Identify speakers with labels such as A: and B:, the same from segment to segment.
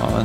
A: Ja,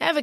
B: Ever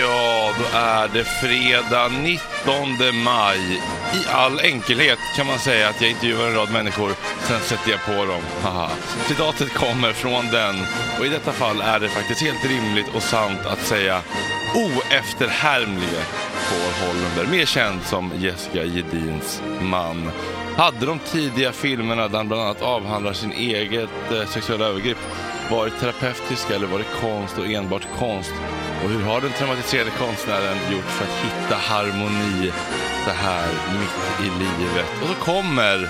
A: Ja, då är det fredag 19 maj. I all enkelhet kan man säga att jag intervjuar en rad människor, sen sätter jag på dem. Haha. Citatet kommer från den och i detta fall är det faktiskt helt rimligt och sant att säga oefterhärmlige Paul Hollander, mer känd som Jessica Jedins man. Hade de tidiga filmerna där han bland annat avhandlar sin eget eh, sexuella övergrepp varit terapeutiska eller var det konst och enbart konst? Och hur har den traumatiserade konstnären gjort för att hitta harmoni så här mitt i livet? Och så kommer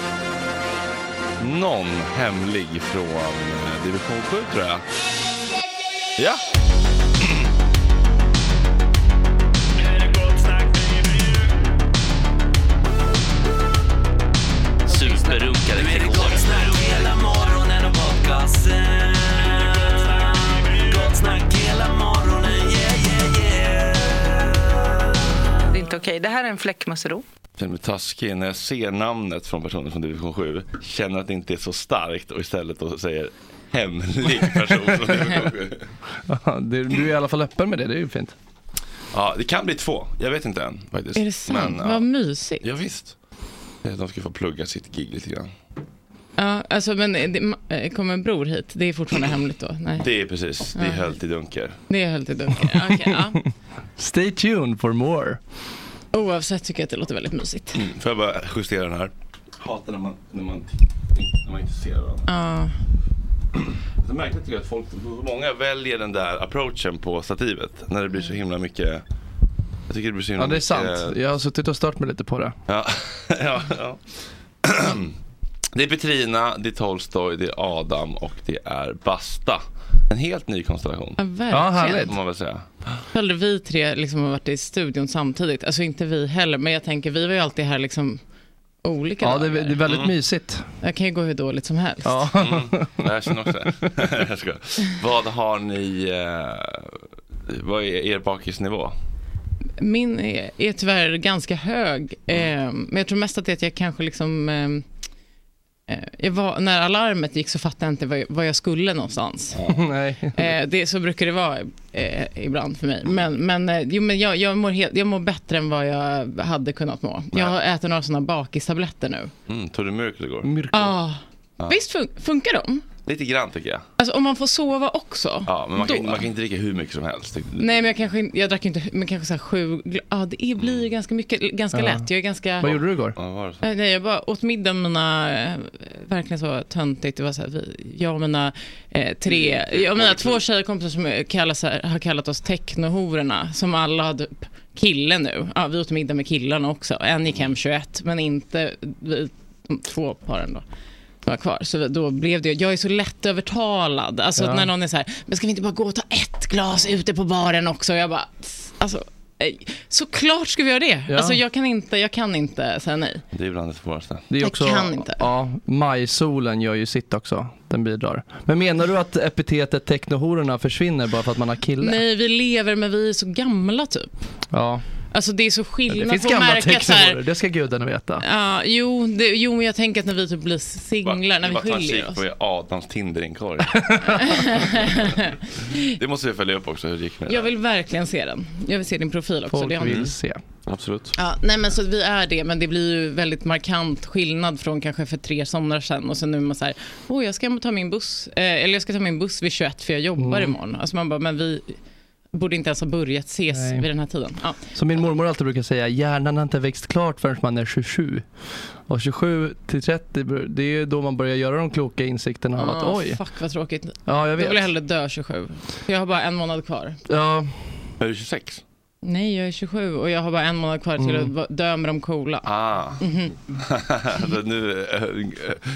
A: någon hemlig från eh, division 7 tror jag. Ja.
C: Superrunkade till gården. hela morgonen och podcasten. Gott snack hela morgonen, yeah, yeah, yeah.
D: Det är inte okej. Det här är en fläckmussero.
A: känner mig taskig när jag ser namnet från personen från division 7. Känner att det inte är så starkt och istället då säger hemlig person från division 7.
E: Du, du är i alla fall öppen med det, det är ju fint.
A: Ja, det kan bli två. Jag vet inte än faktiskt.
F: Är det sant?
A: Men, ja.
F: Vad mysigt.
A: ja, visst. Eh, De ska få plugga sitt gig lite grann.
F: Ja, alltså, men eh, det, eh, kom en bror hit? Det är fortfarande hemligt då? Nej,
A: Det är precis, det är höljt i dunkel.
F: det är helt i dunkel. Okej, ja.
E: Stay tuned for more.
F: Oavsett tycker jag att det låter väldigt mysigt.
A: Mm, Får jag bara justera den här? Hatar när man, när man, när man inte ser varandra.
F: Ja.
A: Det är märkligt tycker jag att folk, många väljer den där approachen på stativet. När det blir så himla mycket. Jag tycker det blir så himla
E: Ja, det är
A: mycket.
E: sant. Jag har suttit och stört mig lite på det.
A: Ja, ja, ja. Det är Petrina, det är Tolstoj, det är Adam och det är Basta. En helt ny konstellation.
F: Ja,
E: Ja,
F: verkligen.
E: härligt.
A: Får man väl säga.
F: Följde vi tre liksom har varit i studion samtidigt. Alltså inte vi heller, men jag tänker vi var ju alltid här liksom olika
E: Ja, det är,
F: dagar.
E: det är väldigt mysigt.
F: Det kan ju gå hur dåligt som helst.
E: Ja.
A: Mm.
D: Mm.
F: Mm.
A: Jag känner också det. Jag skojar. Vad har ni, eh, vad är er bakisnivå?
F: Min är, är tyvärr ganska hög, eh, men jag tror mest att det är att jag kanske liksom... Eh, eh, jag var, när alarmet gick så fattade jag inte vad jag, vad jag skulle någonstans.
E: Nej.
F: Eh, det, så brukar det vara eh, ibland för mig. Men, men, eh, jo, men jag, jag, mår helt, jag mår bättre än vad jag hade kunnat må. Jag har ätit några sådana bakistabletter nu.
A: Mm, tog du mörker igår?
E: Myrko.
F: Ah. Visst fun- funkar de?
A: Lite grann tycker jag.
F: Alltså, om man får sova också?
A: Ja, men man kan,
F: då?
A: man kan inte dricka hur mycket som helst.
F: Nej, men jag, kanske, in- jag drack ju inte, men kanske så här sju gla- Ja, det är- blir ju ganska mycket, ganska lätt. Jag är ganska...
E: Vad gjorde du igår?
A: Vad var det för?
F: Eh, Nej, nej, jag bara åt middag med mina, eh, verkligen så töntigt, det var så här, vi, jag och mina eh, tre, jag och mina två tjejkompisar som eh, kallas, här- har kallat oss technohororna, som alla hade p- kille nu. Ja, vi åt middag med killarna också, en gick hem 21, men inte vi, de två paren då som var kvar. Så då blev det, jag är så lättövertalad. Alltså att när någon är så här, men ska vi inte bara gå och ta ett glas ute på baren också? Jag bara, "Tss, alltså, eh, såklart ska vi göra det.
E: Ja.
F: Alltså jag kan inte, jag kan inte säga nej.
A: Det är bland det svåraste.
E: Det är
F: Jag
E: också,
F: kan inte.
E: Ja, majsolen gör ju sitt också. Den bidrar. Men menar du att epitetet technohororna försvinner bara för att man har kille?
F: Nej, vi lever men vi är så gamla typ.
E: Ja.
F: Alltså det är så
E: Det
F: skillnad
E: finns
F: på att
E: gamla
F: märka så här.
E: technohorer, det ska gudarna veta.
F: Ja, jo, det, jo, men jag tänker att när vi typ blir
A: Bara-
F: singlar, när vi
A: bara ta en
F: skiljer
A: kik
F: oss.
A: på er Adams Tinder-inkorg. det måste vi följa upp också, hur det gick med det
F: Jag
A: där.
F: vill verkligen se den. Jag vill se din profil också.
E: Folk
F: Det har
E: vill se.
A: Absolut.
F: Ja, nej men så att vi är det, men det blir ju väldigt markant skillnad från kanske för tre somrar sedan och sen nu är man så här, åh jag ska ta min buss, eh, eller jag ska ta min buss vid 21 för jag jobbar
E: Mm.
F: imorgon. Alltså man bara, men vi borde inte ens ha börjat ses
E: Nej.
F: vid den här tiden. Ja.
E: Som min mormor alltid brukar säga, hjärnan har inte växt klart förrän man är 27. Och 27 till 30, bör- det är då man börjar göra de kloka insikterna om att
F: Ah,
E: oj,
F: Fuck vad tråkigt.
E: ja jag
F: Då vill jag
E: vet.
F: hellre dö 27. För jag har bara en månad kvar.
E: Ja,
A: Är du 26?
F: Nej, jag är 27 och jag har bara en månad kvar till att va- dö med de coola.
A: Ah.
F: Mhm.
A: Så nu äh,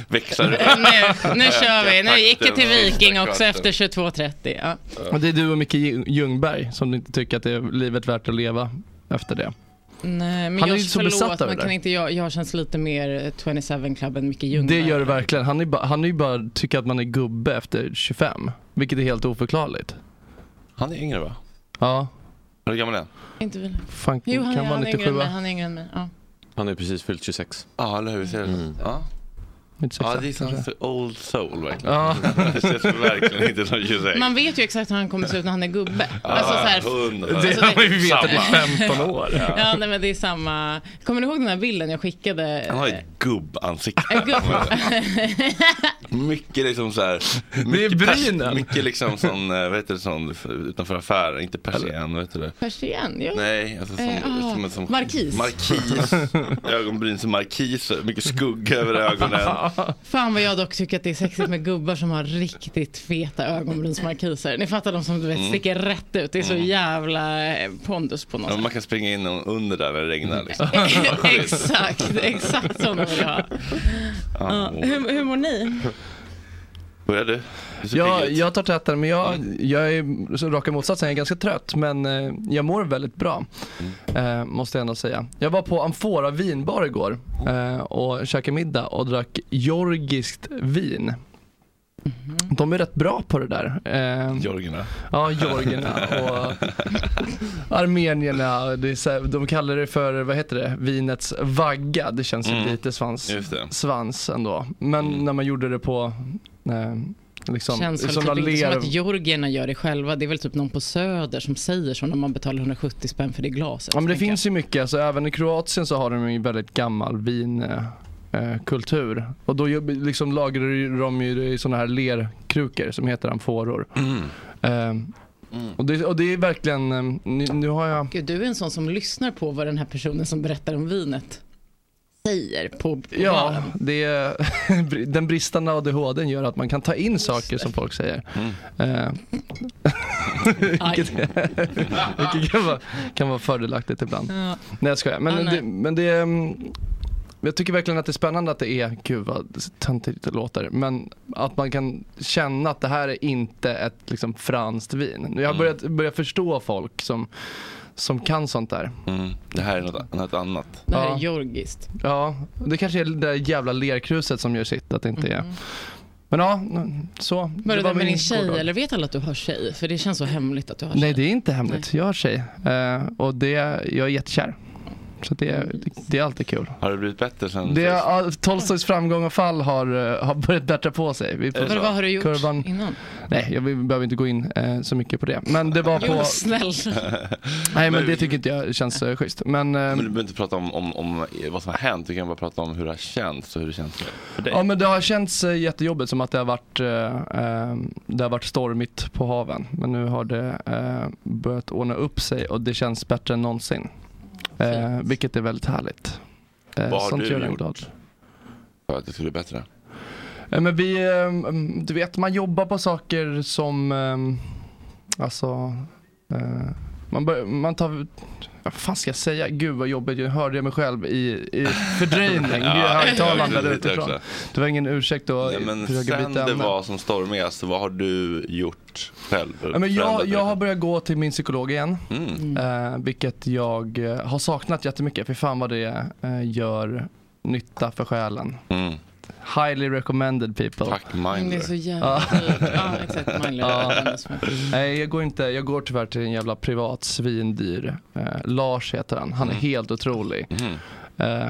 A: växlar du.
F: Nu, nu kör vi. Nu gick jag till
A: Takten,
F: Viking
A: takten.
F: också efter 22.30. Ja.
E: och det är du och Micke Ljung- Ljungberg som inte tycker att det är livet värt att leva efter det.
F: Nej, men
E: Han är
F: jag,
E: ju så
F: förlåt,
E: besatt över
F: men
E: det.
F: kan inte jag, jag känns lite mer 27 Club än Micke Ljungberg.
E: Det gör det verkligen. Han är, ba, han är ju bara tycker att man är gubbe efter 25, vilket är helt oförklarligt.
A: Han är yngre va?
E: Ja,
A: Hur gammal är han?
F: Inte vi.
E: fan,
F: Jo, han,
E: kan
F: är-
E: vara
F: han, är
E: 97
F: yngre än mig, han är yngre än mig. Ja.
C: Han är precis fyllt Mm. 26.
A: Ja, eller hur? Ser du? Ja.
E: 96,
A: ja, det är som
E: kanske.
A: en old soul verkligen.
E: Ja.
A: Det känns verkligen inte som 26.
F: Man vet ju exakt hur han kommer se ut när han är gubbe. Alltså, så här,
A: Hundra.
F: Alltså, det-
E: Vi vet att det
A: Samma.
E: är 15 år.
F: ja, nej, men det är samma. Kommer du ihåg den här bilden jag skickade?
A: Han har ett gubbansikte.
F: Ett gubb-
A: Mycket liksom så här. Mycket,
E: brynen.
A: mycket liksom sån, eh, vad heter det, sån f- utanför affären, inte persien, vad heter det?
F: Persien, jo.
A: Nej, alltså som,
F: Eh, ah,
A: som, som,
F: markis.
A: Markis. Ögonbryn som markiser, mycket skugga över ögonen.
F: Fan vad jag dock tycker att det är sexigt med gubbar som har riktigt feta ögonbrynsmarkiser. Ni fattar de som du vet
A: Mm.
F: sticker rätt ut. Det är så
A: Mm.
F: jävla eh, pondus på något
A: Ja,
F: sätt.
A: Man kan springa in under där när det regnar. Liksom.
F: exakt, exakt sådana vill jag ha. Ja. Hur, hur mår ni?
A: Börjar du?
E: Ja, jag tar täten, men jag,
A: Mm.
E: jag är så raka motsatsen. Jag är ganska trött, men eh, jag mår väldigt bra.
A: Mm.
E: Eh, måste jag ändå säga. Jag var på Amfora vinbar igår eh, och käkade middag och drack georgiskt vin. De är rätt bra på det där. Eh,
A: Georgierna.
E: Ja, georgierna och armenierna. Det är så här, de kallar det för, vad heter det, vinets vagga. Det känns ju
A: Mm.
E: lite svans,
A: Just det. Mm.
E: svans ändå. Men när man gjorde det på, eh, liksom,
F: Känns väl
E: sådana
F: typ inte som
E: ler-
F: att georgierna gör det själva. Det är väl typ någon på söder som säger så när man betalar 170 spänn för det glaset.
E: Ja, men det finns ju mycket. Alltså, även i Kroatien så har de ju väldigt gammal vinkultur. och då ju- liksom lagrar ju- de ju det i sådana här lerkrukor som heter amforor. Ehm, och, det, och det är verkligen, ehm, nu, nu har jag...
F: Gud, du är en sån som lyssnar på vad den här personen som berättar om vinet säger på, på
E: Ja, det är, den bristande ADHD gör att man kan ta in saker som folk säger. Eh, vilket vilket kan, vara, kan vara fördelaktigt ibland.
F: Ja.
E: Nej jag skojar. Men,
F: Ja, nej.
E: Det, men det är, mm, jag tycker verkligen att det är spännande att det är, gud vad töntigt det låter, men att man kan känna att det här är inte ett liksom, franskt vin. Jag har börjat, börjat förstå folk som, som kan sånt där.
A: Mm. Det här är något, något annat.
F: Det här är georgiskt.
E: Ja, det kanske är det där jävla lerkruset som gör sitt att det inte är. Men ja, n- så.
F: Började det med
E: min
F: din tjej
E: gårdag.
F: eller vet alla att du har tjej? För det känns så hemligt att du har tjej.
E: Nej, det är inte hemligt. Jag har tjej. Eh, och det, jag är jättekär. Så det, det är alltid kul.
A: Har det blivit bättre sen
E: Det,
A: sist?
E: ja, Tolstojs framgång och fall har, eh, har börjat bättra på sig. Vi
A: det Vad- så? vad har du gjort
F: innan?
E: Nej, jag vi behöver inte gå in eh, så mycket på det. Men det var på...
F: Jo, snäll.
E: Nej, men det tycker inte jag känns eh, schysst. Men, eh,
A: Men du behöver inte prata om, om, om vad som har hänt, du kan bara prata om hur det har känts och hur det känns för dig.
E: Ja men det har känts eh, jättejobbigt som att det har varit, eh, eh, det har varit stormigt på haven. Men nu har det eh, börjat ordna upp sig och det känns bättre än någonsin. Eh, vilket är väldigt härligt. Eh,
A: vad har
E: sånt gör
A: du
E: en
A: gjort
E: glad.
A: för att det skulle bli bättre?
E: Eh, Men vi, eh, mm, du vet man jobbar på saker som, eh, alltså, eh, man, bör, man tar, vad fan ska jag säga? Gud vad jobbigt, jag hörde jag mig själv i, i fördröjning,
A: Ja,
E: i högtalaren
A: jag
E: där
A: gjorde lite
E: utifrån.
A: också.
E: Det var ingen ursäkt då.
A: Nej, men
E: försöka
A: sen
E: byta
A: det
E: ämne.
A: var som stormigast, vad har du gjort själv?
E: Ja, men
A: Förändrat
E: jag,
A: dig?
E: jag har börjat gå till min psykolog igen.
A: Mm.
E: Eh, vilket jag eh, har saknat jättemycket. För fan vad det eh, gör nytta för själen. Highly recommended people.
A: Mm. Tack
F: Men
A: Mindler.
F: Mm, Det är så jävla dyrt. Ja, exakt. Mindler.
E: Nej, jag går, inte, jag går tyvärr till en jävla privat svindyr. Eh, Lars heter han. Han är
A: Mm.
E: helt otrolig. Eh,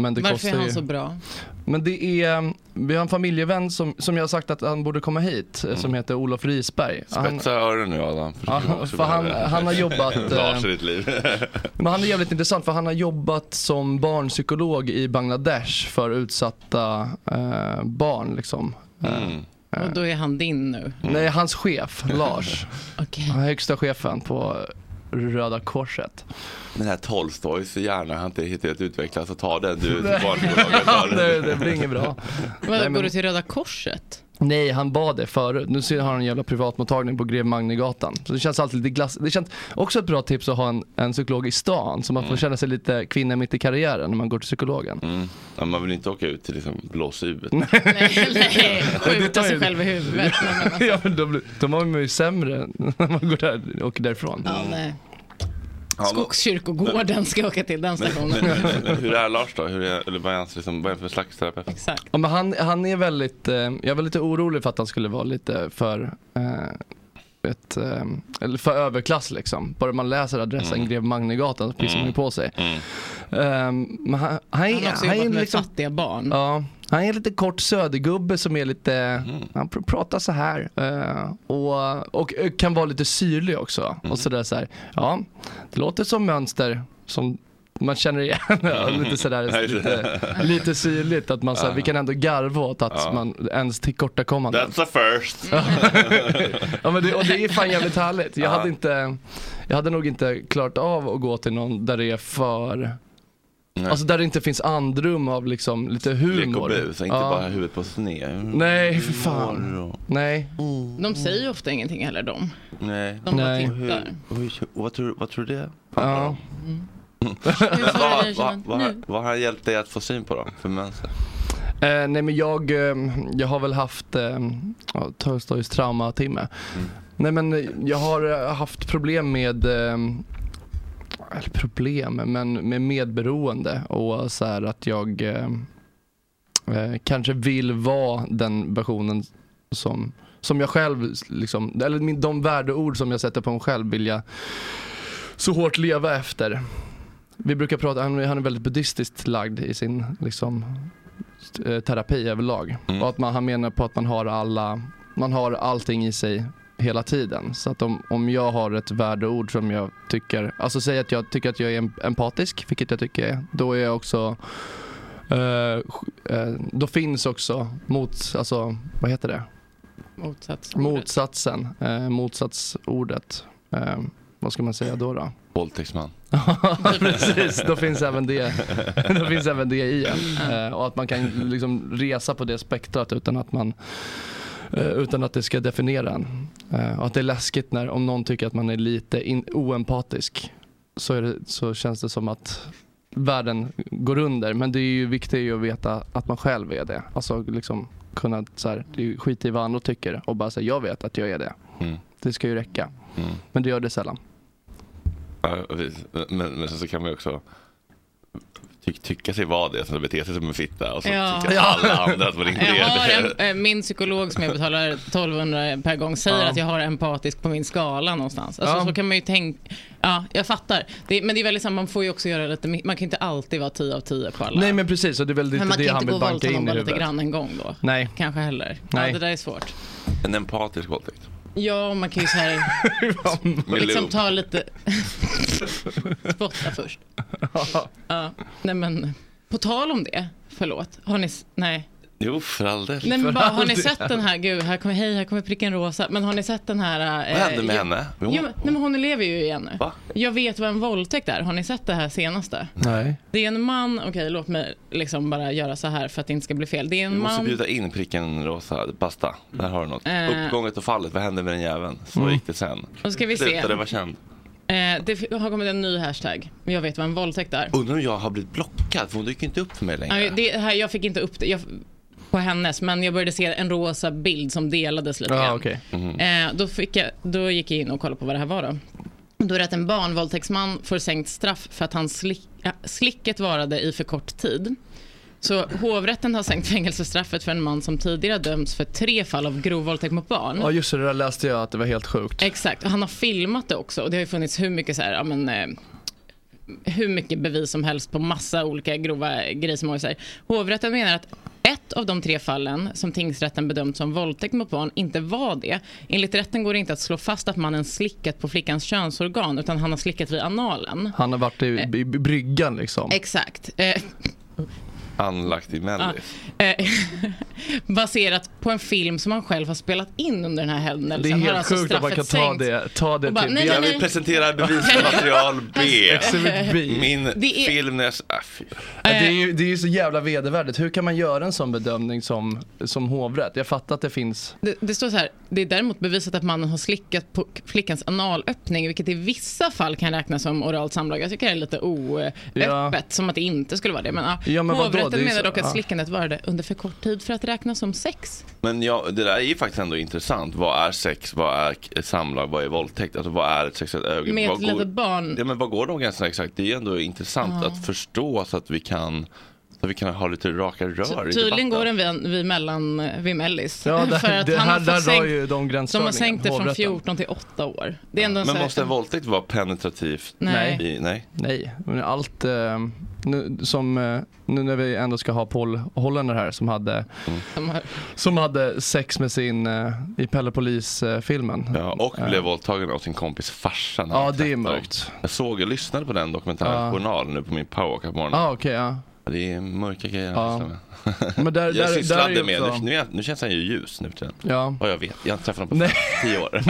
E: men det
F: Varför
E: kostar
F: är han
E: ju...
F: så bra?
E: Men det är, vi har en familjevän som, som jag har sagt att han borde komma hit, eh,
A: Mm.
E: som heter Olof Risberg. Han,
A: Spetsa öronen nu Adam.
E: Ja,
A: du också
E: för han-
A: behöver-
E: han har jobbat, eh,
A: Lars i ditt liv.
E: Men han är jävligt intressant för han har jobbat som barnpsykolog i Bangladesh för utsatta eh, barn. Liksom.
F: Och då är han din nu.
E: Nej, hans chef, Lars.
F: Okej.
E: Han är högsta chefen på Röda Korset.
A: Den här Tolstojs hjärna har inte hittat utvecklas, så ta den du
E: Nej.
A: som barnpsykolog. ta den.
E: det, det blir inget bra.
F: Vadå,
E: Nej, men-
F: Går du till Röda Korset?
E: Nej, han bad det förut. Nu ser- har han en jävla privatmottagning på Grev Magnegatan. Så det känns alltid lite glass. Det känns också ett bra tips att ha en, en psykolog i stan så man får känna sig lite kvinna mitt i karriären när man går till psykologen.
A: Mm. Ja, man vill inte åka ut till liksom blåshuvudet.
F: Nej,
E: Det tar
F: skjuta
E: ju-
F: sig själv i huvudet. Nej, men alltså.
E: ja, men då, blir, då mår man ju sämre när man går där, åker därifrån.
F: Ja, nej.
A: Ja, men-
F: Mm. Skogskyrkogården ska jag åka till, den
A: men,
F: stationen.
A: men, men, men, hur är Lars då? Hur är, eller vad är, hans, liksom, vad är han för slags terapeut?
F: Exakt.
E: Ja, men han, han är väldigt, eh, jag var lite orolig för att han skulle vara lite för, eh, ett, eh, eller för överklass liksom. Bara man läser adressen
F: Mm.
E: Grev Magnegatan så pissar man ju på sig. Eh, men han, han,
F: Han har också
E: är, han är
F: jobbat med
E: liksom,
F: fattiga barn.
E: ja, han är en lite kort södergubbe som är lite,
F: Mm.
E: han pr- pratar så här eh, och, och eh, kan vara lite syrlig också.
F: Mm.
E: Och sådär så här, ja, det låter som mönster som man känner igen. Ja,
F: Mm.
E: lite sådär,
A: Nej,
E: lite,
A: det-
E: lite syrligt att man så här, vi kan ändå garva åt att
A: Ja.
E: man ens tillkortakommanden.
A: That's a first.
E: Ja, men det, och det är fan jävligt härligt. Jag,
A: Ja.
E: hade inte, jag hade nog inte klarat av att gå till någon där det är för Alltså där det inte finns andrum av liksom lite humor.
A: Lek och bus, inte
E: Ja.
A: bara huvudet på sned.
E: Nej, för fan.
A: Morgon.
E: Nej.
F: De säger ju ofta ingenting heller de.
A: Nej.
F: De bara Nej. tittar.
A: Och hur, och hur, vad, tror, vad tror du det?
E: Ja.
A: Men
F: jag
A: vad,
F: den
A: vad,
F: känna
A: vad,
F: nu?
A: vad har hjälpt dig att få syn på då? För mönster?
E: Eh, nej men jag, eh, jag har väl haft eh, ja, Tolstojs traumatimme. Nej men eh, jag har eh, haft problem med, eh, eller problem, men med medberoende och så här att jag eh, eh, kanske vill vara den versionen som, som jag själv, liksom, eller min, de värdeord som jag sätter på mig själv vill jag så hårt leva efter. Vi brukar prata, han han är väldigt buddhistiskt lagd i sin liksom, st- eh, terapi överlag. Och att man, han menar på att man har, alla, man har allting i sig hela tiden. Så att om, om jag har ett värdeord som jag tycker, alltså säg att jag tycker att jag är em- empatisk, vilket jag tycker jag är, då är jag också eh, sj- eh, då finns också mot, alltså, vad heter det?
F: Motsatsen.
E: Motsatsen. Eh, motsatsordet. Eh, vad ska man säga då? då?
A: Våldtäktsman.
E: Precis, då finns även det, då finns även det i en. Eh, och att man kan liksom resa på det spektrat utan att, man, eh, utan att det ska definiera en. Eh, och att det är läskigt när, om någon tycker att man är lite in, oempatisk så, är det, så känns det som att världen går under. Men det är ju viktigt ju att veta att man själv är det. Alltså liksom kunna så här, det är ju skit i vad andra tycker och bara säga jag vet att jag är det.
A: Mm.
E: Det ska ju räcka. Men det gör det sällan.
A: Ja, precis. Men, men sen så kan man ju också ty, tycka sig vara det, sen så bete sig som en fitta och så
F: Ja.
A: tycker alla andra att man inte
F: Jag har
A: är
F: en,
A: det.
F: eh, min psykolog som jag betalar 1200 per gång säger
A: Ja.
F: att jag har empatisk på min skala någonstans. Alltså,
A: Ja.
F: Så kan man ju tänka. Ja, jag fattar. Det, men det är väldigt sant, man får ju också göra lite, man kan inte alltid vara 10 av 10 på alla.
E: Nej men precis, och det är väl
F: men
E: lite
F: man
E: det
F: kan
E: han
F: inte gå
E: vill
F: och
E: banka
F: våldta någon
E: in i
F: bara lite grann
E: huvudet.
F: en gång då.
E: Nej.
F: Kanske heller.
E: Nej.
F: Ja, det där är svårt.
A: En empatisk våldtäkt.
F: Ja, man kan ju så här,
A: Med
F: liksom
A: lub.
F: ta lite... Spotta först. Ja. Nej men, på tal om det. Förlåt. Har ni... s- Nej.
A: Jo, för all del.
F: Nej,
A: För
F: men bara,
A: all
F: har ni
A: del.
F: sett den här, gud, här kommer, hej, här kommer pricken rosa. Men har ni sett den här... eh,
A: Vad hände med henne?
F: Jo,
A: Jo.
F: men, nej, men hon lever ju igen nu.
A: Va?
F: Jag vet vad en våldtäkt är. Har ni sett det här senaste?
E: Nej.
F: Det är en man, okej låt mig liksom bara göra så här för att det inte ska bli fel. Det är en
A: Du måste
F: man...
A: bjuda in pricken rosa, basta. Där har du något.
F: Eh.
A: Uppgånget och fallet, vad hände med den jäveln? Så gick det sen.
F: Och ska vi se.
A: Slutade vara känd.
F: Eh, det f- har kommit en ny hashtag. Jag vet vad en våldtäkt är.
A: Undrar om jag har blivit blockad, för hon dyker inte upp för mig längre.
F: Ja, Det här, jag fick inte upp det jag, på hennes, men jag började se en rosa bild som delades
A: Ah,
F: lite grann.
A: Mm.
F: Eh, då, fick jag, då gick jag in och kollade på vad det här var. Då, då är det att en barnvåldtäktsman får sänkt straff för att han slick, ja, slicket varade i för kort tid. Så hovrätten har sänkt fängelsestraffet för en man som tidigare dömts för tre fall av grov våldtäkt mot barn.
E: Ja just det, det där läste jag att det var helt sjukt.
F: Exakt, och han har filmat det också. Och det har ju funnits hur mycket, så här, ja, men, eh, hur mycket bevis som helst på massa olika grova grejer som har sig. Hovrätten menar att ett av de tre fallen som tingsrätten bedömt som våldtäkt mot barn inte var det. Enligt rätten går det inte att slå fast att mannen slickat på flickans könsorgan utan han har slickat vid analen.
E: Han har varit i,
F: Eh.
E: i, i bryggan liksom.
F: Exakt. Eh,
A: Anlagt i Mellis.
F: Eh, baserat på en film som han själv har spelat in under den här händelsen.
E: Det är
F: har
E: helt
F: alltså
E: sjukt att man kan
F: straffet
E: ta
F: sänkts.
E: det, ta det
F: Och bara,
E: till
F: nej, nej,
A: jag vill
F: nej. Alltså,
A: presentera bevismaterial B.
E: Exhibit Alltså, B.
F: Eh.
A: Min
F: Det är-
A: film när jag... s- Ah, fy.
E: Det är, ju, det är ju så jävla vedervärdigt. Hur kan man göra en sån bedömning som, som hovrätt? Jag fattar att det finns.
F: Det, det står så här, det är däremot bevisat att mannen har slickat på k- flickans analöppning, vilket i vissa fall kan räknas som oralt samlag. Jag tycker det är lite oöppet,
E: Ja.
F: som att det inte skulle vara det. Men, ja.
E: Ja, men vadå? Det är
F: Hovrätten
E: ju
F: menar
E: så-
F: dock att
E: ja.
F: slickandet varade under för kort tid för att räknas som sex.
A: Men ja, det där är ju faktiskt ändå intressant. Vad är sex? Vad är k- samlag? Vad är våldtäkt? Alltså vad är ett sexuellt ögonblick?
F: Med
A: Vad
F: ett
A: går-
F: litet barn.
A: Ja men vad går de gränserna exakt? Det är ju ändå intressant
F: Ja.
A: att förstå så att vi kan så att vi kan ha lite raka rör i debatten.
F: Tydligen går den vid, vid mellan vid mellis.
E: Ja,
F: för
E: där,
F: att
E: det
F: han
E: här,
F: har
E: där
F: fått
E: drar
F: sänkt,
E: ju de
F: de
E: gränsdragningen.
F: har sänkt det från
E: hovrätten.
F: 14 till 8 år. Det är ändå en
A: Men
F: så här-
A: måste en våldtäkt vara penetrativt?
F: Nej.
A: I, nej.
E: Nej, men allt eh, nu, som, eh, nu när vi ändå ska ha Paul Hollander här som hade,
F: Som har-
E: som hade sex med sin, eh, i Pelle eh, Polis-filmen.
A: Ja, och
E: Eh,
A: blev våldtagen av sin kompis farsa. när
E: Ja,
A: han var
E: det är
A: 13 år.
E: mörkt.
A: Jag såg och lyssnade på den dokumentären,
E: Ja.
A: Journal, nu på min powerwalk på morgonen.
E: Ah, okej, ja.
A: Det är mörka grejer han
E: Ja.
A: sysslar med.
E: Men där,
A: jag
E: där, där är
A: sysslade
E: ju
A: med,
E: också-
A: nu, nu, är- nu känns han ju ljus nu för tiden.
E: Ja.
A: Vad jag vet, jag har inte träffat honom på fem- tio år.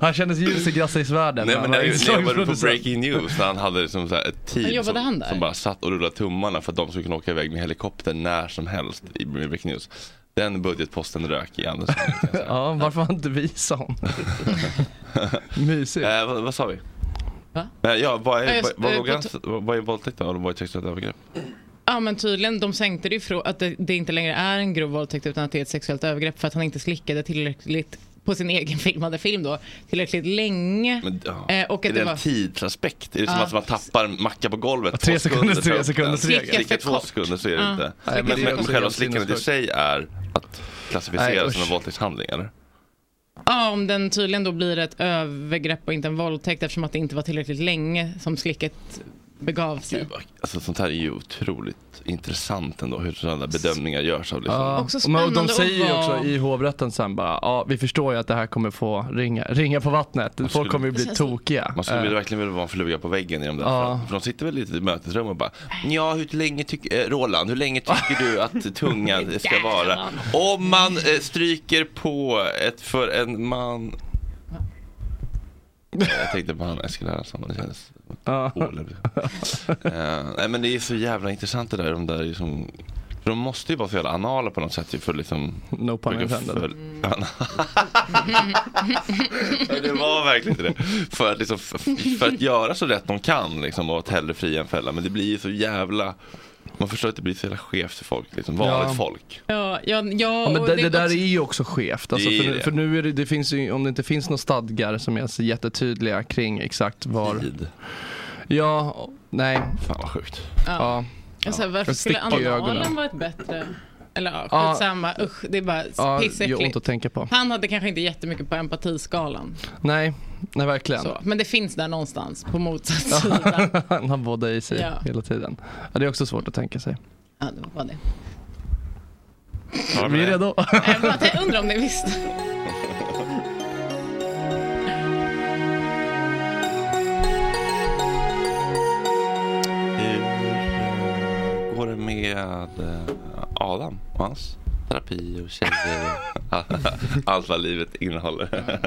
E: Han kändes ljus i Grassisvärlden.
A: Nej men
E: Han
A: när
E: var
A: jag när jag jobbade på
E: inslagsproducent.
A: Breaking News när han hade liksom så här ett
F: Men
A: team som,
F: jobbade han där?
A: som bara satt och rullade tummarna för att de skulle kunna åka iväg med helikopter när som helst i Breaking News. Den budgetposten rök i Anders.
E: Ja, varför var inte vi sån? Mysigt.
A: Eh, vad, vad sa vi?
F: Va?
A: Eh, ja, vad
F: Ja,
A: är,
F: jag-
A: vad, vad,
F: eh,
A: går
F: på
A: gräns- vad vad är våldtäkt då? Eller vad är sexuellt övergrepp?
F: Ja men tydligen, de sänkte det ju från att det, det inte längre är en grov våldtäkt utan att det är ett sexuellt övergrepp för att han inte slickade tillräckligt på sin egen filmade film då, tillräckligt länge.
A: Men, ja.
F: Eh, och
A: är
F: att
A: det
F: det
A: en
F: var...
A: tidsaspekt? Är det som
F: Ja.
A: att man tappar macka på golvet?
E: Tre
A: två
E: sekunder, tre
A: fram?
E: sekunders
A: Ja,
E: regel.
A: slicka
E: Slicka
A: två
E: kort.
A: sekunder så är det
E: Ja.
A: inte.
E: Nej, men
A: men
E: det är
A: men
E: också
A: själva
E: helt
A: slickandet i sig är att klassificera
E: Nej,
A: som en
E: usch.
A: våldtäktshandling eller?
F: Ja, om den tydligen då blir ett övergrepp och inte en våldtäkt eftersom att det inte var tillräckligt länge som slicket begav sig.
A: Alltså sånt här är ju otroligt intressant ändå hur sådana där bedömningar görs av liksom.
E: Ja.
F: Också
E: Men de
F: spännande
E: säger ju
F: att vara-
E: också i hovrätten sen bara, ja vi förstår ju att det här kommer få ringa, ringa på vattnet. Folk kommer ju bli tokiga.
A: Man skulle
E: Eh,
A: vilja- verkligen vilja vara en fluga på väggen i de där.
E: Ja.
A: För de sitter väl lite i mötesrum och bara Ja, hur länge tycker, eh, Roland, hur länge tycker du att tungan ska vara? Om man eh, stryker på ett för en man Eh, Jag tänkte på han Eskil Erlandsson, det kändes olämpligt. Eh, Nej men det är så jävla intressant det där, de där liksom för de måste ju vara så jävla anala på något sätt ju, för liksom...
E: No pun
A: för-
E: intended. Mm.
A: för- Ja, det var verkligen inte det. För att, liksom, f- för att göra så rätt de kan liksom, och att hellre fria än fälla. Men det blir ju så jävla... Man förstår att det blir så jävla skevt för folk. Liksom, vanligt
E: Ja.
A: folk.
F: Ja, ja, ja,
E: Ja, men
F: och
E: det, det där
F: också-
E: är ju också skevt. Alltså,
A: Det är
E: för,
A: det.
E: för nu är det, det finns ju, om det inte finns några stadgar som är så jättetydliga kring exakt var...
A: Tid.
E: Ja, och- nej.
A: Fan vad sjukt.
F: Ja.
E: Ja.
F: Alltså, varför
E: Jag
F: skulle
E: sticker i
F: analen
E: ögonen.
F: varit bättre? Eller ja,
E: Ja.
F: skitsamma. Usch, det är
E: Ja,
F: bara
E: det gör ont
F: pissäckligt.
E: att tänka på.
F: Han hade kanske inte jättemycket på empatiskalan.
E: Nej, nej verkligen.
F: Så. Men det finns där någonstans på motsatt sida.
E: Ja, Han har båda i sig
F: Ja.
E: hela tiden. Ja, det är också svårt att tänka sig.
F: Ja, det var det.
E: Vi är redo.
F: Eh, Jag bara tänkte- undrar om ni visste.
A: Hur går det med eh, Adam och hans terapi och tjejer? och Allt vad livet innehåller.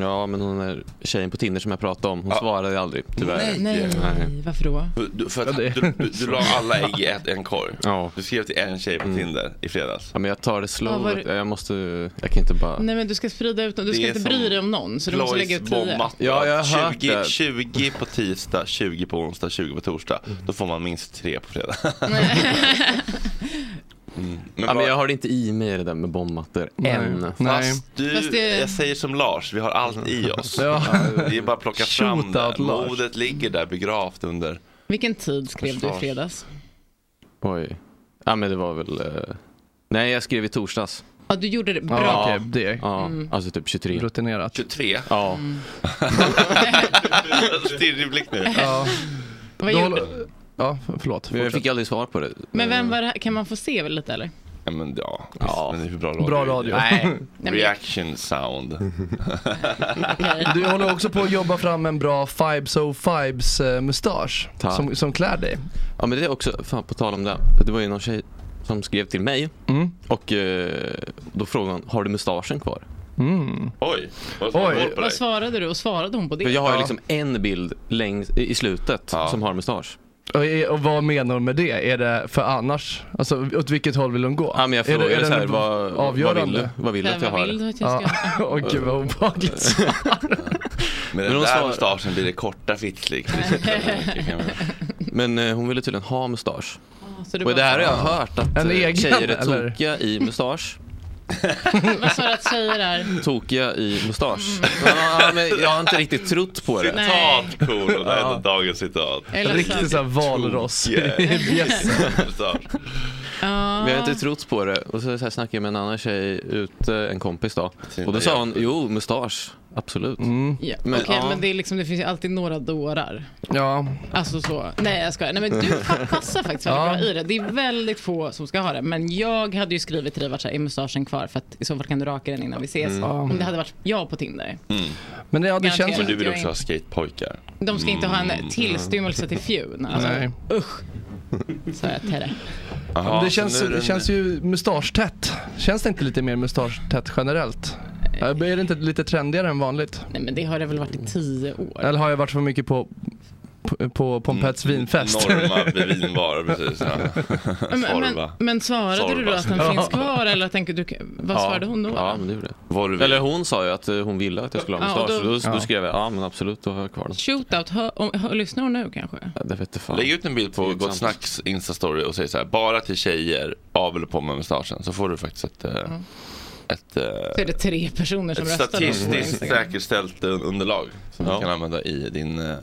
G: Ja, men hon är tjjejen på Tinder som jag pratade om, hon svarade ju aldrig tyvärr.
F: Nej, varför då?
A: Du, för att, du, du, du la alla ägg i ett, en korg.
G: Ja. Mm.
A: Du skrev till en tjej på Tinder i fredags.
G: Ja, men jag tar det
F: Ja,
G: slow.
F: var det-
G: Jag måste, jag kan inte bara...
F: Nej, men du ska sprida ut Du
G: Det
F: ska
G: är
F: inte
G: som
F: bry dig om någon, så du måste lägga ut tio.
A: bombat.
G: Ja, jag har hört
A: 20,
G: det.
A: 20 på tisdag, 20 på onsdag, 20 på torsdag.
G: Mm.
A: Då får man minst tre på fredag. Mm.
G: Men, ja, men jag har det inte i mig det där med bombmattor
A: Nej.
G: än.
A: Fast du,
F: Fast det-
A: jag säger som Lars, vi har allt i oss.
G: Mm. Ja.
A: Det är bara att plocka fram
G: Shoot
A: det.
G: out Lars.
A: Modet ligger där begravt under.
F: Vilken tid skrev du i
A: Försvars.
F: fredags?
G: Oj. Ja, men det var väl... eh, Nej, jag skrev i torsdags.
F: Ja, du gjorde det bra.
G: Ja,
E: det.
G: Ja,
F: Mm.
G: alltså typ 23.
E: Rutinerat.
A: 23?
G: Ja.
A: Stirrig blick nu.
E: Ja.
F: Vad
E: Då
F: gjorde
E: håller- Ja, förlåt.
G: Jag fick aldrig svar på det.
F: Men vem
G: Eh.
F: var det här? Kan man få se väl lite eller?
A: Ja, men, ja, visst, men det är för bra radio.
E: Bra radio.
A: Nej.
F: men-
A: Reaction sound.
E: Du håller också på att jobba fram en bra Fibes O Fibes eh, mustasch
G: Tack.
E: som, som klär dig.
G: Ja, men det är också, fan på tal om det. Det var ju någon tjej som skrev till mig
E: Mm.
G: och eh, då frågade hon, har du mustaschen kvar?
E: Mm.
A: Oj, vad
G: har du koll på
F: Vad
G: dig?
F: svarade du? Och svarade hon på det?
G: För jag har ju liksom en bild längs, i i slutet som har mustasch.
E: Och, är- och vad menar hon med det? Är det för annars? Alltså åt vilket håll vill hon gå?
G: Ja, men jag
E: Är det- är
G: frågade
E: det
G: så här,
E: en
G: vad, vad vill du?
E: avgörande?
G: Vad vill du att jag
F: Vad
G: har?
F: vill du att jag
E: Ja,
F: ska...
E: åh gud vad obehagligt svar.
A: Med
G: Men
A: den
G: hon
A: där
G: svarar-
A: mustaschen blir det korta fittlick.
G: Men eh, hon ville tydligen ha mustasch.
F: Så du
G: Och det här har
F: bara-
G: jag hört att
E: En
G: eh,
E: egen,
G: tjejer är
E: eller?
G: tokiga i mustasch.
F: Vad sa du att tjejer är?
G: Tokiga i mustasch.
F: Mm.
G: Ja, men jag har inte riktigt trott på det.
A: Citat cool, det är dagens citat.
F: Eller
E: Riktigt såhär valross.
A: Yes.
F: Ja.
G: Men jag har inte trott på det. Och så, så här snackade jag med en annan tjej ute, en kompis då. Och då sa hon, jo mustasch, absolut.
E: Mm.
F: Ja,
G: Men-
F: Okej,
G: ja.
F: men det, är liksom, det finns ju alltid några dårar.
E: Ja,
F: Alltså så. Nej, jag skojar. Nej, men du fa- passar faktiskt väldigt
E: Ja.
F: bra i det. Det är väldigt få som ska ha det. Men jag hade ju skrivit till dig vart så här, är mustaschen kvar? För att i så fall kan du raka den innan vi ses. Om det hade varit jag på Tinder.
E: Mm. men det, ja, det
F: Garanterat.
E: känns...
A: Mm. Men du vill
F: Jag är
A: också ha skatepojkar. Mm.
F: De ska inte ha en tillstymmelse till fjun. Alltså,
E: Nej.
F: usch. sa jag till det.
E: Ja, men det känns, det känns ju mustaschtätt. Känns det inte lite mer mustaschtätt generellt? Ja, Är det inte lite trendigare än vanligt?
F: Eh. Nej men det har det väl varit i tio år.
E: Eller har jag varit för mycket på, på, på Pompets
G: Mm.
E: vinfest?
A: Norma vinbar, precis. Ja.
F: Men, men, men svarade du då att den
G: Sorvas.
F: finns kvar eller tänker du, vad svarade hon då?
G: Ja, men det gjorde jag. Eller hon sa ju att eh, hon ville att jag skulle ha
F: Ja, och
G: mustasch.
F: då-
G: så Då, då,
F: Ja.
G: skrev jag, ja men absolut, då har jag kvar den.
F: Shootout, hör, om, hör, lyssnar hon nu kanske?
G: Det vet fan.
A: Lägg ut en bild på Gott Snacks Insta-story och säg så här, bara till tjejer, av eller på med mustaschen. Så får du faktiskt ett, eh,
F: Mm.
A: ett, eh,
F: Så är det tre personer som
A: ett
F: röstar. då på
A: statistiskt
F: Instagram.
A: säkerställt eh, underlag som du kan använda i din eh,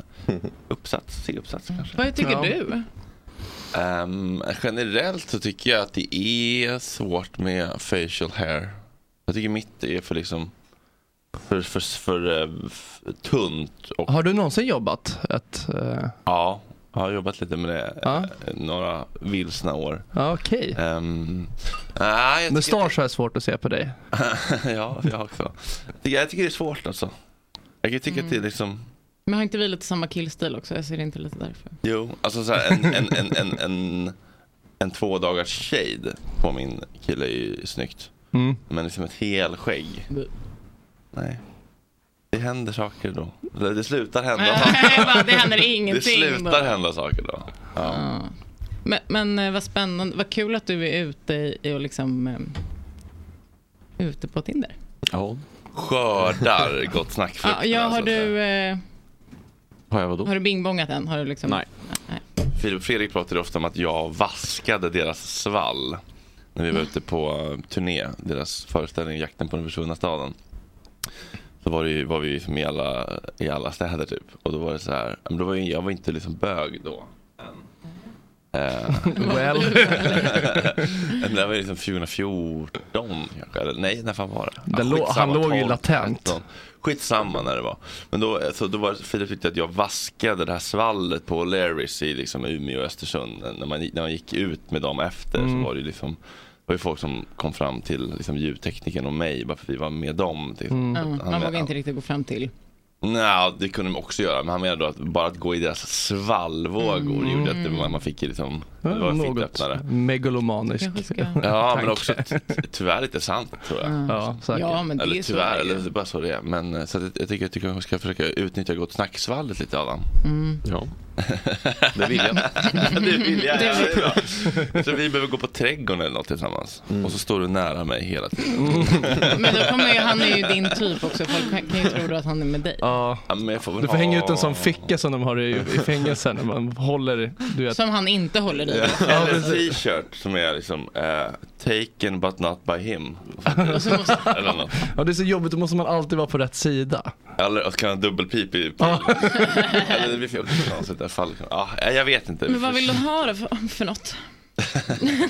A: uppsats, C-uppsats kanske.
F: Vad tycker du?
A: Ehm, generellt så tycker jag att det är svårt med facial hair. Jag tycker mitt är för liksom för, för, för, eh, f- tunt och
E: Har du någonsin jobbat ett... eh,
A: ja, jag har jobbat lite med det eh, några vilsna år.
E: Ja, okej.
A: Ehm, nej, jag tycker-
E: Mustasch har jag svårt att se på dig.
A: ja, jag också. Jag tycker det är svårt alltså. Jag tycker att det är liksom
F: Men har inte vi lite samma killstil också? Jag ser det inte lite därför.
A: Jo, alltså så här, en, en, en, en, en, en två dagars shade på min kille är ju snyggt.
E: Mm.
A: Men liksom ett helskägg. Nej. Det händer saker då. Eller det slutar hända
F: Nej, bara, det händer
A: Det
F: ingenting då.
A: slutar hända saker då. Ja.
F: Men, men eh, vad spännande, vad kul att du är ute i- i och liksom eh, ute på Tinder.
A: Skördar gott snack.
F: Ja, ja, har, du, eh,
A: Har jag vadå?
F: har du bingbongat än? Har du liksom,
A: Nej. Filip Fredrik pratade ofta om att jag vaskade deras svall när
E: Mm.
A: vi var ute på eh, turné, deras föreställning Jakten på den försvunna staden. Då var, det ju, var vi liksom i, alla, i alla städer typ. Och då var det så här, men då var jag, jag var inte liksom bög då. än. Eh,
E: Well.
A: Men det var ju liksom 2014 kanske, eller nej när fan var det?
E: Det lå- han
A: skitsamma,
E: låg ju
A: 12,
E: latent.
A: 13. Skitsamma när det var. Men då, så då var Filip tyckte att jag vaskade det här svallet på Larrys i liksom Umeå och Östersund. När man, när man gick ut med dem efter
E: Mm.
A: så var det ju liksom det var ju folk som kom fram till liksom, ljudteknikern och mig bara för att vi var med dem. Till,
E: Mm.
F: Ja,
A: han,
F: Mm. man vågar
A: han,
F: inte riktigt gå fram till.
A: Nja, det kunde man också göra. Men han menade då att bara att gå i deras svallvågor
E: Mm.
A: gjorde att det, man man fick ju liksom, det var en
E: Något
A: fittöppnare.
E: megalomanisk
A: Ja, men
E: tanke.
A: också ty- tyvärr lite sant tror jag.
E: Mm. Ja, säkert. Ja, men det
A: eller
E: är så
A: tyvärr,
E: det är ju.
A: eller det är bara så det är. Men eh, så att jag, jag tycker jag tycker jag ska försöka utnyttja gott snacksvallet lite Adam.
F: Mm.
A: Ja. Det vill jag. det vill jag. Ja, det är bra. Så vi behöver gå på trädgården eller något tillsammans. Och så står du nära mig hela tiden.
F: Men då kommer ju, han är ju din typ också. Folk kan kan ju tro då att han är med dig.
E: Ja.
A: men jag får väl
E: Du får hänga ut en
A: ha-
E: sån ficka som de har i, i fängelsen. när Man håller, du vet.
F: Som han inte håller i.
A: Eller en t-shirt som är liksom eh, taken but not by him. Eller något.
E: Ja, det är så jobbigt, då måste man alltid vara på rätt sida.
A: Eller och kan ha dubbelpip i Eller det blir fel. Ja, i alla fall. Ja, eh, jag vet inte.
F: Men vad vill du ha då för, för något?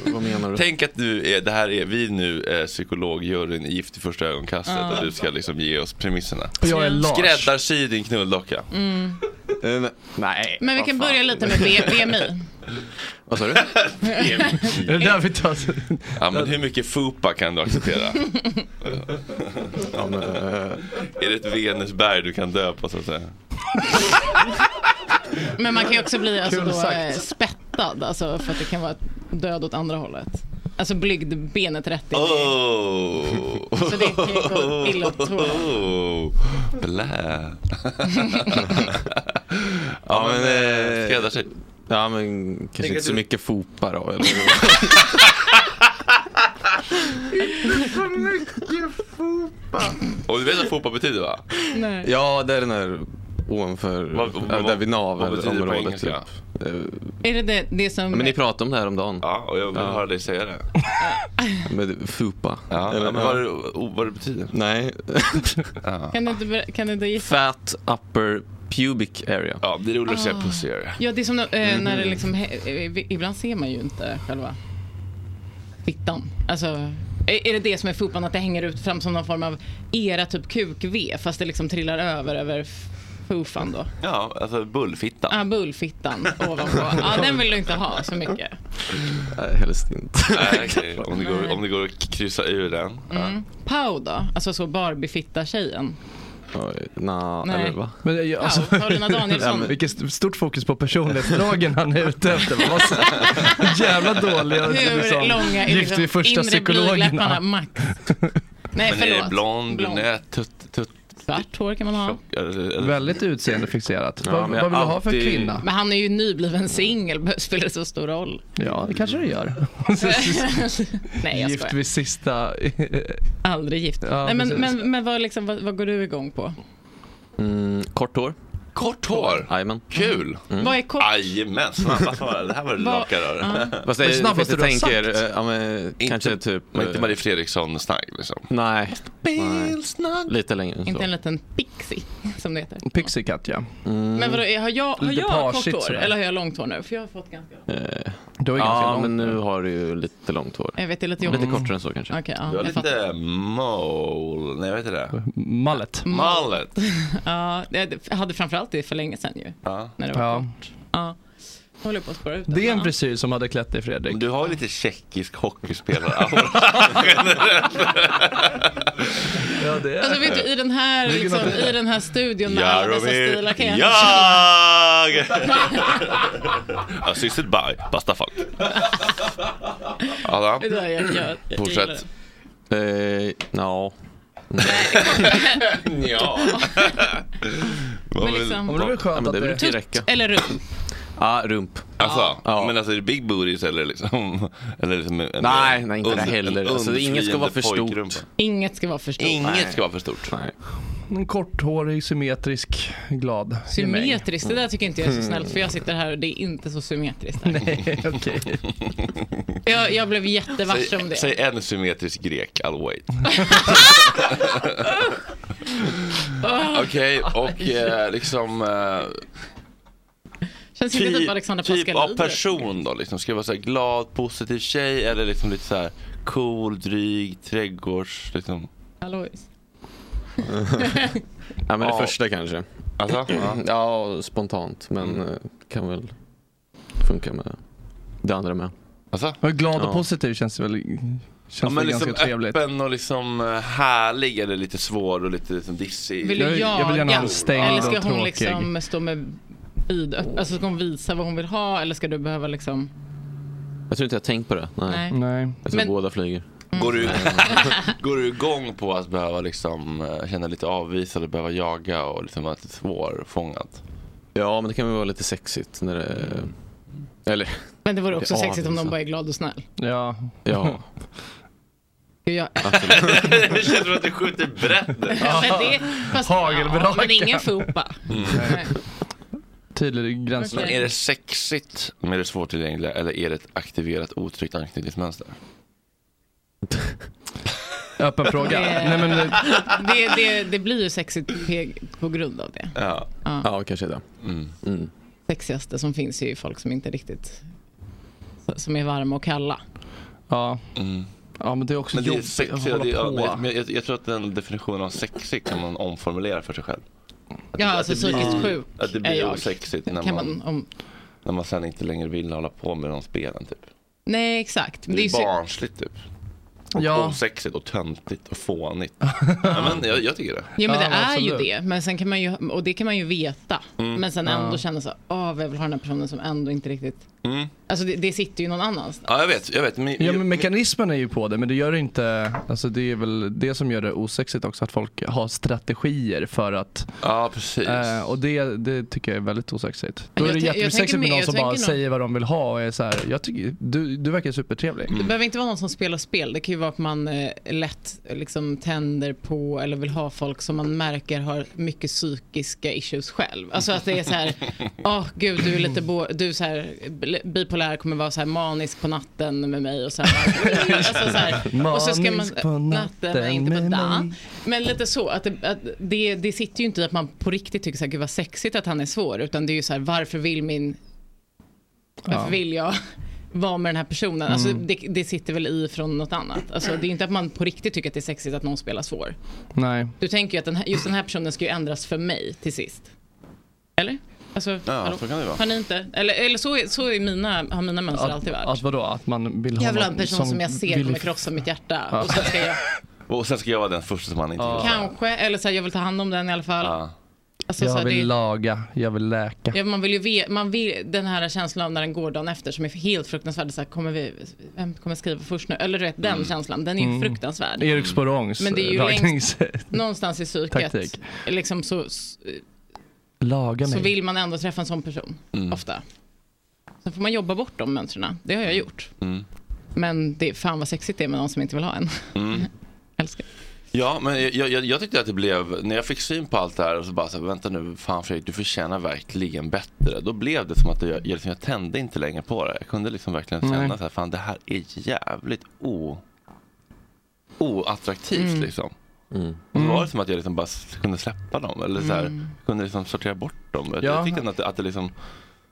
A: Vad menar du? Tänk att du är, det här är vi nu eh, psykologjuryn i Gift i första ögonkastet
F: Ja.
A: och du ska liksom ge oss premisserna.
F: Och jag är Lars.
A: Skräddarsy din knulldocka.
F: Mm.
A: nej.
F: Men vi kan börja lite med B- BMI.
A: Vad sa du? är
E: det där vi tar?
A: Ja men hur mycket fupa kan du acceptera? Är det ett Venusberg du kan dö på så att säga?
F: Men man kan ju också bli alltså
E: Kul
F: då,
E: sagt.
F: eh, spettad, alltså, för att det kan vara död åt andra hållet. Alltså blygdbenet rätt in.
A: Oh.
F: Så det kan ju gå illa åt två.
A: Oh. Blä. ja men eh, skräddarsy.
G: Ja men kanske
A: Tänk
G: inte
A: att
G: så
A: du-
G: mycket fopa då. Eller?
C: Så mycket fopa.
A: Och du vet vad fotboll betyder va?
F: Nej.
G: ja det är den här ovanför, ja, där vid
A: betyder det på
G: navelområdet. Typ.
A: engelska?
G: Eh,
F: Är det det, det som...
G: ja, Men ni pratade om det här om dagen.
A: Ja och jag vill höra dig säga det.
G: Med fopa.
A: Ja,
G: Eller-
A: men vad, det- o- vad det betyder?
G: Nej.
F: Kan du inte, ber- kan du inte gissa?
G: Fat upper pubic area.
A: Ja det är roligt
F: att säga Ah. pussy
A: area.
F: Ja, det är som eh, när det
G: Mhm.
F: liksom... he- eh, Ibland ser man ju inte själva fittan. Alltså, är är det det som är fotbollen, att det hänger ut fram som någon form av era typ kuk-V, fast det liksom trillar över över f- fufan då?
A: Ja, alltså bullfittan.
F: Ja, bullfittan ovanpå. Ja, den vill du inte ha så mycket.
G: Nej, helst inte.
A: Nej, okej. om, det går, om det går att k- kryssa ur den.
F: Mm. Pau då? Alltså så Barbie-fitta-tjejen.
G: Oj, na,
F: Nej.
G: eller va?
E: Men, jag- alltså,
F: Paulina Danielsson.
E: Ja, men Vilket st- stort fokus på personlighetsdragen han är ute efter. Vad så- Jävla dåliga
F: Hur långa är
E: gift vid
F: liksom
E: första
F: inre blygdlapparna
E: psykologerna.
F: max? Nej,
E: Men det är
F: förlåt.
A: Blond,
F: Blond.
A: brunett, Äh, tutt, tutt.
F: Svart hår kan man ha.
E: Väldigt utseendefixerat.
A: Ja,
E: vad
A: men
E: vad
A: jag
E: vill du ha för
A: alltid-
E: kvinna?
F: Men han är ju nybliven singel, spelar det så stor roll?
E: Ja, det kanske du gör.
F: Nej, jag
E: Gift
F: skojar.
E: vid sista...
F: Aldrig gift.
E: Ja,
F: Nej, men
E: precis.
F: men, men vad, liksom, vad, vad går du igång på?
G: Mm, kort hår.
A: Kort hår?
G: Jajamän. Mm.
A: Kul!
F: Vad är kort?
A: Jajamän, snabba svar. Det här var det
F: Vad-
A: raka rör.
F: Ja.
G: Fast det är- det finns det tänker, eh, ja, men,
A: Inte-
G: kanske typ...
A: men inte Marie
G: Fredriksson-snack liksom? Nej. Nej. Lite längre än
F: Inte en
G: så.
F: liten pixie, som det heter.
E: Pixie Cat, ja.
A: Mm.
G: Mm.
F: Men vadå, är- har jag, har
E: Lite
F: jag kort
E: parsigt
F: hår
E: sådär.
F: eller har jag långt hår nu? För jag har fått ganska...
G: Eh,
E: Du har ju ganska
G: ja,
E: långt
G: men nu har du ju lite långt hår.
F: Jag vet, det är lite jobbigt.
G: Lite kortare än så kanske.
F: Okej, ja,
A: Du har
F: jag fattar.
A: lite mål. Nej, vad heter det?
E: Mallet.
A: Mallet.
F: Ja, jag hade framförallt det för länge sedan ju.
A: Ja.
F: När det var
E: Ja.
F: Ja. Jag håller på att spåra ut den.
E: Det är en frisyr som hade klätt dig Fredrik.
A: Du har ju lite tjeckisk hockeyspelare
E: Ja, det
F: Alltså vet du, i den här,
A: Ligger
F: liksom,
A: något i det?
F: i den här studion med alla dessa stilar
A: Jaromir
F: kan jag
A: Jag! Assisted by Bastafunk. Adam,
F: Det där jag- jag- jag gillar
A: fortsätt.
G: Eh, ja.
A: Ja.
F: Men liksom- Men det är väl skönt
G: ja, men det
F: att
G: brukar
F: det-
G: ju räcka.
F: Eller rump.
G: Ja, rump.
A: Alltså, men alltså är det big booties eller liksom? Eller liksom en,
G: Nej, nej, inte det
A: under-
G: heller.
A: en
G: Alltså, inget ska vara för
A: undflyende
G: stort.
A: pojkrumpa.
F: Inget ska vara för stort.
A: Inget ska vara för stort.
G: Nej.
E: En korthårig, symmetrisk, glad gemäng.
F: Symmetriskt, det där tycker inte jag
A: Mm.
F: är så snällt för jag sitter här och det är inte så symmetriskt. här.
E: Nej, okej.
F: Jag, jag blev jättevarse om det.
A: Säg en symmetrisk grek, I'll wait. Okej, och eh, liksom... Eh,
F: Känns inte typ Alexander
A: typ av
F: Pascalidis.
A: person då? Liksom, ska det vara så här glad, positiv tjej eller liksom lite så här cool, dryg, trädgårds... Liksom.
F: Alois.
G: Ja, men det första kanske.
A: Alltså?
G: Ja.
A: Ja. Mm.
G: spontant. Men eh, kan väl funka med det andra med.
A: Alltså?
E: Och glad
G: Ja.
E: och positiv känns det väl känns
A: Ja,
E: väl
A: men liksom
E: ganska trevligt.
A: öppen och liksom eh, härlig eller lite svår och lite liksom dissig.
F: Vill du jaga? Eller ska hon
A: tråkig.
F: liksom stå med vid, alltså ska hon visa vad hon vill ha eller ska du behöva liksom...
G: Jag tror inte jag har tänkt på det. Nej.
F: Nej.
E: Nej.
G: Jag tror
F: Men- Mm.
G: båda flyger.
A: Går du, går du igång på att behöva liksom eh, känna lite avvisad och behöva jaga och liksom vara lite svårfångad?
G: Ja, men det kan väl vara lite sexigt när det... Eller...
F: Men det vore också
G: Ja,
F: sexigt om
G: liksom.
F: de bara är glad och snäll.
E: Ja.
G: Ja.
F: Gud, Jag,
A: det känns som att du skjuter brett nu.
F: men det, fast,
E: Hagelbraka.
F: ja, men ingen fopa.
A: Mm.
F: Nej.
E: Tydlig gräns.
A: Men är det sexigt med det svårtillgängliga eller är det ett aktiverat otryggt anknytningsmönster?
E: Öppen fråga. Nej, men, eh,
F: Det, det, det blir ju sexigt pe- på grund av det.
A: Ja,
F: Ja.
G: ja kanske det.
A: Mm.
G: Mm.
F: Sexigaste som finns är ju folk som inte riktigt... Som är varma och kalla.
E: ja.
A: Mm.
E: ja, men det är också
A: Men det är
E: jobbigt att
A: sexiga, det,
E: hålla
A: ja,
E: på.
A: men jag, jag, jag tror att den definitionen av sexig kan man omformulera för sig själv. Att
F: Ja,
A: det-
F: alltså
A: att det blir-
F: psykiskt sjuk
A: Att det
F: är
A: blir
F: jag.
A: osexigt när
F: Kan
A: man,
F: man, om,
A: när man sen inte längre vill hålla på med de spelen typ.
F: nej, exakt.
A: Det
F: Men
A: är,
F: det är ju så-
A: barnsligt typ. Och
E: Ja.
A: osexigt och töntigt och fånigt. ja, men jag, jag tycker det.
F: Ja men
E: Ja,
F: det är
E: absolut.
F: ju det. Men sen kan man ju, och det kan man ju veta.
A: Mm.
F: Men sen ändå
E: Ja.
F: känna så här, åh vad jag vill ha den här personen som ändå inte riktigt...
A: Mm.
F: Alltså det, det sitter ju någon annanstans.
A: Ja, jag vet. Jag vet. Men,
E: Ja, men mekanismen är ju på det, men det gör det inte... Alltså det är väl det som gör det osexigt också, att folk har strategier för att...
A: ja precis.
E: Eh, och det, det tycker jag är väldigt osexigt. Då
F: Jag
E: är det
F: tän- jag
E: jättesexigt
F: tänker
E: med
F: mer-
E: någon
F: jag
E: som
F: tänker
E: bara
F: nog-
E: säger vad de vill ha och är så här, jag tycker, du, du verkar supertrevlig.
F: Det behöver inte vara någon som spelar spel. Det kan ju vara att man eh, lätt eh, liksom, tänder på eller vill ha folk som man märker har mycket psykiska issues själv. Alltså att det är så här, åh gud du är lite bo- du är så här, bi- bipolär kommer vara så här manisk på natten med mig och så här. Alltså, så här och så ska man,
E: Manisk på natten
F: men inte på
E: med
F: dagen.
E: mig.
F: Men lite så, att det, att det, det sitter ju inte i att man på riktigt tycker så här, gud vad sexigt att han är svår, utan det är ju så här, varför vill min varför
E: Ja.
F: vill jag vara med den här personen? Alltså, det, det sitter väl i från något annat. Alltså, det är inte att man på riktigt tycker att det är sexigt att någon spelar svår.
E: Nej.
F: Du tänker ju att den här, just den här personen ska ju ändras för mig till sist. Eller? Alltså, hallå?
A: så kan det vara.
F: Har ni inte? Eller, eller så, är- så är mina, har mina mönster
E: Att,
F: alltid varit.
E: att vadå? Att man vill
F: Jag vill ha
E: någon
F: en person som, jag ser
E: vill-
F: kommer krossa mitt hjärta.
E: Ja.
F: Och så ska jag
A: Och sen ska jag vara den första som han inte vill.
F: Kanske, eller så här, jag vill ta hand om den i alla fall.
A: Ja.
F: Alltså, så
E: jag
F: här,
E: vill
F: det är-
E: laga, jag vill läka.
F: Ja, man vill ju ve- man vill, den här känslan av när den går dagen efter som är helt fruktansvärd. Så här, kommer vi, vem kommer skriva först nu? Eller du vet, den
E: Mm.
F: känslan, den är ju
E: Mm.
F: fruktansvärd.
E: Erik Sporongs
F: Men det är ju
E: raggningstaktik.
F: längst, någonstans i psyket,
E: Taktik.
F: liksom så, s-
E: Laga
F: så
E: mig.
F: vill man ändå träffa en sån person,
E: Mm.
F: ofta. Sen får man jobba bort de mönstren. Det har jag gjort.
A: Mm.
F: Men det, fan vad sexigt det är med någon som inte vill ha en.
A: Mm.
F: Älskar.
A: Ja, men jag, jag, jag tyckte att det blev, när jag fick syn på allt det här och så bara så här, vänta nu, fan Fredrik, du förtjänar verkligen bättre. Då blev det som att jag, jag, liksom, jag tände inte längre på det. Jag kunde liksom verkligen
E: Nej.
A: känna så här, fan det här är jävligt o, oattraktivt
E: Mm.
A: liksom. Och då var
F: Mm.
A: det som att jag liksom bara s- kunde släppa dem eller så här, kunde liksom sortera bort dem. Jag-
F: Ja.
A: Jag tyckte att, det- att det liksom,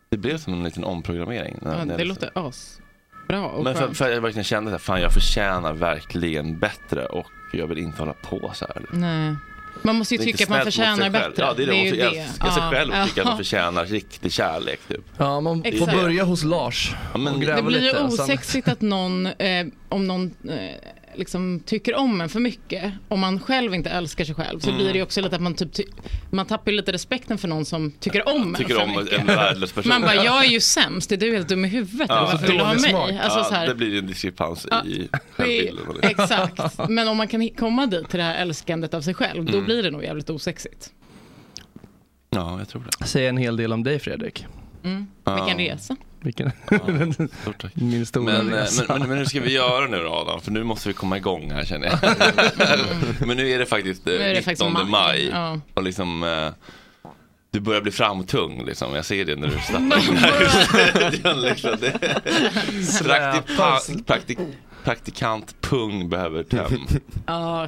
A: det blev som en liten omprogrammering. när-
F: Ja,
A: när jag
F: det
A: liksom-
F: låter as. Bra och
A: men för,
F: skönt.
A: för jag verkligen kände att fan jag förtjänar verkligen bättre och jag vill inte hålla på så här. liksom.
F: Nej. Man måste ju
A: Det är inte
F: tycka att man
A: snällt mot sig
F: förtjänar
A: själv.
F: bättre.
A: Ja, det är det.
F: ju
A: man får älska sig
F: Ja.
A: själv och tycka att
F: Ja.
A: man förtjänar riktig kärlek. Typ.
E: Ja, man
F: får
E: Får
F: Exakt.
E: börja hos Lars.
A: Ja, men-
E: och gräva
F: Det blir ju
E: lite,
A: alltså.
E: sen-
F: osexigt att någon, eh, om någon eh, liksom tycker om en för mycket, om man själv inte älskar sig själv, så
A: Mm.
F: blir det ju också lite att man, typ, ty- man tappar ju lite respekten för någon som tycker om en
A: Tycker
F: för
A: om
F: mycket.
A: en värdelös person.
F: Man bara, jag är ju sämst, är du helt dum i huvudet? eller Varför vill du ha mig? Alltså, så
A: ja, det
F: här,
A: blir ju en diskrepans
F: Ja,
A: i
F: det,
A: självbilden. och det.
F: exakt, men om man kan hi- komma dit till det här älskandet av sig själv, då
E: Mm.
F: blir det nog jävligt osexigt.
A: Ja, jag tror det.
E: Säger en hel del om dig Fredrik.
F: Mm.
A: Ja.
F: Vilken resa.
E: Vilken... Min stora
A: Men, eh,
E: resa.
A: men, men, men hur ska vi göra nu då Adam? För nu måste vi komma igång här känner jag. men nu är det faktiskt eh,
F: Nu är det
A: 19
F: faktiskt
A: maj.
F: maj. Ja.
A: Och liksom, eh, du börjar bli framtung liksom. Jag ser det när du
F: Man
A: snappar in här. Det är liksom, det. Praktik, pa- praktik, praktikant pung behöver töm.
F: Ja,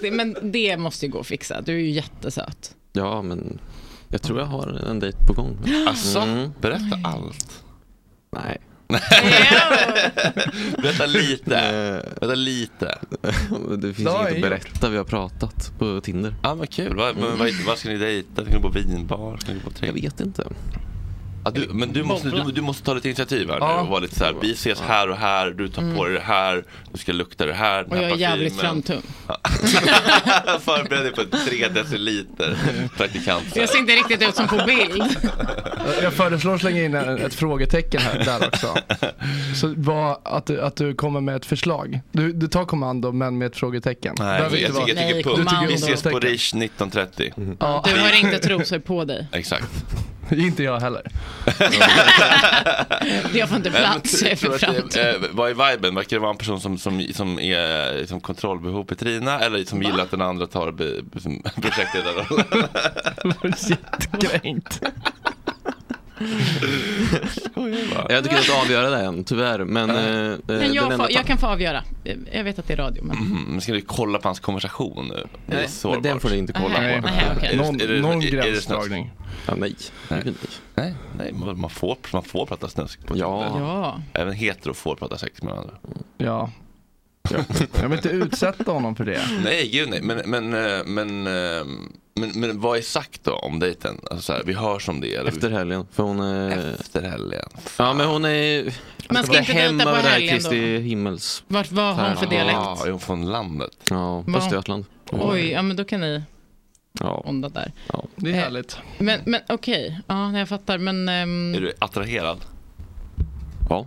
F: det, men det måste ju gå att fixa. Du är ju jättesöt.
G: Ja, men jag tror jag har en dejt på gång. Mm.
F: Asså?
A: Berätta allt.
G: Nej.
A: Berätta lite. Berätta lite.
G: Eh, Det finns
A: Det har
G: inget att
A: jag
G: berätta, vi har pratat på Tinder.
A: Ja men kul, vad, men
G: Mm.
A: vad, vad ska ni dejta? Ska ni på vinbar? Ska ni gå på tre? Jag
G: vet inte.
A: Ja, du, men du måste, du, du måste ta lite initiativ här nu
F: Ja. Mm.
A: och vara lite så här, vi ses här och här, du tar på dig det här, du ska lukta det här, den
F: Och
A: här
F: jag är jävligt
A: parfymen.
F: framtung.
A: Förbered dig på tre deciliter praktikant.
F: Jag ser inte riktigt ut som på bild.
E: Jag föreslår att slänga in en- ett frågetecken här där också. Så vad, att, du, att du kommer med ett förslag. Du, du tar kommando men med ett frågetecken.
A: Nej, jag,
E: Behöver inte
A: tycker- jag,
E: vara-
A: tycker- jag
F: Nej,
A: tycker punkt.
F: kommando.
A: Vi ses på Rish 1930.
G: Mm.
E: Ja.
F: Du har inte trosor på dig.
A: Exakt.
E: Inte jag heller.
F: Jag får inte plats. Jag är för
A: Tror att
F: framtung.
A: det- eh, Vad är viben? Verkar det vara en person som, som, som är eh, som kontrollbehov Petrina eller som gillar att den andra tar be, liksom, som projektledarrollen?
E: Jättekränkt.
G: Jag hade kunnat avgöra det än, tyvärr. Men, eh, eh,
F: Men jag,
G: den
F: får, jag kan få avgöra. Jag vet att det är radio, men...
A: Mhm, Men ska du kolla på hans konversation nu?
G: Nej, men den får du inte kolla
F: Nähä, på. nähä, okej. Någon- någon
G: gränsdragning.
A: Ja, nej. Nej. nej. nej, man man får, man får prata snusk på Tinder.
F: Ja.
A: Även hetero får prata sex med varandra.
E: Ja. Jag vill inte utsätta honom för det.
A: Nej, gud nej. Men, men, eh, men, eh, men, men vad är sagt då om dejten? Alltså så här, vi hörs om det. Eller
G: Efter helgen. För hon är...
A: Efter helgen.
G: Ja, men hon är... Alltså,
F: Man ska inte
G: hem
F: dejta på
G: över det här
F: helgen då.
G: Kristi himmels...
F: Vart var hon för dialekt?
G: Ja,
A: är hon från landet?
G: Ja,
F: hon-
G: Östergötland.
F: Oj, ja men då kan ni
G: Ja.
F: onda där.
E: Det är härligt.
F: Men, men okej, ja jag fattar. Men ehm,
A: Är du attraherad?
G: Ja.
A: Mm.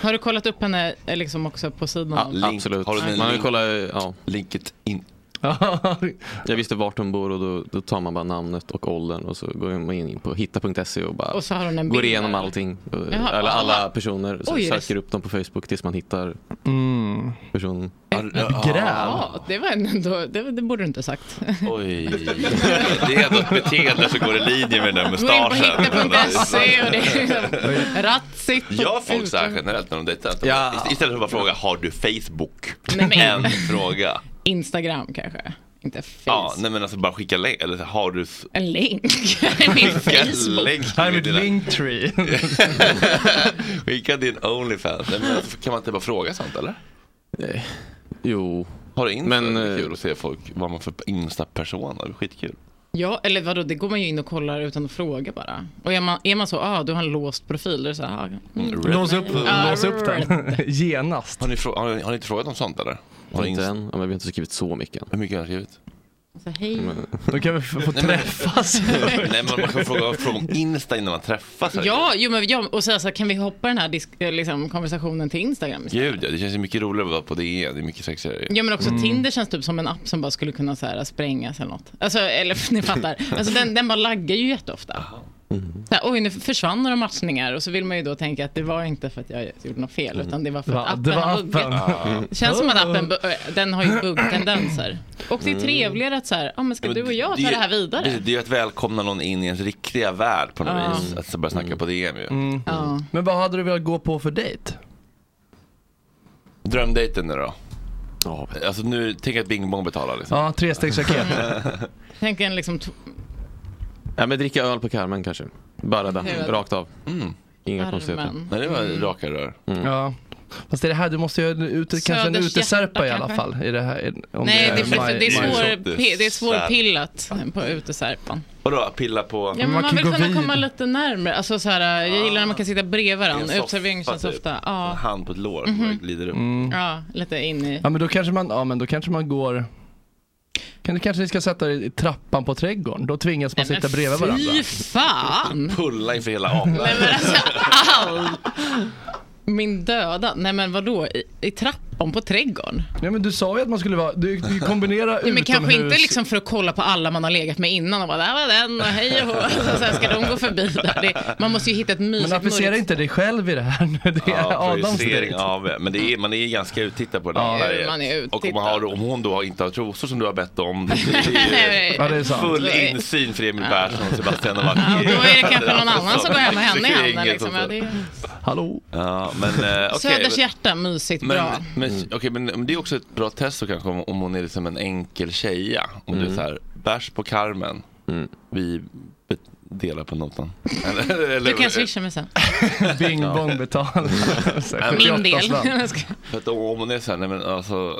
F: har du kollat upp henne eh, liksom också på
G: Ja,
F: sidan?
G: link, absolut.
F: Har du en
G: man vill
F: link?
G: kolla, ja.
A: Linket in.
G: jag visste vart hon bor och då, då tar man bara namnet och åldern och så går man in på hitta.se och bara
F: Och så har hon en
G: går
F: bild
G: igenom
F: där.
G: allting.
F: Jaha,
G: Eller alla
F: alla.
G: personer. Så
F: Oj,
G: söker upp dem på Facebook tills man hittar Mm. personen.
F: Ja, det var ändå, det, det borde du inte ha sagt.
A: Oj. Det är ändå ett beteende som går i linje med den där
F: Gå in på
A: mustaschen.
F: hitta.se och det är liksom ratsigt.
A: Gör folk så här generellt när de dejtar? Ja. Istället för att bara fråga, har du Facebook?
F: Nej, men-
A: En fråga.
F: Instagram kanske. Inte Facebook.
A: Ja, nej men alltså bara skicka länk, eller så har du... s-
F: En länk. Min Facebook.
A: Länk
E: Här är
A: med
E: mitt
A: dina-
E: linktree.
A: Skicka din Onlyfans. Nej, men alltså, kan man inte bara fråga sånt eller?
G: Nej. Jo.
A: Har du Insta?
G: Men,
A: det är
G: eh,
A: kul att se folk, vad man för Insta-personer, det är skitkul.
F: Ja, eller vadå, det går man ju in och kollar utan att fråga bara. Och är man, är man så, ah, du har en låst profil, då är det så här, ah, mm.
E: Lås upp,
F: Ja,
E: lås upp den. Genast.
A: Har ni, frå- har, ni, har ni inte frågat om sånt eller? Har
G: Inte än. Ja, men vi har inte skrivit så mycket än.
A: Hur mycket har ni skrivit?
F: Så, alltså, hej.
E: Då kan vi få få
A: Nej, men-
E: träffas.
F: Alltså.
A: Nej, men man kan fråga fråga om Insta innan man träffas. eller?
F: Ja, jo, men, ja, och säga så här, kan vi hoppa den här disk, eh, liksom, konversationen till Instagram? istället?
A: Gud ja, det känns ju mycket roligare att vara på DE. Det är mycket sexigare.
F: Ja, men också
G: Mm.
A: Mm.
F: Tinder känns typ som en app som bara skulle kunna så här, sprängas eller något. Alltså, eller ni fattar. Alltså, den, den bara laggar ju jätteofta. Så här, oj, nu försvann några matchningar och så vill man ju då tänka att det var inte för att jag gjorde något fel utan det var för
E: Det
F: att
E: var-
F: appen
E: det var
F: har buggat.
E: appen.
F: Det känns som att appen bu- eh, den har ju buggtendenser. Och det är
A: Mm.
F: trevligare att så här, ah, men ska
A: Men
F: du och jag ta
A: är-
F: det här vidare?
A: precis, Det är ju att välkomna någon in i ens riktiga värld på något
F: Ja.
A: vis. Att så börja snacka på DM ju.
E: Mm.
F: Ja.
E: Men vad hade du velat gå på för dejt?
A: Drömdejten nu då? Alltså nu, tänk att Bing Bong betalar liksom.
E: Ja, trestegsraket.
F: Tänk en liksom t-
G: Ja, men dricka öl på Carmen kanske. Bara där,
F: Hela-
G: rakt av. Inga
F: Carmen. Mm.
G: konstigheter. Mm.
F: Nej,
A: Mm. det var raka rör.
E: Ja. Fast det är det här, du måste göra ute, kanske en
F: Söders
E: uteserpa
F: hjärta
E: i alla
F: kanske?
E: fall. I det här, i- om
F: Nej, det är,
E: maj-
F: fruktansvärt- det är,
E: maj-
F: svår,
E: maj-
F: pi- det är svårpillat på uteserpan.
A: Vadå, pilla på?
F: Ja, men man, vill kunna komma lite närmre. Alltså, så här, jag gillar när man kan sitta bredvid
A: I Ah. en
F: varandra.
A: soffa,
F: Uteservering känns
A: typ.
F: ofta... Ja.
A: En hand på ett lår
F: Mhm.
A: och glider upp.
F: ja, lite in i...
E: Mm. Ja, men då kanske man, ja men då kanske man går... Kan, kanske ni ska sätta er i trappan på trädgården? Då tvingas man
F: Nej, men
E: sitta bredvid varandra.
F: Fy fan! alltså,
A: Pulla inför hela apan.
F: All... Min döda. Nej men vadå, i, i trappan på trädgården?
E: Nej men du sa ju att man skulle vara, du, du kombinera
F: Ja, men
E: utomhus.
F: kanske inte liksom för att kolla på alla man har legat med innan och bara där var den och hej och hå. Alltså, Så Sen ska de gå förbi där. Det, man måste ju hitta ett mysigt
E: Men applicera
F: mörkt-
E: inte dig själv i det här nu. Det är
A: Ja,
E: Adams
A: projicering
E: dejt.
A: av det. Men det är, man är ju ganska uttittad på det.
E: Ja,
A: där.
F: man är
A: och om, man har, om hon då inte har trosor som du har bett om. det
F: Nej,
E: Ja, det är sant.
A: Full
F: Då är-
A: insyn för Emil Persson och Alltså, Sebastian
F: Ja,
A: Novacki.
F: då är det kanske någon annan som går hem med henne i
A: Det är
F: handen.
A: inget
F: Liksom.
A: som-
F: Ja, det är...
E: Hallå?
A: Ja, men eh, okej.
F: Söders hjärta, mysigt,
A: Men,
F: bra.
A: men, okej, men men det är också ett bra test då kanske om, om hon är liksom en enkel tjeja. Om du är
G: Mm.
A: så här, bärs på Carmen, vi be- delar på notan. Eller- eller-
F: Du kan swisha mig sen.
E: Bing
A: Ja.
E: bong betal. Så här,
F: Min del.
E: 78 slant.
F: Jag ska-
A: För att om om hon är så här, nej men alltså,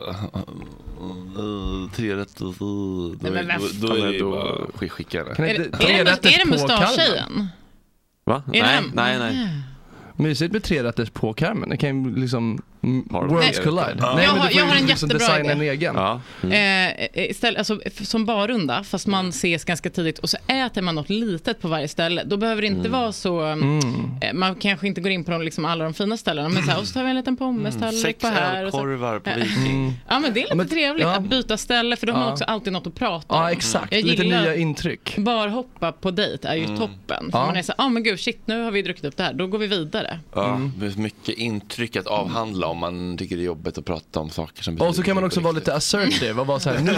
A: uh, tre rätter, eh, då,
F: Nej, men
A: är- då, då
G: vad-
A: är det ju
G: då-
A: bara skick- skicka henne.
E: Kan
F: Är
E: inte-
F: det,
E: tre
F: är det,
E: rätters
F: är det
E: på Kalmar.
F: mustaschtjejen?
G: Va?
F: Är
G: Nej,
F: det-
G: nej, nej.
F: Ah.
E: Mysigt med trerätters på Carmen. Det kan ju liksom... mm, Worlds
F: Nej.
E: collide.
F: Jag har-
E: men du får
F: jag har
E: ju
F: en
E: liksom
F: jättebra
E: designa
F: idé.
E: en egen. Mm.
F: Eh, istället, alltså, f- som barrunda, fast man ses ganska tidigt och så äter man något litet på varje ställe. Då behöver det inte vara så...
E: Mm.
F: eh, Man kanske inte går in på de, liksom, alla de fina ställena, men så här, och så tar vi en liten
E: Mm.
F: pommestallrik
A: Sex
F: på här. Och så.
A: ölkorvar på
F: Eh,
A: Viking.
F: Ja, men det är lite trevligt
E: ja.
F: att byta ställe, för då har man
E: Ja.
F: också alltid något att prata om.
E: Ja, exakt.
F: Mm. Jag
E: Lite
F: gillar-
E: nya intryck. Mm.
F: Barhoppa på dejt är ju toppen. För
E: Ja.
F: Man är så här, ah, men gud, shit, nu har vi druckit upp det här, då går vi vidare.
A: Ja,
G: Mm.
A: det är mycket intryck att avhandla om man tycker det är jobbigt att prata om saker som
E: Och så kan man också vara lite assertive och vara så här, nu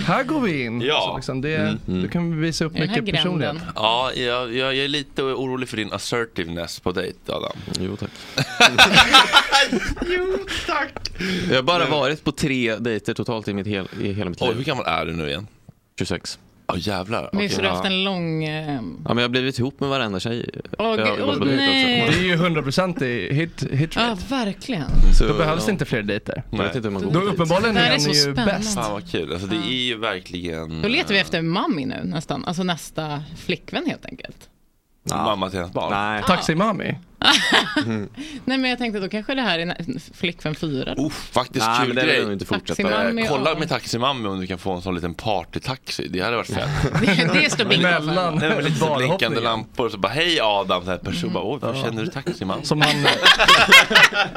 E: här går vi in.
A: Ja.
E: Så liksom det,
G: Mm,
E: Då kan vi visa upp
F: Den här
E: mycket
F: gränden.
E: personlighet.
A: Ja, jag, jag, jag är lite orolig för din assertiveness på dejt, Adam.
G: Jo tack.
A: jo, tack.
G: Jag har bara varit på tre dejter totalt i, mitt hel, i hela mitt
A: Oj,
G: liv.
A: hur gammal är du nu igen?
G: 26.
A: Ja, jävlar.
F: Men så du har haft
G: ja.
F: en lång... eh,
G: ja, men jag har blivit ihop med varenda tjej. Jag
F: Åh,
G: har
F: gud,
G: gått på
F: åh,
G: dejt
F: nej.
E: Det är ju 100% i hit, hit
F: Ja,
E: rate.
F: verkligen.
G: också.
E: Då
G: Så,
E: behövs
G: ja.
E: det inte fler dejter.
G: Jag vet inte hur man går
E: Då
G: på dejt.
E: uppenbarligen
F: Det här
E: är
F: är
E: han
F: så
E: ju
F: spännande.
E: bäst.
A: Fan vad kul. Alltså det är ju verkligen...
F: Då letar vi efter mami nu nästan, alltså nästa flickvän helt enkelt.
A: eh, Mamma till hennes barn.
G: Nej.
E: Taximami.
A: Mm.
F: Nej men jag tänkte då kanske det här är nä- flickvän fyra. då.
A: Uff, faktiskt
G: Nej,
A: kul
G: men det vill jag nog
A: grej.
G: inte fortsätta.
F: Taximami.
A: Eh,
F: och-
A: Kolla med taximamma om du kan få en sån liten partytaxi. Det hade varit fett.
F: Det, det står bingo för.
E: Mellan
A: Nej, men lite så blinkande
E: barhoppningen.
A: lampor och så bara hej Adam. Så här person bara oj, varför känner du taximan?
E: Som han,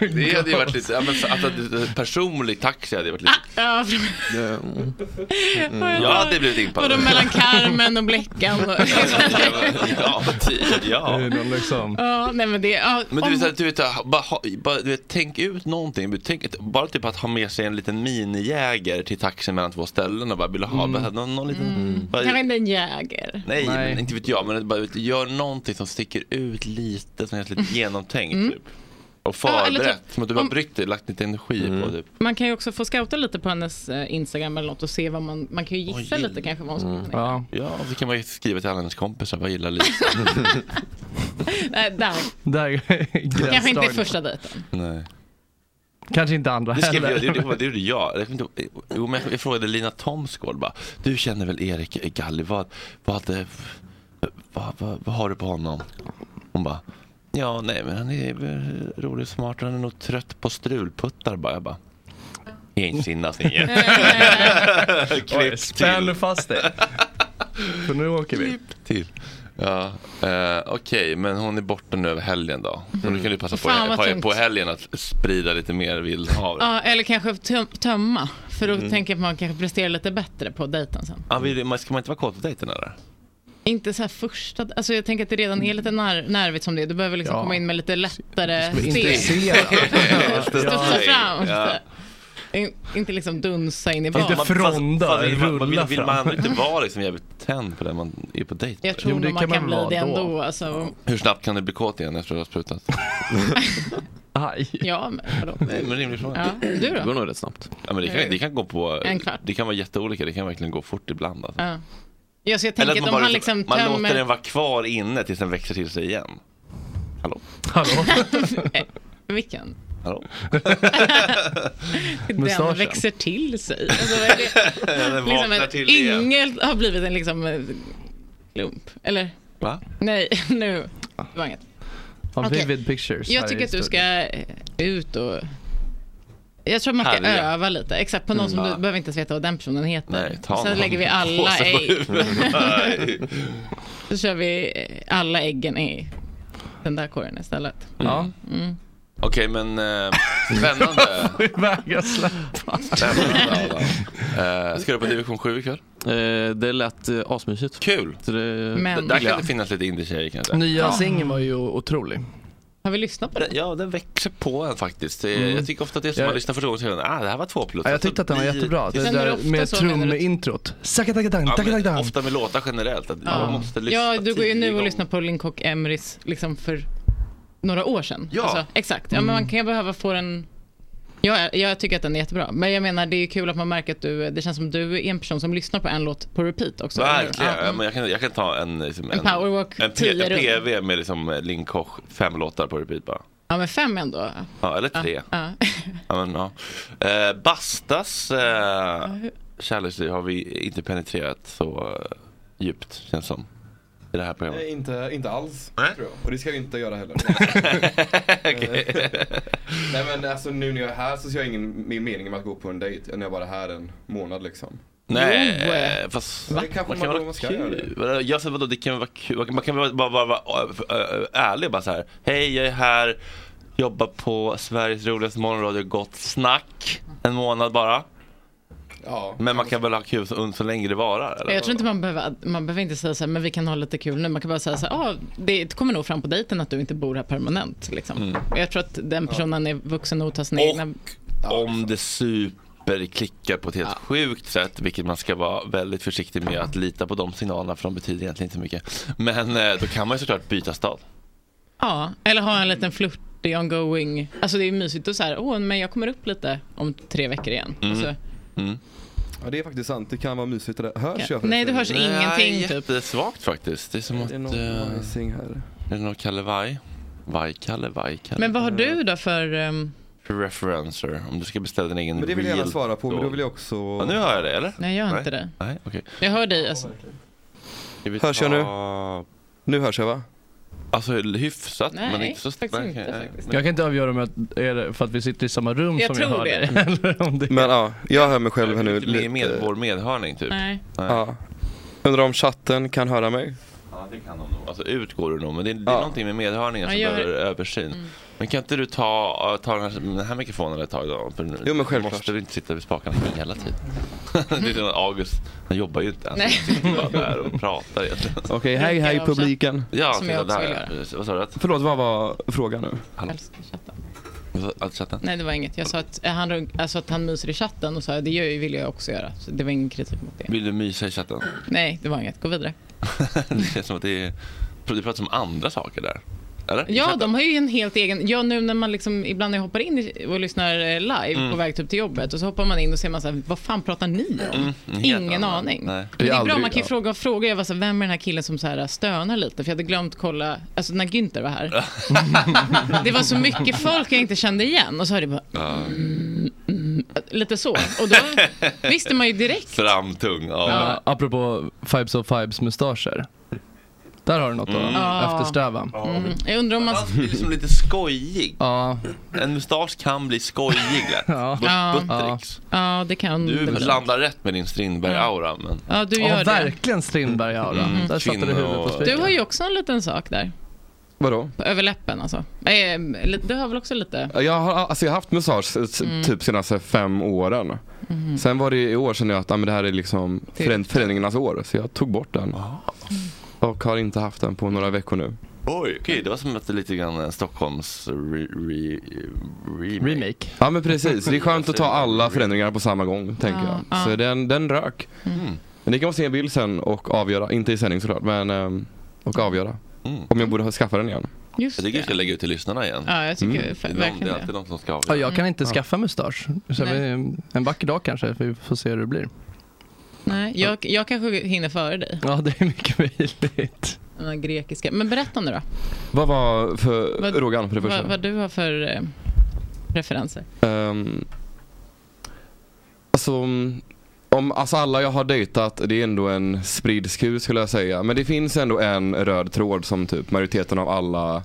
A: Det hade ju varit lite, ja, men så att, att, personlig taxi hade ju varit lite.
F: Ja,
G: Ja, mm.
A: Jag hade blivit
F: Vadå
A: impad.
F: mellan Carmen och Bleckan? Och,
A: Ja, typ,
E: det
A: ja.
E: är någon liksom.
F: ja, nej men det, ja,
A: Men du
F: om-
A: vet, så här, du vet, ha- bara, ha- bara, du vet, tänk ut någonting. Tänk, bara typ att ha med sig en liten minijäger till taxin mellan två ställen och bara vill du ha bara, någon, någon liten... Bara,
F: kanske inte en jäger.
E: Nej.
A: Nej, Men, inte vet jag. Men bara, vet, du, gör någonting som sticker ut lite, som känns lite genomtänkt. Typ. Och
F: Ja, eller
A: förberett.
F: typ-
A: som att du bara
F: om-
A: brytt dig, lagt lite energi på typ.
F: Man kan ju också få scouta lite på hennes eh, Instagram eller något och se vad man, man kan ju gissa
A: Oj.
F: lite kanske vad hon skulle kunna hitta.
E: Ja,
A: Ja, och så kan man ju skriva till alla hennes kompisar, vad gillar Lisa?
F: Nej, Där,
E: där är
A: Mm.
F: kanske inte
E: gränsdragningen.
F: första dejten.
A: Nej.
E: Kanske inte andra
A: Det skrev
E: heller.
A: jag, det, gjorde- det gjorde jag. Jag, kommer inte ihåg- jo, men jag. jag frågade Lina Thomsgård bara, du känner väl Erik Galli, vad, vad, eh, vad, vad, vad har du på honom? Hon bara, ja nej men han är väl rolig och smart, han är nog trött på strulputtar bara. Jag bara, ensinnas ingen.
E: Oj, Spänn nu fast dig. För nu åker vi.
A: till. Typ. Ja, eh, Okej, men hon är borta nu över helgen då. Så nu kan du passa på,
F: Fan, vad
A: på,
F: tungt.
A: på helgen att sprida lite mer vildhavre.
F: Ja, eller kanske töm- tömma. För då
A: Mm.
F: tänker jag att man kanske presterar lite bättre på dejten sen.
A: Ja, Ah, vill- men ska man inte vara kåt på dejten eller?
F: Inte så här första... Alltså jag tänker att det redan är lite när, nervigt som det är. Du behöver liksom
A: Ja.
F: komma in med lite lättare
A: Ska vi
F: steg.
A: intressera?
F: Studsa fram.
A: Ja.
F: In, inte liksom dunsa in i
A: Fast
F: barn.
A: man- fast vill man-
E: rulla
A: Vill, vill man
E: fram.
A: ändå inte vara liksom jävligt tänd på den man är på dejt med?
F: Jag tror nog man kan, bli det ändå. Alltså,
A: Hur snabbt kan du bli kåt igen efter att du har sprutat?
E: Aj.
F: ja, men vadå?
A: Nej, men rimlig fråga.
F: Ja, du
A: Det går
F: då?
A: nog rätt snabbt. Ja, men det, kan, det kan gå på...
F: En kvart.
A: Det kan vara jätteolika. Det kan verkligen gå fort ibland. Alltså.
F: Ja. Ja, så jag
A: Eller
F: tänker
A: att
F: att
A: man,
F: om
A: bara,
F: han liksom
A: man
F: tömmer...
A: låter den vara kvar inne tills den växer till sig igen. Hallå?
F: Vilken?
A: Hallå?
F: Den
A: Mustaschen.
F: växer till sig. Alltså, vad är det?
A: den
F: liksom
A: vaknar
F: en
A: till igen.
F: yngel har blivit en liksom eh, klump. Eller?
A: Va? Ah.
F: Nej, nu. Det var inget.
E: Av
F: Okej.
E: Vivid Pictures. här
F: Jag
E: i
F: tycker att du ska
E: studion.
F: eh, ut och... Jag tror man ska
E: Härja.
F: öva lite. Exakt, på någon som
E: Mm. Ja.
F: du behöver inte ens veta vad den personen heter.
A: Nej, ta
F: Sen
A: någon
F: lägger vi alla
A: påse på
F: ägg.
A: huvudet. Nej.
F: Så kör vi eh, alla äggen i den där korgen istället.
A: Ja.
F: Mm.
A: Okej, men eh, spännande.
E: Väga släppa.
A: spännande Adam. Eh, ska du på Division 7 ikväll?
G: det lät eh, asmysigt.
A: Kul!
G: Så det,
F: Men-
A: Där kan det finnas lite indie-tjejer kanske.
E: Nya
A: Ja.
E: singeln var ju otrolig.
F: Har vi lyssnat på
A: den? Ja, den växer på en faktiskt. Det-
E: Mm.
A: Jag tycker ofta att det är som
E: Jag-
A: man lyssnar första gången och säger ah, det här var två plus.
E: Ja, jag tyckte att den var
A: Alltså,
E: jättebra.
A: blir-
E: Det där med trummintrot. Sakatagatang,
A: Ja, men
E: takatatang.
A: Ofta med låtar generellt. Att
F: Ja.
A: man måste lyssna
F: Ja, du går ju
A: tio
F: nu och
A: gånger.
F: lyssnar på Linkok Emrys liksom för några år sedan. Alltså,
A: Ja. Mm.
F: exakt. Ja, men man kan behöva få den... Ja, jag tycker att den är jättebra. Men jag menar, det är ju kul att man märker att du... Det känns som du är en person som lyssnar på en låt på repeat också.
A: Verkligen.
F: Ja,
A: Ja, men jag, kan, jag kan ta en, liksom,
F: En powerwalk,
A: en, P-
F: tio
A: en
F: rum.
A: PV med liksom, Lin Koch, fem låtar på repeat bara.
F: ja, men fem ändå.
A: Ja, eller tre.
F: Ja, ja.
A: Ja, men, ja. Eh, Bastas eh, kärleksliv har vi inte penetrerat så eh, djupt känns som. I det här programmet.
H: Nej, Eh, inte, inte alls, tror jag. Och det ska vi inte göra heller. Eh,
A: Okej.
H: Nej men alltså nu när jag är här så ser jag ingen min mening med att gå på en dejt när jag bara är här en månad liksom.
A: Nej, eh, fast
H: Det kanske man
A: väl
H: då man ska
A: kul. Vadå? Jag säger vadå, det kan väl vara kul. Man kan väl bara, bara, vara äh, äh, ärlig och bara så här. Hej, jag är här, jobbar på Sveriges roligaste morgonradio, Gott Snack. En månad bara. Men man kan väl ha kul så, så länge det varar? Eller?
F: Jag tror inte man behöver, man behöver inte säga så här, men vi kan ha lite kul nu. Man kan bara säga så här, ah, det kommer nog fram på dejten att du inte bor här permanent. Liksom.
A: Mm.
F: Och Jag tror att den personen är vuxen nog att ta sina egna... liksom.
A: Om det superklickar på ett helt sjukt sätt, vilket man ska vara väldigt försiktig med att lita på de signalerna för de betyder egentligen inte mycket. Men eh, då kan man ju såklart byta stad.
F: Ja, eller ha en liten flörtig ongoing. Alltså det är mysigt och så här, åh, men jag kommer upp lite om tre veckor igen.
H: Mm.
F: Alltså,
H: Ja det är faktiskt sant, det kan vara mysigt det där. Hörs jag förresten?
F: Nej, du hörs
A: Nej,
F: ingenting, typ.
A: Jättesvagt faktiskt. Det är som att...
H: det
A: eh,
H: någon vajsing här?
A: Är det någon Kalle Vaj? Vaj-Kalle, Vaj-Kalle.
F: men vad har du då för... ehm,
A: För referencer, om du ska beställa din egen
H: Men det vill jag gärna
A: reel
H: svara på, men då vill jag också...
A: Ja, nu hör jag det, eller?
F: Nej, jag hör inte det.
A: Nej, okej.
F: jag hör dig alltså.
A: Ska vi
H: Hörs jag nu?
A: ta-
H: Nu hörs jag va?
A: Alltså hyfsat,
F: Nej,
A: men inte så...
F: faktiskt
A: nej,
F: inte,
A: okej, nej.
F: faktiskt.
E: Jag kan inte avgöra om jag, är det för att vi sitter i samma rum
F: Jag
E: som jag
F: tror
E: hör
F: det.
E: dig. Eller om det
H: Men ja, jag hör mig själv här nu.
A: Lite mer med, vår medhörning typ.
F: Nej.
H: Ja. Undrar om chatten kan höra mig?
A: Ja, det kan de nog. Alltså utgår du nog, men det är, det är någonting med medhörningen som
H: Ja, gör-
A: behöver översyn. Men kan inte du ta, ta den, här, den här mikrofonen ett tag då? För nu
H: Jo, men självklart.
A: måste du inte sitta vid spakarna hela tiden. det är som August, han jobbar ju inte ens.
H: Nej.
A: Han sitter bara där och pratar egentligen.
H: Okej, hej hej publiken.
A: Ja, som jag också vill göra. Vad sa du? Att,
H: Förlåt, vad var frågan nu?
F: Älskar chatten.
A: att chatten?
F: Nej, det var inget. Jag sa att eh, han, alltså, att han myser i chatten och sa det gör jag- vill jag också göra. Så det var ingen kritik mot det.
A: Vill du mysa i chatten?
F: Nej, det var inget. Gå vidare.
A: det känns som att det är, du pratar om andra saker där. Eller?
F: Ja, de har ju en helt egen... Ja, nu när man liksom, ibland när jag hoppar in i- och lyssnar eh, live
A: Mm.
F: på väg upp till jobbet och så hoppar man in och ser man så här, vad fan pratar ni om?
A: Mm, en helt
F: Ingen
A: annan.
F: aning.
A: Nej.
F: Men
A: Det
F: det
A: är
F: är bra,
A: aldrig-
F: man kan ju
A: ja.
F: fråga fråga. Jag var så här, vem är den här killen som så här stönar lite? För jag hade glömt kolla, alltså när Günther var här. det var så mycket folk jag inte kände igen och så hörde jag bara, mm, lite så. Och då visste man ju direkt.
A: Framtung. Ja.
E: Ja, apropå Fibes of Fibes mustascher. Där har du något
A: Mm.
E: att
F: Ja.
E: eftersträva.
F: Mm. Jag undrar om man...
A: Han blir liksom lite skojig.
E: Ja.
A: En mustasch kan bli skojig lätt. ja.
F: Ja.
A: Buttricks.
F: Ja, det kan
A: Du landar rätt med din Strindberg-aura. Men...
F: Ja, du gör det.
E: verkligen Strindberg-aura.
A: Mm.
E: Där satte du
A: Kvinna
E: huvudet på
A: och-
E: spiken.
F: Du har ju också en liten sak där.
I: Vadå?
F: På överläppen alltså. Eh, li- du har väl också lite?
I: Jag har, alltså jag har haft mustasch eh, s-
F: Mm.
I: typ senaste fem åren.
F: Mhm.
I: Sen var det i år kände jag att ah, men det här är liksom
F: Fult.
I: fören- föreningarnas år, så jag tog bort den.
A: Ah.
I: Och har inte haft den på några veckor nu.
A: Oj, okej, det var som att det lite grann en Stockholms re, re, remake.
I: Ja men precis, det är skönt att ta alla förändringar på samma gång tänker
F: Ah,
A: Ja,
I: jag.
A: ja.
I: Så den, den rök.
A: Mm.
I: Men ni kan få se en bild sen och avgöra, inte i sändning såklart, men ehm, och avgöra. Om jag borde ha- skaffa den igen. Mm.
F: Just
A: Mm. jag tycker vi ska lägga ut till lyssnarna igen.
F: Ja, jag tycker
A: det, är
F: verkligen
A: någon, det är
F: det.
A: alltid någon som ska
E: Ja,
A: avgöra.
E: jag kan inte skaffa mustasch. Så
F: Nej.
E: vi, en vacker dag kanske, för vi får se hur det blir.
F: Nej, jag, jag kanske hinner före dig.
E: Ja, det är mycket möjligt.
F: Den här grekiska. Men berätta nu då.
I: Vad var för
F: Vad-
I: Rogan för det första?
F: Vad, vad du har för eh, referenser.
I: Ehm, alltså, mm, om, alltså alla jag har dejtat, det är ändå en spridd skur skulle jag säga. Men det finns ändå en röd tråd som typ majoriteten av alla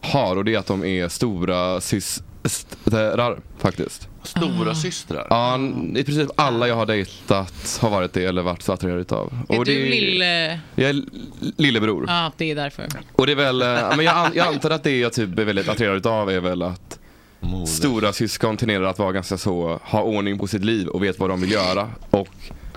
I: har och det är att de är stora systrar faktiskt.
A: Stora
F: Ah.
A: systrar?
I: Ja, n- i princip alla jag har dejtat har varit det eller varit så attraherad utav.
F: Är
I: Och
F: du
I: det,
F: lille...
I: Jag är l- lillebror.
F: Ja, det är därför.
I: Och det är väl, eh, ja, men jag, an, jag antar att det jag typ är väldigt attraherad utav är väl att stora syskon tenderar att vara ganska så, ha ordning på sitt liv och vet vad de vill göra. Och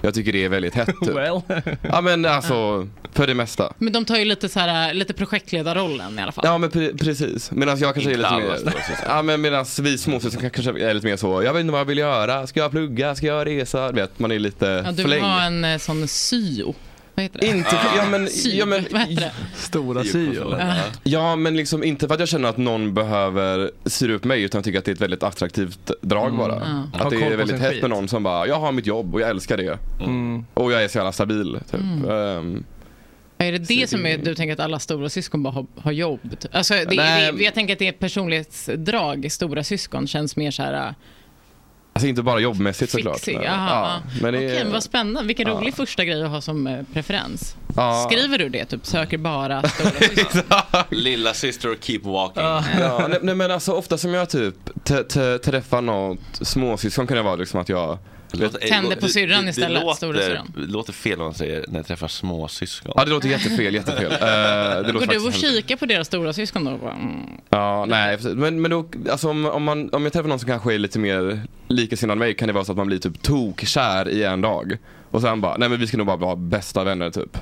I: jag tycker det är väldigt hett typ.
E: Well.
I: Ja men alltså, för det mesta.
F: Men de tar ju lite, så här, eh, lite projektledarrollen i alla fall.
I: Ja men pre- precis. Medan jag kanske är
A: Inte
I: lite
A: alla stora
I: mer, ja men medan vi småsyskon kanske är lite mer så, jag vet inte vad jag vill göra, ska jag plugga, ska jag resa? Du vet, man är lite
F: Ja, du
I: fläng.
F: har en eh, sån syo. Vad heter det?
I: Inte- ja, men-
F: Syo,
I: ja, men-
F: vad heter det?
E: Stora syo.
F: Ja.
I: Ja, men liksom inte för att jag känner att någon behöver syra upp mig utan jag tycker att det är ett väldigt attraktivt drag
E: Mm.
I: bara.
E: Ja. Ha
I: Att det
E: koll
I: är
E: på
I: väldigt
E: sin
I: hett
E: skit.
I: med någon som bara, jag har mitt jobb och jag älskar det.
E: Mm.
I: Och jag är så jävla stabil. Typ.
F: Mm.
I: Ehm,
F: Är det det som är, du tänker att alla stora syskon bara har, har jobb? Alltså, det,
I: Nej.
F: det, jag tänker att det är ett personlighetsdrag. Stora syskon känns mer så här... äh,
I: alltså inte bara jobbmässigt såklart.
F: Fixig.
I: men-
F: Jaha,
I: ja,
F: ja.
I: men det,
F: Okej, men vad spännande. Vilken
I: Ja.
F: rolig första grej att ha som eh, preferens.
I: Ja.
F: Skriver du det? Typ söker bara stora
A: Lilla syster och keep walking.
I: ja, nej, nej, men alltså ofta som jag typ t- t- träffar något småsyskon kan det vara liksom att jag
A: Eh,
F: Tänder på
A: det-
F: syrran
A: det-
F: istället,
A: Det låter,
F: stora syrran.
A: det låter fel om man säger när jag träffar småsyskon.
I: Ja det låter jättefel, jättefel. Eh, det låter
F: Går
I: faktiskt
F: du och
I: hemskt.
F: kika på deras stora syskon då? och bara, Mm.
I: Ja, nej. precis. Men, men då, alltså, om, om, man, om jag träffar någon som kanske är lite mer likasinnad mig kan det vara så att man blir typ tokkär i en dag. Och sen bara, nej men vi ska nog bara vara bästa vänner typ.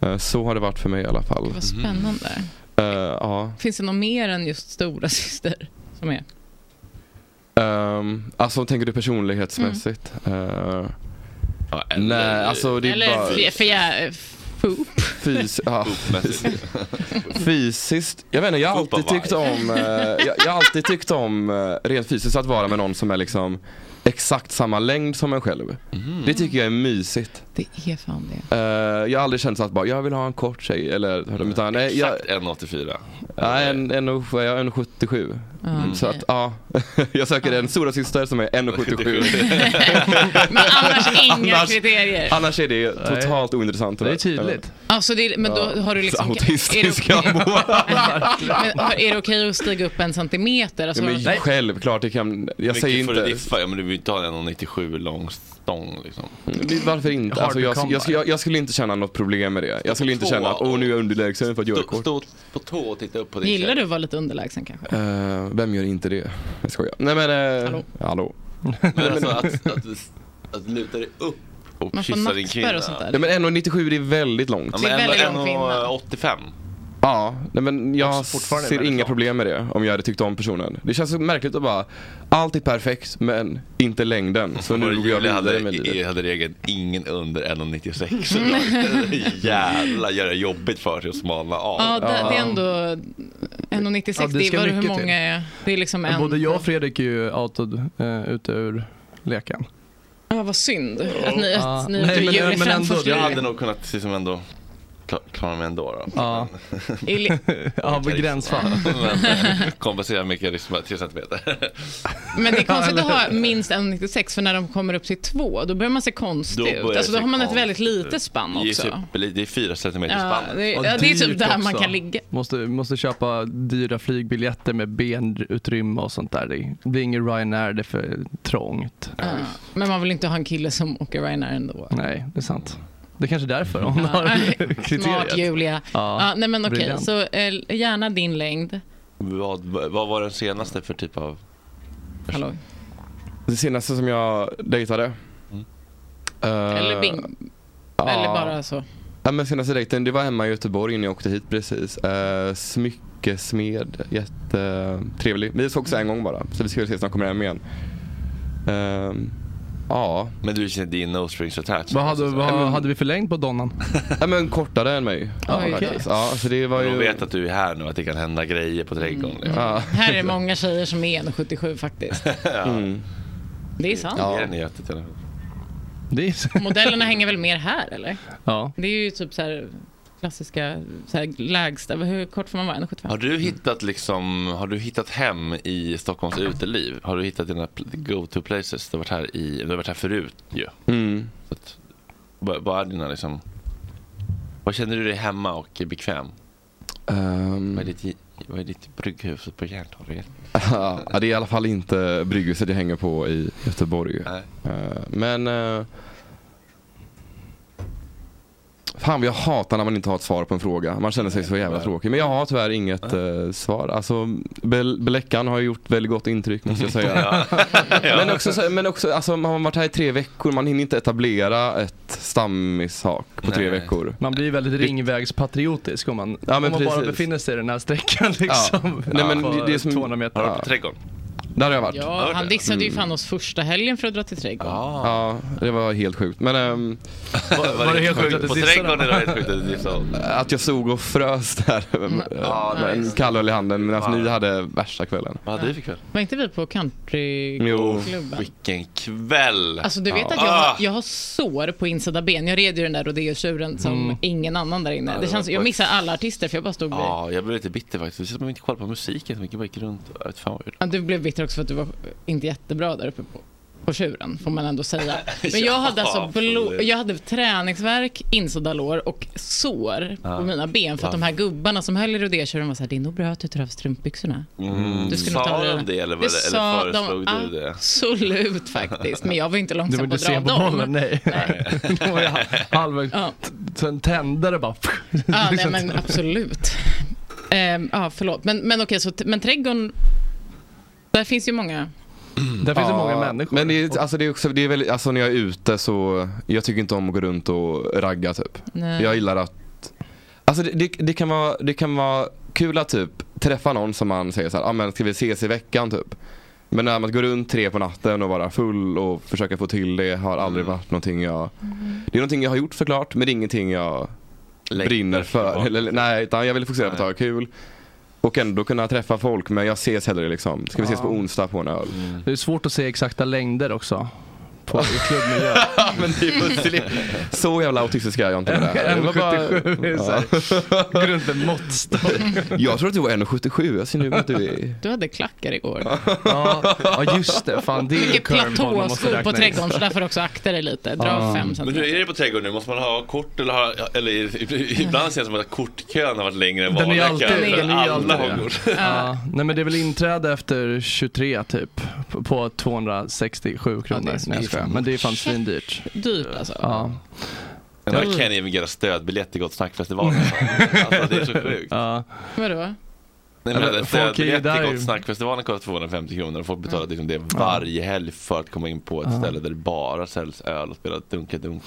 I: Eh, Så har det varit för mig i alla fall.
F: Mhm. Vad spännande.
I: Eh, Ja.
F: Finns det något mer än just stora syster som är?
I: Ehm, alltså tänker du personlighetsmässigt? Eh, nej, alltså det är
F: Mm. Eller
I: bara...
F: fj- fjär... Poop.
I: Fys ja. Fysiskt, jag vet inte, jag har alltid
A: Fotbollvibe.
I: tyckt om, eh, jag, jag har alltid tyckt om eh, rent fysiskt att vara med någon som är liksom exakt samma längd som en själv.
A: Mm.
I: Det tycker jag är mysigt.
F: Det är fan det.
I: Eh, jag har aldrig känt så att bara, jag vill ha en kort tjej eller utan, nej, jag,
A: Exakt 1,84.
I: nej, en, en, och- jag är 1,77.
F: Mm.
I: Så att ja, jag
F: Ah.
I: söker en stora syster som är 1,77.
F: Men annars inga
I: Annars-
F: kriterier.
I: Annars är det totalt ointressant. Det är tydligt.
F: Alltså det, är- men då har du liksom... Är det,
I: Autistiska
F: men har- är det okej att stiga upp en centimeter? Alltså,
I: Ja, men självklart, det kan, jag
A: Hur
I: säger
A: mycket får
I: inte.
A: du diffa? Ja, men du vill ju inte ha en 1,97 lång stång liksom.
I: Mm. Det- Varför inte?
A: Hard
I: Alltså, jag,
A: to come
I: jag, jag, jag skulle inte känna något problem med det. Jag skulle inte
A: Stå
I: känna att åh nu är jag underlägsen för att jag är kort.
A: Stå på tå och titta upp på din
F: Gillar
A: tjej.
F: du att vara lite underlägsen kanske?
I: Eh, vem gör inte det? Jag skojar. Nej men, eh, hallå.
A: Men alltså att, att, att luta dig upp och
F: Man får
A: kyssa din
F: nackspärr
A: kvinna.
F: och sånt där.
I: Nej men 1,97 det är väldigt långt.
A: Ja,
F: Det är
A: men
F: väldigt
A: ändå
F: lång kvinna.
A: 85.
I: Ja, nej men jag
E: Också fortfarande
I: ser
E: väldigt
I: inga problem med det om jag hade tyckt om personen. Det känns så märkligt att bara, allt är perfekt men inte längden. Så nu går jag
A: Julia
I: vidare med
A: hade,
I: livet.
A: hade regeln ingen under 1,96. Jävlar gör det jobbigt för sig att smalna av.
F: Ja, det, det är ändå 1,96.
E: Ja, det
F: det är
E: ska
F: vad- hur
E: mycket
F: många
E: till.
F: är. Det är liksom en...
E: Både jag och Fredrik är ju outad uh, ute ur leken.
F: Ja, vad synd att ni,
E: Ja.
F: att ni
E: Nej,
F: du
E: men-
F: gör det
E: men ändå,
F: framför
A: Jag
F: sig.
A: hade nog kunnat liksom ändå kla- klara mig ändå. Då.
E: Ja. ja, på gränsfall.
A: Men, eh, Kompensera mycket rytm till centimeter.
F: Men det är konstigt att ha minst 1,96 för när de kommer upp till två, då börjar man se
A: Då
F: konstig
A: börjar
F: ut. Alltså, då
A: det
F: har man ett
A: konstigt
F: väldigt litet spann
A: Det är
F: också.
A: typ- Det är fyra centimeter
F: Ja,
A: spann.
F: det är-
E: Och
F: ja, det är typ
E: dyrt
F: där man
E: också.
F: kan ligga.
E: Måste, måste köpa dyra flygbiljetter med benutrymme och sånt där. Det blir ingen Ryanair, det är för trångt.
F: Ja. Men man vill inte ha en kille som åker Ryanair ändå.
E: Nej, det är sant. Det är kanske är därför hon har kriteriet.
F: Smart Julia. Ja,
E: Ja,
F: nej men okej,
A: briljant.
F: så eh, gärna din längd.
A: Vad, vad var den senaste för typ av...
F: Hallå.
I: Det senaste som jag dejtade.
A: Mm.
I: Eh,
F: Eller bing.
I: ja.
F: Eller bara så.
I: Ja, men senaste dejten, det var hemma i Göteborg innan jag åkte hit precis. Uh, smyckesmed, jättetrevlig. Vi sågs en gång bara, så vi ska väl ses när jag kommer hem igen. Ehm, ja.
A: Men du känner din no strings attached?
E: Vad hade, vad hade vi för längd på donnan?
I: Ja, men kortare än mig.
E: Ja,
I: faktiskt.
E: okej.
I: ja, så det var
A: De
I: ju...
A: vet att du är här nu, att det kan hända grejer på trädgården. liksom.
I: Ja.
F: Mm. Här är många tjejer som är 1,77 faktiskt.
A: Mm.
F: Det är sant.
A: Det är nätet i alla fall.
E: Det
F: Modellerna hänger väl mer här eller?
E: Ja.
F: Det är ju typ så här klassiska så här lägsta, hur kort får man vara? 1,75?
A: Har du hittat liksom, har du hittat hem i Stockholms uteliv? Har du hittat dina pl- go-to places? Du har varit här, i, du har varit här förut ju.
F: Mm.
A: Så att, vad, vad är dina liksom, vad känner du dig hemma och är bekväm?
I: Ehm,
A: vad, är ditt, vad är ditt brygghus på Järntorget?
I: Ja, det är i alla fall inte brygghuset jag hänger på i Göteborg. Eh, Men... eh, Fan vad jag hatar när man inte har ett svar på en fråga. Man känner sig så jävla tråkig. Men jag har tyvärr inget eh, svar. Alltså, Bel- Beläckan har ju gjort väldigt gott intryck måste jag säga.
A: Ja. Ja.
I: Men också, så- men också alltså, man har varit här i tre veckor. Man hinner inte etablera ett stammishak på tre
E: Nej.
I: veckor.
E: Man blir väldigt ringvägspatriotisk om man,
I: Ja, men
E: om man bara
I: precis.
E: befinner sig i den här sträckan. Liksom,
I: Nej, men det- det är som-
E: 200 meter.
I: Har du varit på
A: trädgården?
I: Där har jag varit.
F: Ja, han dissade
A: Mm.
F: ju fan oss första helgen för att dra till trädgården.
A: Ah.
I: Ja, det var helt sjukt. Men, ehm,
A: Var,
E: det helt sjukt att du
A: På
E: dissade
A: trädgården
E: dem?
A: är det helt sjukt att du dissade dem.
I: Att jag stod och frös där eh,
A: Ja,
I: med en
A: nice.
I: kallöl i handen medan ni hade värsta kvällen.
A: Vad hade vi för kväll?
F: Var inte vi på
I: Jo.
F: countryklubben?
A: Vilken kväll!
F: Alltså du vet att
A: Ah.
F: jag, har- jag har sår på insida ben. Jag red ju den där rodeotjuren som
A: Mm.
F: ingen annan där inne.
A: Ja,
F: det
A: det
F: känns,
A: var
F: jag
A: sjukt.
F: missar alla artister för jag bara stod bredvid.
A: Ja, Ah, jag blev lite bitter faktiskt. Det känns som att man inte kollar på musiken så mycket. Jag bara gick runt och jag vet fan vad jag gjorde.
F: Ja, du blev bitter också för att du var inte jättebra där uppe på, på tjuren, får man ändå säga. Men jag
A: Ja,
F: hade alltså blå,
A: absolut.
F: jag hade träningsvärk, insida lår och sår
A: Ja.
F: på mina ben för att
A: Ja.
F: de här gubbarna som höll i rodeotjuren var så här, det är nog bra att du tar av strumpbyxorna.
A: Mm.
F: Du skulle nog ta
A: sa
F: av dig
A: de
F: den.
A: det eller,
F: Det
A: eller
F: sa de
A: föreslog du det?
F: Absolut faktiskt, men jag var inte
E: Du var
F: långsam på
E: inte
F: att
E: sen
F: dra av
E: på
F: dem.
E: bollen, nej. Det var ju halv... Sen tände det bara.
F: Ja, nej, men absolut. Ehm, Ja, förlåt. Men, men okej, så, t- men trädgården, där finns ju många.
E: Mm. Där finns det
I: Ja,
E: många människor.
I: Men det är, alltså det är också, det är väldigt, alltså när jag är ute så, jag tycker inte om att gå runt och ragga typ.
F: Nej.
I: Jag gillar att, alltså det, det, det, kan vara, det kan vara kul att typ träffa någon som man säger så här, ah, men ska vi ses i veckan typ. Men när man går runt tre på natten och vara full och försöka få till det har aldrig
E: Mm.
I: varit någonting jag, det är någonting jag har gjort såklart men det är ingenting jag brinner för. Eller, nej, utan jag vill fokusera på att ha kul. Och ändå kunna träffa folk men jag ses hellre liksom, ska vi ses
E: Ja. Mm.
I: på onsdag på en öl?
E: Det är svårt att se exakta längder också. På, I klubbmiljö.
I: men det är bussigt. Så jävla autistisk är jag inte med det här. Det var bara-
E: 1,77 är så här. Går runt med måttstång.
I: Jag tror att du var 1,77. Jag ser nu att du är...
F: Du hade klackar igår.
E: Ja, ja, just det. Fan, det är en
F: Vilket
E: curveball man måste räkna
F: platåskor på
E: in.
F: trädgården, så där får du också akta dig lite. Dra
E: Ah.
A: Ja.
F: fem
A: Men
F: centimeter.
A: nu är det på trädgården nu, måste man ha kort eller ha, eller i- ibland känns det som att kortkön har varit längre än
E: Den är ju
A: vanliga
E: alltid,
A: köer, för
E: den är ju alltid
A: Alla har
E: det.
A: kort.
E: Ja. Nej men det är väl inträde efter 23 typ, på- på 267 kronor.
F: det är
E: Nej, jag skojar. men det är fan svindyrt.
F: Dyrt alltså.
E: Ja.
A: Jag kan even göra stödbiljett till Gott Snack-festivalen. Alltså det är så sjukt.
E: Mm. Ja.
F: Vadå?
A: Nej,
E: Ja,
A: men
E: men
A: en
E: folk är ju
A: stödbiljett
E: där
A: till
E: ju. Mm.
A: Gott Snack-festivalen kostar 250 kronor och folk betalar liksom det varje helg för att komma in på ett
E: Ja.
A: ställe där det bara säljs öl och spelar dunka-dunk.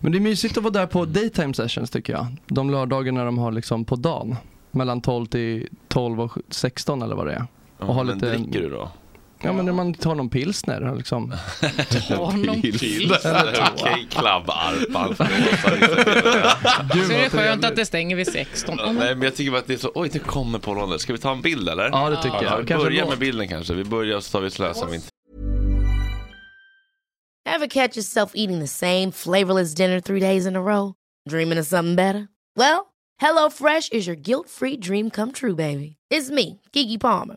E: Men det är mysigt att vara där på daytime sessions tycker jag. De lördagar när de har liksom på dagen. mellan 12 till 12 och 16 eller vad det är. Och har
A: men
E: lite,
A: dricker du då?
E: Ja men när man tar någon pilsner liksom.
A: Ta
E: någon pilsner.
A: Okej, klabbarpan.
F: så är det skönt att det stänger vid 16. Ja, men-
A: Nej, men jag tycker bara att det är så, oj, det kommer på London. Ska vi ta en bild eller?
E: Ja, det tycker jag.
A: Vi
E: Kanske
A: börjar
E: då.
A: med bilden kanske. Vi börjar så tar vi slösa min
B: Ever catch yourself eating the same flavorless dinner three days in a row? Dreaming of something better? Well, HelloFresh is your guilt-free dream come true, baby. It's me, Gigi Palmer.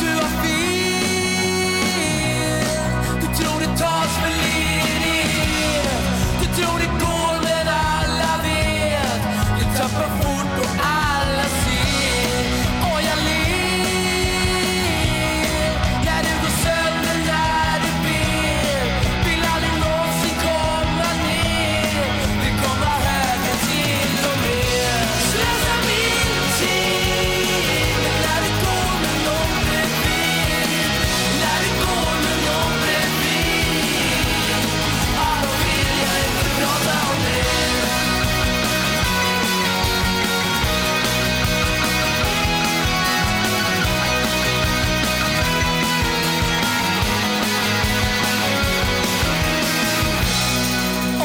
C: Du har fel. Du tror det tas för ledigt. Du tror det går men alla vet. Du tappar fort och alla ser. Och jag ler. När du går sönder när du ber. Vill aldrig någonsin komma ner. Det kommer högre till och med. Slösa min tid. När det går med någon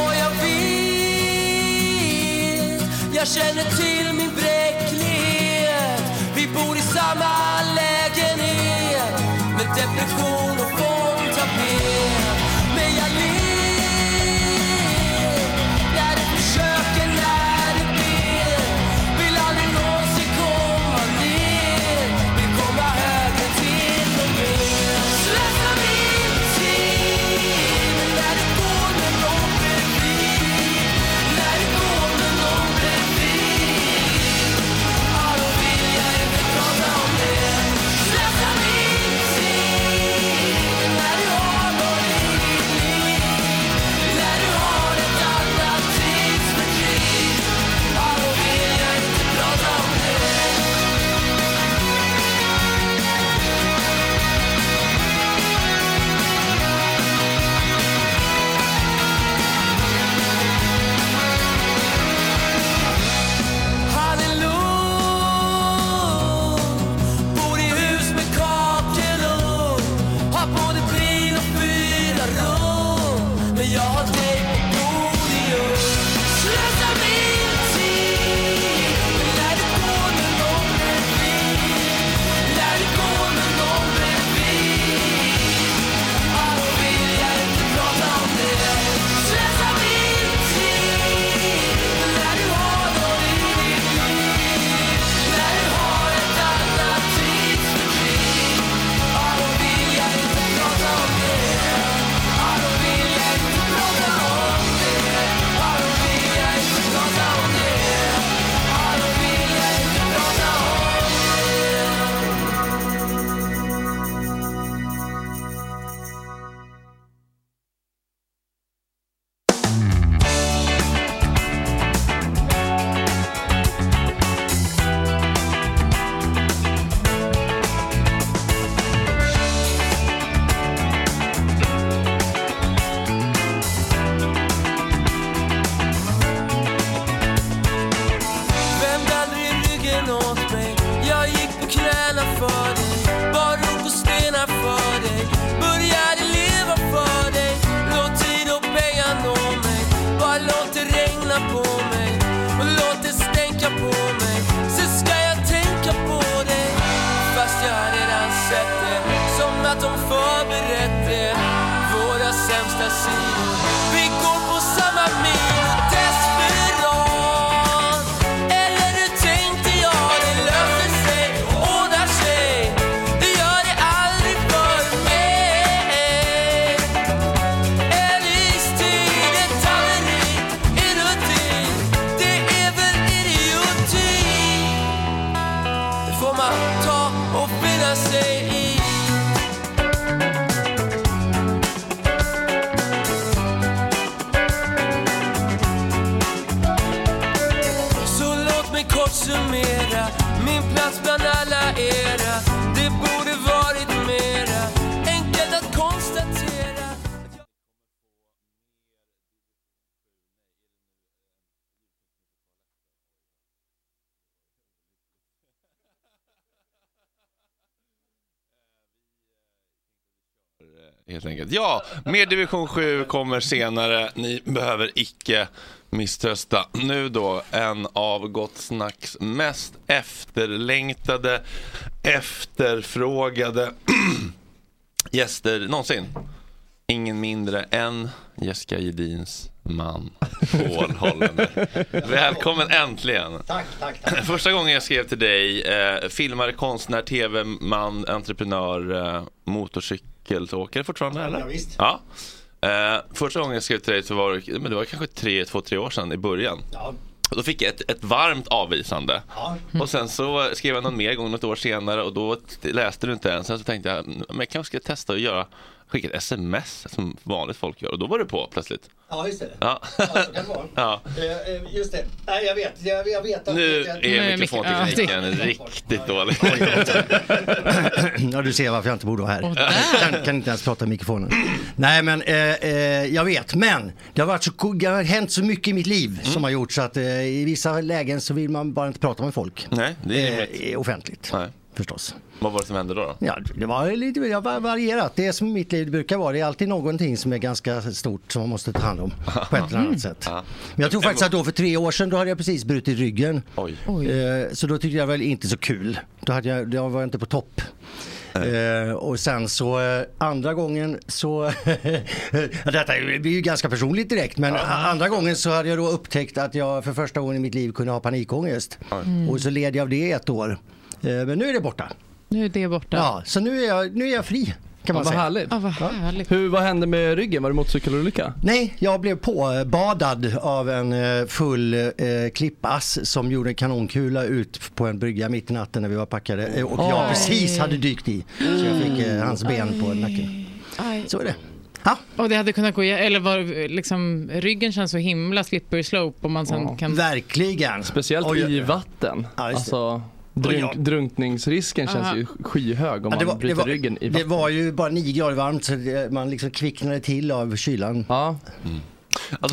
C: Och jag vet, jag känner till min bräcklighet. Vi bor i samma lägenhet med depression och fondtapet. Men jag ler när du försöker, när du ber. Vill aldrig någonsin komma ner. Vill komma högre till och med. Slösa min tid när det går med någon Slösa min tid åt mig Jag gick på knäna för dig Bar rop och stenar för dig Började leva för dig Låt tid och pengar nå mig Bara låt det regna på mig Och låt det stänka på mig Sen ska jag tänka på dig Fast jag har redan sett det Som att de förberett det Våra sämsta sidor Vi går på samma mil Desperat eller hur tänkte jag? Det löser sig, ordnar sig Det gör det aldrig för mig En istid, ett haveri, en rutin Det är väl idioti Det får man ta och finna sig i Så låt mig kort summera min plats bland alla era. Det borde varit mera enkelt att konstatera.
A: Helt enkelt. Ja, mer division 7 kommer senare. Ni behöver icke misströsta. Nu då, en av Gott Snacks mest efterlängtade, efterfrågade gäster någonsin. Ingen mindre än Jessica Jedins man, Paul Hollander. Välkommen äntligen!
J: Tack, tack, tack.
A: Första gången jag skrev till dig, eh, filmare, konstnär, tv-man, entreprenör, eh, motorcykelåkare fortfarande eller?
J: Ja, visst.
A: Ja. Eh, första gången jag skrev till dig så var det, men det var kanske tre, två, tre år sedan i början.
J: Ja. Mm.
A: Och Då fick jag ett, ett varmt avvisande. Och sen så skrev jag någon mer gång något år senare och då t- läste du inte den. Sen så tänkte jag, men jag kanske ska testa att göra, skicka ett sms som vanligt folk gör. Och då var du på plötsligt.
J: Ja, just det.
A: Ja. ja.
J: Eh, eh, Just det. Nej, jag vet. Jag, jag vet att
A: Nu
J: jag,
A: är mikrofontekniken riktigt dålig.
J: ja, du ser varför jag inte borde vara här. Jag kan, kan inte ens prata i mikrofonen. Nej, men eh, eh, jag vet. Men det har, varit så, ko- det har hänt så mycket i mitt liv
A: Mm.
J: som har gjort så att eh, i vissa lägen så vill man bara inte prata med folk.
A: Nej, det är rimligt.
J: Eh, offentligt.
A: Nej.
J: Förstås.
A: Vad var det som hände då? då?
J: Ja, det var lite det har var- varierat. Det är som i mitt liv brukar vara. Det är alltid någonting som är ganska stort som man måste ta hand om på ett eller annat sätt. Men jag tror faktiskt att då för tre år sedan då hade jag precis brutit ryggen. Eh, så då tyckte jag väl inte så kul. Då, hade jag, då var jag inte på topp. Eh, och sen så eh, andra gången så, Ja, detta är ju- blir ju ganska personligt direkt, men a- andra gången så hade jag då upptäckt att jag för första gången i mitt liv kunde ha panikångest.
F: Mm.
J: Och så led jag av det i ett år. Eh, men nu är det borta.
F: Nu är det borta.
J: Ja, så nu är jag, nu är jag fri kan man
E: vad
J: säga.
E: härligt.
F: Ja, vad härligt.
E: Hur, vad hände med ryggen? Var det motorcykelolycka?
J: Nej, jag blev påbadad av en eh, full eh, klippass som gjorde en kanonkula ut på en brygga mitt i natten när vi var packade Eh, och jag
F: Oj.
J: precis hade dykt i. Så jag fick eh, hans ben på nacken.
F: Aj.
J: Så är det.
F: Och det hade kunnat gå, igen- eller var liksom, ryggen känns så himla slippery slope om man sen kan...
J: Verkligen.
E: Speciellt
F: Oj.
E: i vatten.
J: Ja, just det.
E: alltså, drunk, drunkningsrisken känns
J: Aha.
E: ju skyhög om
J: Ja, det,
E: man
J: var, det,
E: bryter
J: var,
E: ryggen i
J: det
E: vatten.
J: var ju bara 9 grader varmt så det, man liksom kvicknade till av kylan.
E: Ja.
A: Alltså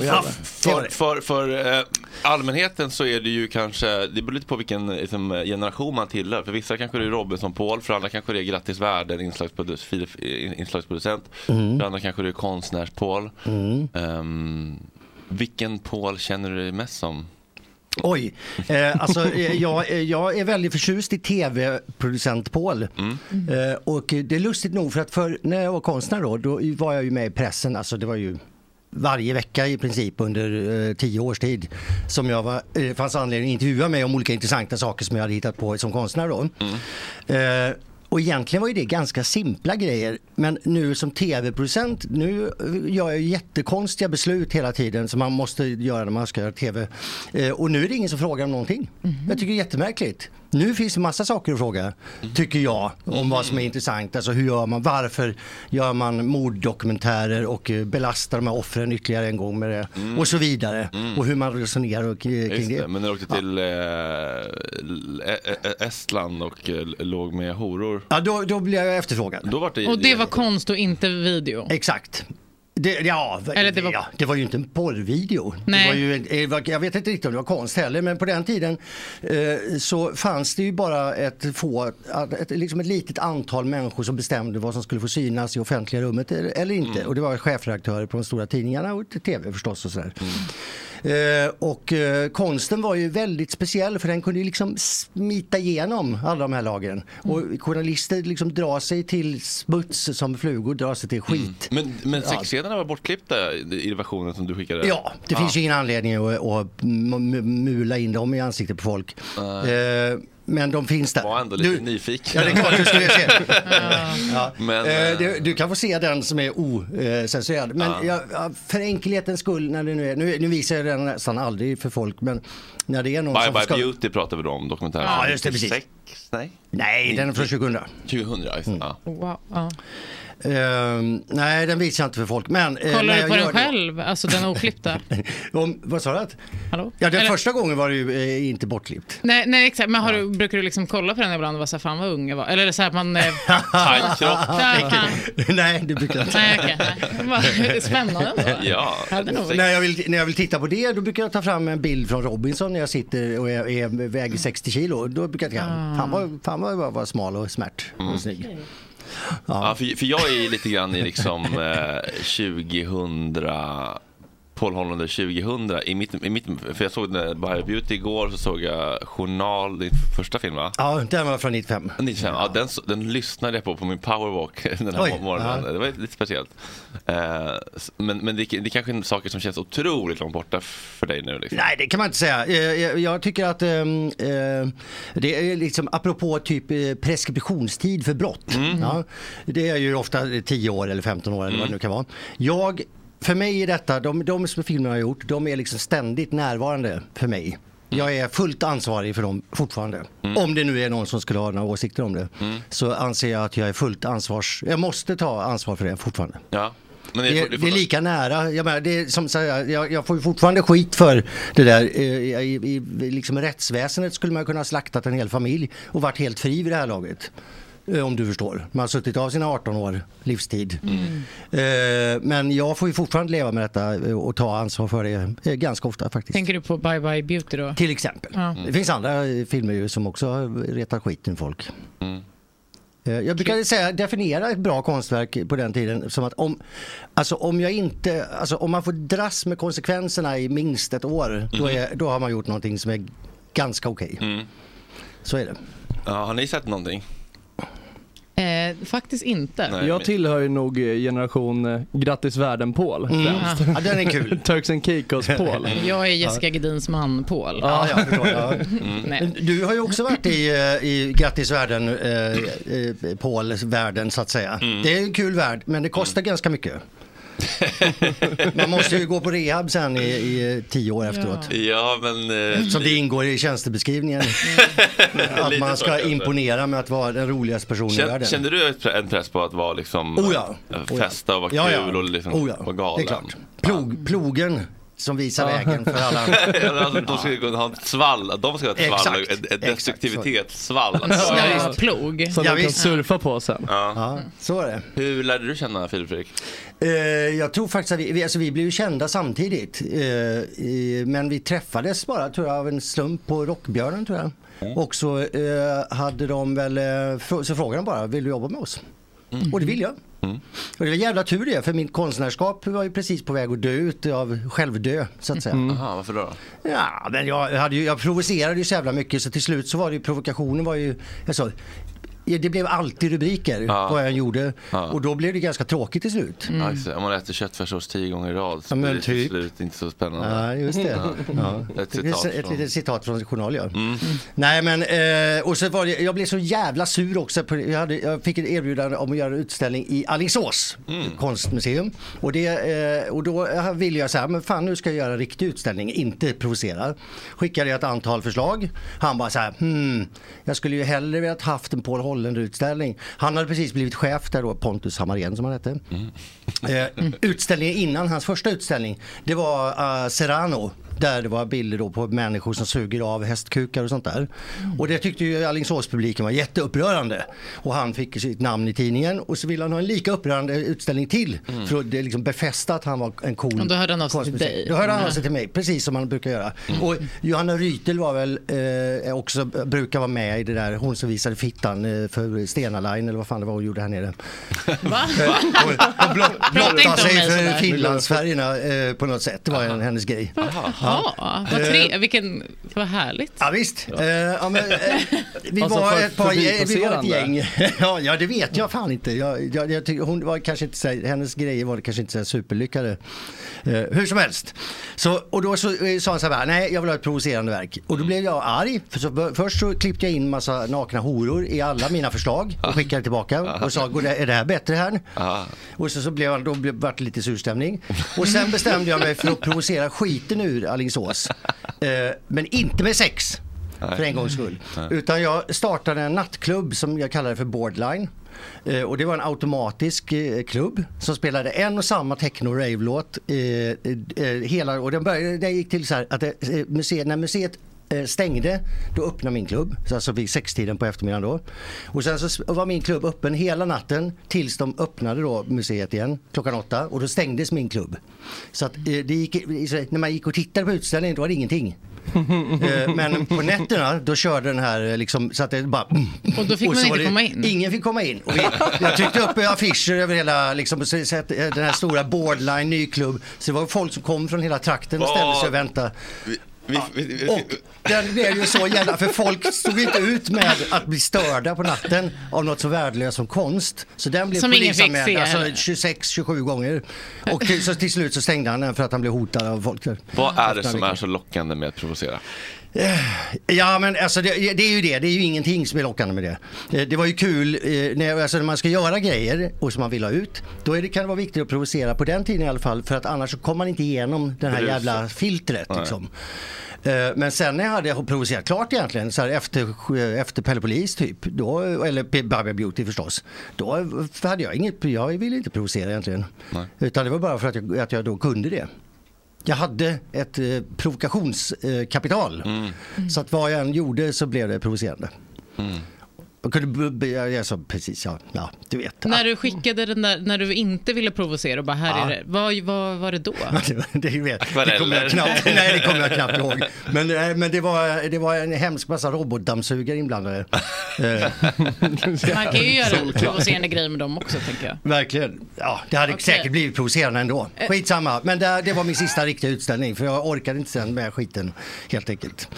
J: Mm. Ja,
A: för, för, för, för eh, allmänheten så är det ju kanske, det beror lite på vilken liksom, generation man tillhör. För vissa kanske det är Robinson Paul, för andra kanske det är Grattis Världen, inslagsproduc- fil- in- inslagsproducent.
J: Mm.
A: För andra kanske det är Konstnärs Paul.
J: Mm.
A: Ehm, vilken Paul känner du dig mest som?
J: Oj, eh, alltså eh, jag, eh, jag är väldigt förtjust i tv-producent Paul. Eh, och eh, det är lustigt nog för att för när jag var konstnär då, då var jag ju med i pressen, alltså det var ju varje vecka i princip under eh, tio års tid som jag var, eh, fanns anledning att intervjua mig om olika intressanta saker som jag hade hittat på som konstnär då. Eh, och egentligen var ju det ganska simpla grejer. Men nu som tv-producent, nu eh, gör jag ju jättekonstiga beslut hela tiden som man måste göra när man ska göra tv. Eh, och nu är det ingen som frågar om någonting.
A: Mhm.
J: Jag tycker det är jättemärkligt. Nu finns det massa saker att fråga, tycker jag, om vad
A: Mhm.
J: som är intressant. Alltså hur gör man, varför gör man morddokumentärer och eh, belastar de här offren ytterligare en gång med det
A: Mm.
J: och så vidare.
A: Mm.
J: Och hur man resonerar och- eh, kring
A: Just
J: det.
A: det, men när du åkte till eh, L- Ä- Ä- Ä- Estland och eh, låg med horor.
J: Ja, då, då blev jag efterfrågad.
A: Då var det,
F: Och det var konst och inte video.
J: Exakt. Det, ja,
F: Eller det var-
J: ja, det var ju inte en porrvideo.
F: Nej.
J: Det var ju, en- eh, var- jag vet inte riktigt om det var konst heller, men på den tiden eh, så fanns det ju bara ett, få, att- ett, liksom ett litet antal människor som bestämde vad som skulle få synas i offentliga rummet eller eller inte. Och det var chefredaktörer på de stora tidningarna och till tv förstås och sådär. Eh, och eh, konsten var ju väldigt speciell för den kunde ju liksom smita igenom alla de här lagren. Och journalister liksom drar sig till smuts som flugor drar sig till skit.
A: Men, men
J: Ja.
A: sexscenerna var bortklippta i i versionen som du skickade?
J: Ja, det finns ju ingen anledning att, att m- m- mula in dem i ansiktet på folk. Eh, men de finns där.
A: Var ändå lite nyfiken.
J: Ja, det är klart du skulle se. ja.
A: Men,
J: eh, du, du kan få se den som är ocensurerad. Men
A: Ja.
J: jag, jag- för enkelhetens skull, när det nu, är, nu, nu visar jag den nästan aldrig för folk, men när det är någon
A: Bye
J: som
A: Bye
J: ska...
A: Beauty pratar vi då om, dokumentären.
J: Ja, just det, precis.
A: Sex, nej?
J: Nej, den är från 2000.
A: 2000, ja. just det. Ja.
F: Wow. Ja.
J: Eh, nej, den visar jag inte för folk. Men, eh, när
F: Kollar du
J: jag
F: på
J: gör
F: den
J: det-
F: själv? Alltså den oklippta?
J: Om, vad sa du?
F: Hallå?
J: Ja, den
F: Eller-
J: första gången var det ju eh, inte bortklippt.
F: Nej, nej exakt. Men har du, brukar du liksom kolla på den ibland och vara så här, fan vad ung jag var? Eller så här att man... eh, Ja, fan.
J: Nej, det brukar jag inte.
F: Nej, okej. nej. Vad- det är Spännande ändå.
A: Ja.
F: Hade nog-
J: När jag, vill, när jag vill titta på det då brukar jag ta fram en bild från Robinson när jag sitter och är, är, väger 60 kilo. Då brukar jag tänka,
F: Ah.
J: fan vad, fan vad, vad, vad smal och smärt och
A: Mm.
J: snygg.
A: Ja, för, för jag är lite grann i liksom eh, 2000 Paul Hollander 2000 i mitt, i mitt, för jag såg den Bio Beauty igår så såg jag Journal, din första film va?
J: Ja, den var från 95.
A: 95, ja. den, så- den lyssnade jag på på min powerwalk den här
J: Oj,
A: morgonen.
J: ja.
A: Det var lite speciellt. Eh, s- men men det, det är kanske är saker som känns otroligt långt borta för dig nu. Liksom.
J: Nej, det kan man inte säga. Eh, Jag, jag tycker att eh, eh, det är liksom apropå typ eh, preskriptionstid för brott. Ja, det är ju ofta 10 år eller 15 år eller vad det nu kan vara. Jag, för mig är detta, de, de som filmerna har gjort, de är liksom ständigt närvarande för mig. Jag är fullt ansvarig för dem fortfarande. Om det nu är någon som skulle ha några åsikter om det. Så anser jag att jag är fullt ansvars... Jag måste ta ansvar för det fortfarande.
A: Ja. Men
J: Det är,
A: det,
J: det är lika nära. Jag, menar, det är, som, så här, jag, jag får ju fortfarande skit för det där. Eh, I, i, i liksom rättsväsendet skulle man kunna ha slaktat en hel familj och varit helt fri vid det här laget. Eh, Om du förstår. Man har suttit av sina 18 år livstid. Eh, Men jag får ju fortfarande leva med detta eh, och ta ansvar för det eh, ganska ofta faktiskt.
F: Tänker du på Bye Bye Beauty då?
J: Till exempel.
F: Ja.
J: Det finns andra eh, filmer ju som också har retat skiten folk. Eh, Jag brukade säga, definiera ett bra konstverk på den tiden som att om, alltså om, jag inte, alltså om man får dras med konsekvenserna i minst ett år, då, är, då har man gjort någonting som är ganska okej.
A: Mm.
J: Så är det.
A: ja, har ni sett någonting?
F: Eh, faktiskt inte.
E: jag tillhör ju nog generation eh, Grattis världen Paul
F: Mm.
E: främst.
F: Ja, den är kul.
E: Turks and Caicos Paul.
F: Jag är Jessica Gedins man, Paul.
J: Ja, jag förstår. Ja.
A: Mm.
F: Nej.
J: Du har ju också varit i, eh, i Grattis världen, eh, eh, Paul, världen så att säga.
A: Mm.
J: Det är en kul värld, men det kostar ganska mycket. Man måste ju gå på rehab sen i, i tio år efteråt.
A: Ja, men... eh,
J: Mm. Som det ingår i tjänstebeskrivningen. Att
A: Lite
J: man
A: så
J: ska
A: kanske.
J: imponera med att vara den roligaste personen i
A: Kände,
J: världen.
A: kände du ett pre- en press på att vara liksom
J: Oh ja.
A: eh,
J: Oh ja.
A: festa och vara
J: Ja, ja.
A: kul och liksom
J: Oh ja.
A: vara galen?
J: Det är klart. Plog, plogen som visar
A: Ja.
J: vägen för alla andra.
A: alltså, de skulle kunna ha ett svall, de skulle ha ett svall,
J: Exakt.
A: ett, ett
J: Exakt,
A: destruktivitetssvall.
J: så. Ja, Ja, visst.
F: Plog.
E: Som
J: Ja,
E: de kan
J: visst.
E: surfa på sen.
A: Ja.
J: Så var det.
A: Hur lärde du känna Filip Fredrik?
J: Eh, jag tror faktiskt att vi, vi, alltså vi blev ju kända samtidigt. Eh, eh, men vi träffades bara tror jag, av en slump på Rockbjörnen tror jag. Och så eh, hade de väl, eh, frå- så frågade de bara, vill du jobba med oss?
A: Mm.
J: Och det vill jag. Och det var jävla tur det, för min konstnärskap var ju precis på väg att dö ut av självdö så att säga.
A: Aha, varför då?
J: Ja, men jag, hade ju, jag provocerade ju så jävla mycket så till slut så var det ju provokationen var ju, jag sa, ja, det blev alltid rubriker
A: Ja.
J: vad jag än gjorde.
A: Ja. Mm.
J: Och då blev det ganska tråkigt till slut.
A: Ja, just det. Om man äter köttfärssås tio gånger i rad så
J: Ja, men
A: blir det till
J: typ.
A: slut inte så spännande.
J: Ja, just det.
A: Ja.
J: Ja.
A: Ett citat
J: ett
A: från...
J: litet citat från journal, ja.
A: Mm.
J: Nej, men eh, och så var det, jag blev så jävla sur också. På, jag, hade, jag fick ett erbjudande om att göra en utställning i Alingsås konstmuseum. Och, det, eh, och då ville jag så här, men fan nu ska jag göra en riktig utställning, inte provocera. Skickade jag ett antal förslag. Han bara så här, hmm, jag skulle ju hellre velat haft en Paul Hollander-utställning. Han hade precis blivit chef där då, Pontus Hammarén som han hette. Eh, utställningen innan, hans första utställning, det var eh, Serrano Där det var bilder då på människor som suger av hästkukar och sånt där. Och det tyckte ju Alingsåspubliken var jätteupprörande. Och han fick sitt namn i tidningen och så ville han ha en lika upprörande utställning till.
F: Mm.
J: För att det liksom befästa att han var en cool
F: Och då hörde han av sig till
J: konstmuseum.
F: dig.
J: Då hörde han av
F: Mm.
J: sig till mig, precis som han brukar göra. Och Johanna Rytel var väl eh, också, brukar vara med i det där, hon som visade fittan eh, för Stena Line eller vad fan det var hon gjorde här nere.
F: Va? Prata inte
J: Blotta
F: om
J: sig
F: mig
J: för
F: sådär.
J: finlandsfärgerna eh, på något sätt, det var en, hennes grej. Eh,
F: Jaha, vad tre, vilken, vad härligt.
J: Ja, visst. Eh, ja, men, eh, vi,
F: Alltså,
J: var
F: för-
J: ett par, eh, vi var ett
F: förbipasserande.
J: gäng. ja, ja, det vet jag fan inte. Jag, jag, jag tycker, hon var kanske inte så, här- hennes grejer var kanske inte så här superlyckade. Eh, hur som helst. Så, och då så, eh, sa han så här, nej jag vill ha ett provocerande verk.
F: Mm.
J: Och då blev jag arg. För så, bör- först så klippte jag in massa nakna horor i alla mina förslag
F: Ah.
J: och skickade tillbaka och sa, "Går det- är det här bättre här? Och så, så blev han, då blev, vart det lite surstämning. Och sen bestämde jag mig för att provocera skiten ur Alingsås. Eh, men inte med sex. För en gångs skull. Utan jag startade en nattklubb som jag kallade för Boardline. Eh, och det var en automatisk eh, klubb som spelade en och samma techno-rave-låt. Eh, eh, eh, hela, och den, började, den gick till så här att eh, museet, när museet eh, stängde, då öppnade min klubb. Så alltså vid sextiden på eftermiddagen då. Och sen så s- var min klubb öppen hela natten tills de öppnade då museet igen klockan åtta och då stängdes min klubb. Så att eh, det gick, så när man gick och tittade på utställningen då var det ingenting. Eh, Men på nätterna då körde den här eh, liksom så att det bara...
F: Och då fick
J: Och
F: man
J: så
F: inte
J: var det-
F: komma in.
J: Ingen fick komma in. Och vi, jag tryckte upp affischer över hela, liksom, så, så att, eh, den här stora Boardline nyklubb. Så det var folk som kom från hela trakten och ställde sig och väntade. Och den blev ju så jävla, för folk stod inte ut med att bli störda på natten av något så värdelöst som konst. Så den blev
F: Som ingen fick
J: polisanmäld
F: se
J: alltså
F: heller.
J: 26-27 gånger. Och till, så till slut så stängde han den för att han blev hotad av folk. där.
A: Vad är det som är så lockande med att provocera?
J: Ja men alltså det, det är ju det, det är ju ingenting som är lockande med det. Eh, Det var ju kul, eh, när, alltså, när man ska göra grejer och som man vill ha ut, då är det, kan det vara viktigt att provocera på den tiden i alla fall för att annars så kommer man inte igenom det här
K: Bruset.
J: jävla filtret.
K: Nej.
J: Liksom. Eh, Men sen när jag hade provocerat klart egentligen, så här efter, eh, efter Pelle Polis typ, då, eller P- Barbie Beauty förstås, då hade jag inget, jag ville inte provocera egentligen. Utan det var bara för att jag, att jag då kunde det. Jag hade ett eh, provokationskapital. Mm. Så att vad jag än gjorde så blev det provocerande. Jag kunde, b- b- jag, jag sa precis, ja, ja du vet.
F: När du skickade den där, när du inte ville provocera och bara här är
J: Ja.
F: det, vad, vad var det då?
J: det, är vet, det kommer
A: Akvareller.
J: jag knappt, nej, det kommer jag knappt ihåg. Men, eh, men det, var, det var en hemsk massa robotdammsugare inblandade. Eh,
F: Man kan ju göra
J: Solklart.
F: provocerande grejer med dem också tänker jag.
J: Verkligen. Ja, det hade säkert blivit provocerande ändå.
F: Eh.
J: Skitsamma. Men det, det var min sista riktiga utställning för jag orkade inte sen med skiten helt enkelt.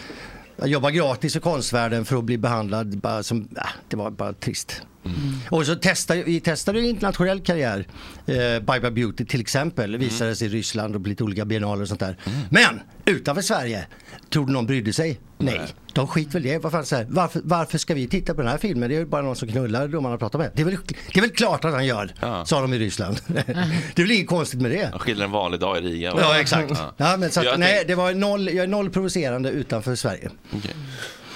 J: Jag jobbade gratis i konstvärlden för att bli behandlad bara som, äh, det var bara trist. Och så testade vi testade en internationell karriär. Eh, Bye Bye Beauty till exempel visades i Ryssland och på lite olika biennaler och sånt där. Men utanför Sverige, trodde någon brydde sig? Nej. De skit väl i det. Vad fan, så här, varför, varför ska vi titta på den här filmen? Det är ju bara någon som knullar då man har pratat med. Det är väl, det är väl klart att han gör, sa de i Ryssland. det är väl inget konstigt med det.
A: Jag skiljer en vanlig dag i Riga.
J: Ja, exakt.
A: Ja.
J: Ja, men så att,
A: Jag
J: nej, det var noll, jag är noll provocerande utanför Sverige.
A: Okej.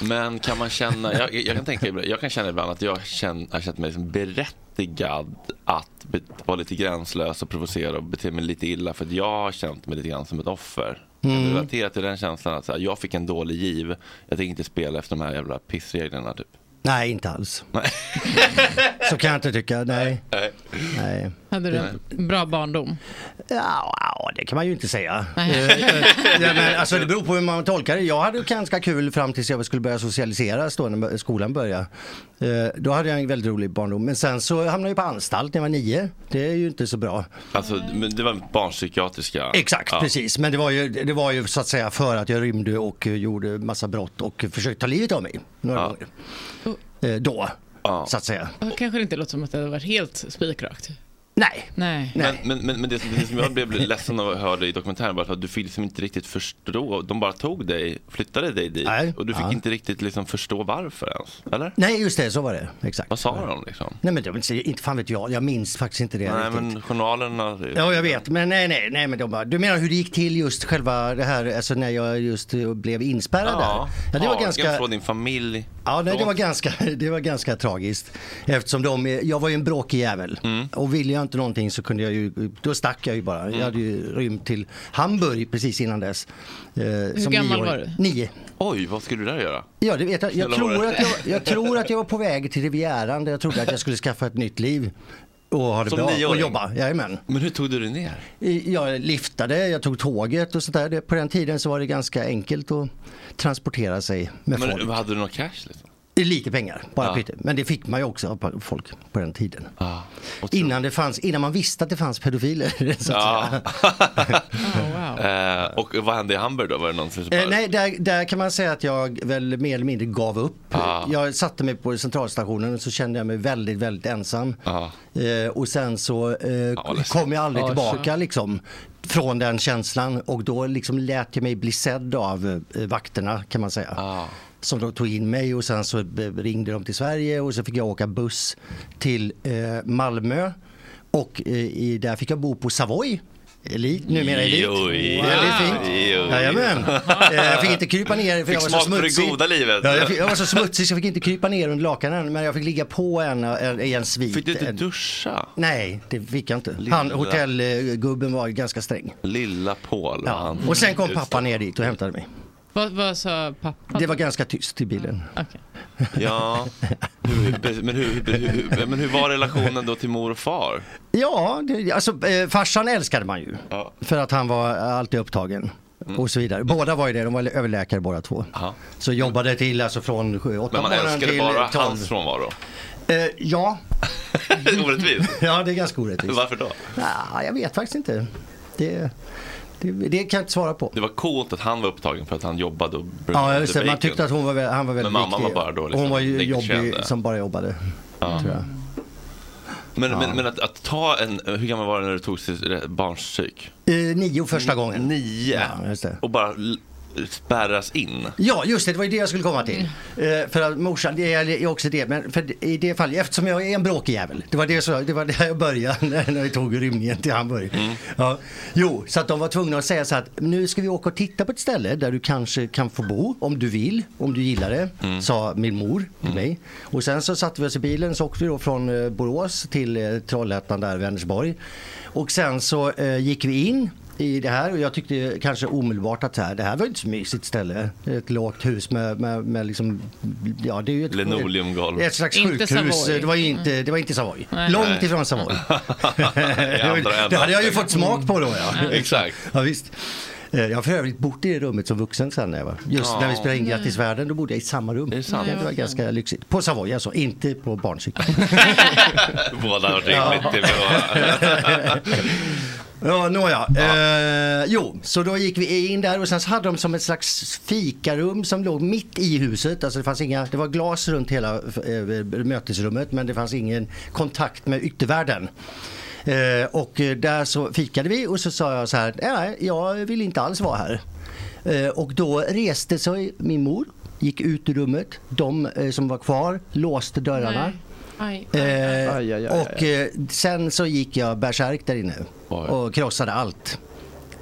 A: Men kan man känna, jag, jag kan tänka ibland, jag kan känna ibland att jag känner, har känt mig liksom berättigad att be, vara lite gränslös och provocera och bete mig lite illa för att jag har känt mig lite grann som ett offer. Kan
L: Mm.
A: du relatera till den känslan att så här, jag fick en dålig giv, jag tänker inte spela efter de här jävla pissreglerna typ.
J: Nej, inte alls. så kan jag inte tycka. Nej. nej.
F: Hade du en bra barndom?
J: Ja, ja, det kan man ju inte säga.
F: Nej.
J: Eh, eh, ja, men, alltså, det beror på hur man tolkar det. Jag hade ganska kul fram tills jag skulle börja socialiseras då när skolan började. Eh, Då hade jag en väldigt rolig barndom. Men sen så hamnade jag på anstalt när jag var nio. Det är ju inte så bra.
A: Alltså men det var barnpsykiatriska.
J: Mm. Exakt,
A: Ja.
J: precis. Men det var, ju, det var ju så att säga för att jag rymde och eh, gjorde massa brott och försökte ta livet av mig några gånger. Eh, Då, så att säga.
F: Och Kanske det inte låter som att det hade varit helt spikrakt.
J: Nej.
F: Nej.
A: Men, men, men, men det, som, det som jag blev ledsen av att höra i dokumentären var att du fick liksom inte riktigt förstå. De bara tog dig, flyttade dig dit och du fick
J: Ja.
A: inte riktigt liksom förstå varför ens. Eller?
J: Nej, just det, så var det. Exakt.
A: Vad sa de liksom?
J: Nej, men det var inte- inte fan vet jag. Jag minns faktiskt inte det
A: Nej
J: riktigt.
A: men journalerna.
J: Ja, jag vet. Men nej, nej, nej, men de bara, du menar hur det gick till just själva det här, alltså när jag just eh, blev
A: Ja,
J: inspärrad där? Ja, det var
A: Hagen
J: ganska...
A: från din familj.
J: Ja, nej, det, var ganska, det var ganska tragiskt. Eftersom de, jag var ju en bråkig jävel. Och ville jag inte någonting så kunde jag ju, då stack jag ju bara. Jag hade ju rymt till Hamburg precis innan dess. Hur
F: gammal var du?
J: Nio.
A: Oj, vad skulle du där göra?
J: Ja, det vet jag. Jag
A: Snälla
J: tror,
A: var
J: att
A: det.
J: jag, jag tror att jag var på väg till Rivieran där jag trodde att jag skulle skaffa ett nytt liv. Och ha det
A: Som
J: bra och
A: nioåring?
J: jobba. Jajamän.
A: Men hur tog du dig ner?
J: I- Jag liftade, jag tog tåget och sånt där. Det- På den tiden så var det ganska enkelt att transportera sig med folk.
A: Men hade du någon cash? Liksom?
J: Det är Lite pengar, bara
A: Ja.
J: pytte. Men det fick man ju också av folk på den tiden. innan, det fanns, innan man visste att det fanns pedofiler. Så att säga.
A: Ja. Eh, och vad hände i Hamburg då? Var det någon som bara...
J: Eh, nej, där, där kan man säga att jag väl mer eller mindre gav upp.
A: Ah.
J: Jag satte mig på centralstationen och så kände jag mig väldigt, väldigt ensam.
A: Ja.
J: Eh, och sen så eh, kom jag aldrig
A: Ja,
J: tillbaka liksom, från den känslan och då liksom lät jag mig bli sedd av eh, vakterna kan man säga.
A: Ah.
J: Som då tog in mig och sen så eh, ringde de till Sverige och så fick jag åka buss till eh, Malmö och eh, i, där fick jag bo på Savoy. Elit, numera elit.
A: Oj.
J: Väldigt fint.
A: Oj.
J: Jajamän. Eh, Jag fick inte krypa ner för
A: Fick
J: jag var så
A: smak för det
J: smutsig.
A: goda livet.
J: Ja, jag, fick, jag var så smutsig så jag fick inte krypa ner under lakanen men jag fick ligga på en, en, i en svit.
A: Fick du inte
J: En-
A: duscha?
J: Nej, det fick jag inte. Han,
A: Lilla-
J: hotellgubben var ju ganska sträng.
A: Lilla Paul. Ja.
J: Och sen kom pappa ner dit och hämtade mig.
F: Vad, vad sa pappa?
J: Det var ganska tyst i bilen.
A: Ja, hur, men, hur, hur, hur, men hur var relationen då till mor och far?
J: Ja, det, alltså eh, farsan älskade man ju. För att han var alltid upptagen.
A: Mm.
J: Och så vidare. Båda var ju det, de var överläkare båda två. Så jobbade till alltså från sju, åtta
A: Men man
J: morgonen
A: älskade
J: till
A: bara
J: tolv.
A: hans frånvaro.
J: Eh, ja,
A: Orättvist.
J: ja, det är ganska orättvist.
A: Varför då?
J: Nej, jag vet faktiskt inte. Det, det, det kan jag inte svara på.
A: Det var coolt att han var upptagen för att han jobbade och bröt
J: Ja,
A: lite
J: just det. Man
A: bacon.
J: tyckte att hon var, vä- han var väldigt
A: Men mamma
J: viktig.
A: var bara då liksom
J: Hon var ju
A: negligerande.
J: jobbig som bara jobbade.
A: Ja.
J: Tror jag.
A: Men, men, men att, att ta en, hur gammal var du när du togs till re- barnpsyk?
J: Eh, nio första gången.
A: Nio.
J: Ja, just det.
A: Och bara l- spärras in.
J: Ja, just det. Det var ju det jag skulle komma till. Eh, för att morsan, det är ju också det. Men för i det fallet, eftersom jag är en bråkig jävel. Det var det, så, det var där jag började när när vi tog rymningen till Hamburg. Ja. Jo, så att de var tvungna att säga så att nu ska vi åka och titta på ett ställe där du kanske kan få bo om du vill, om du gillar det,
A: Mm.
J: sa min mor till mig. Och sen så satte vi oss i bilen så åkte vi då från eh, Borås till eh, Trollhättan där, Vänersborg. Och sen så eh, gick vi in i det här och jag tyckte kanske omedelbart att så här, det här var ju inte så mysigt ställe. Ett lågt hus med, med, med liksom, ja det är ju ett,
A: Linoleumgolv.
J: ett slags
A: Inte
J: sjukhus.
A: Savoy. Mm.
J: Det var ju inte, det var inte Savoy.
A: Nej.
J: Långt
A: Nej.
J: ifrån
A: I
J: Savoy.
A: andra
J: det
A: änden. Mm.
J: hade jag ju fått smak på då ja.
A: Exakt.
J: Ja, visst. Eh, Jag har för övrigt bott i det rummet som vuxen sen när jag var. Just när vi
A: Ja.
J: spelade in Grattis världen, då bodde jag i samma rum. Det,
A: sant?
J: det var ganska lyxigt. På Savoy alltså, inte på barncykel.
A: Båda har rimligt det var-
J: Ja, nåja. Eh, jo, så då gick vi in där och sen så hade de som ett slags fikarum som låg mitt i huset. Alltså det fanns inga, det var glas runt hela eh, mötesrummet men det fanns ingen kontakt med yttervärlden. Eh, och eh, där så fikade vi och så sa jag så här, nej jag vill inte alls vara här. Eh, och då reste sig min mor, gick ut ur rummet. De eh, som var kvar låste dörrarna.
F: Aj.
J: Eh,
F: Aj, aj, aj,
J: och eh, sen så gick jag bärsärk där inne och krossade allt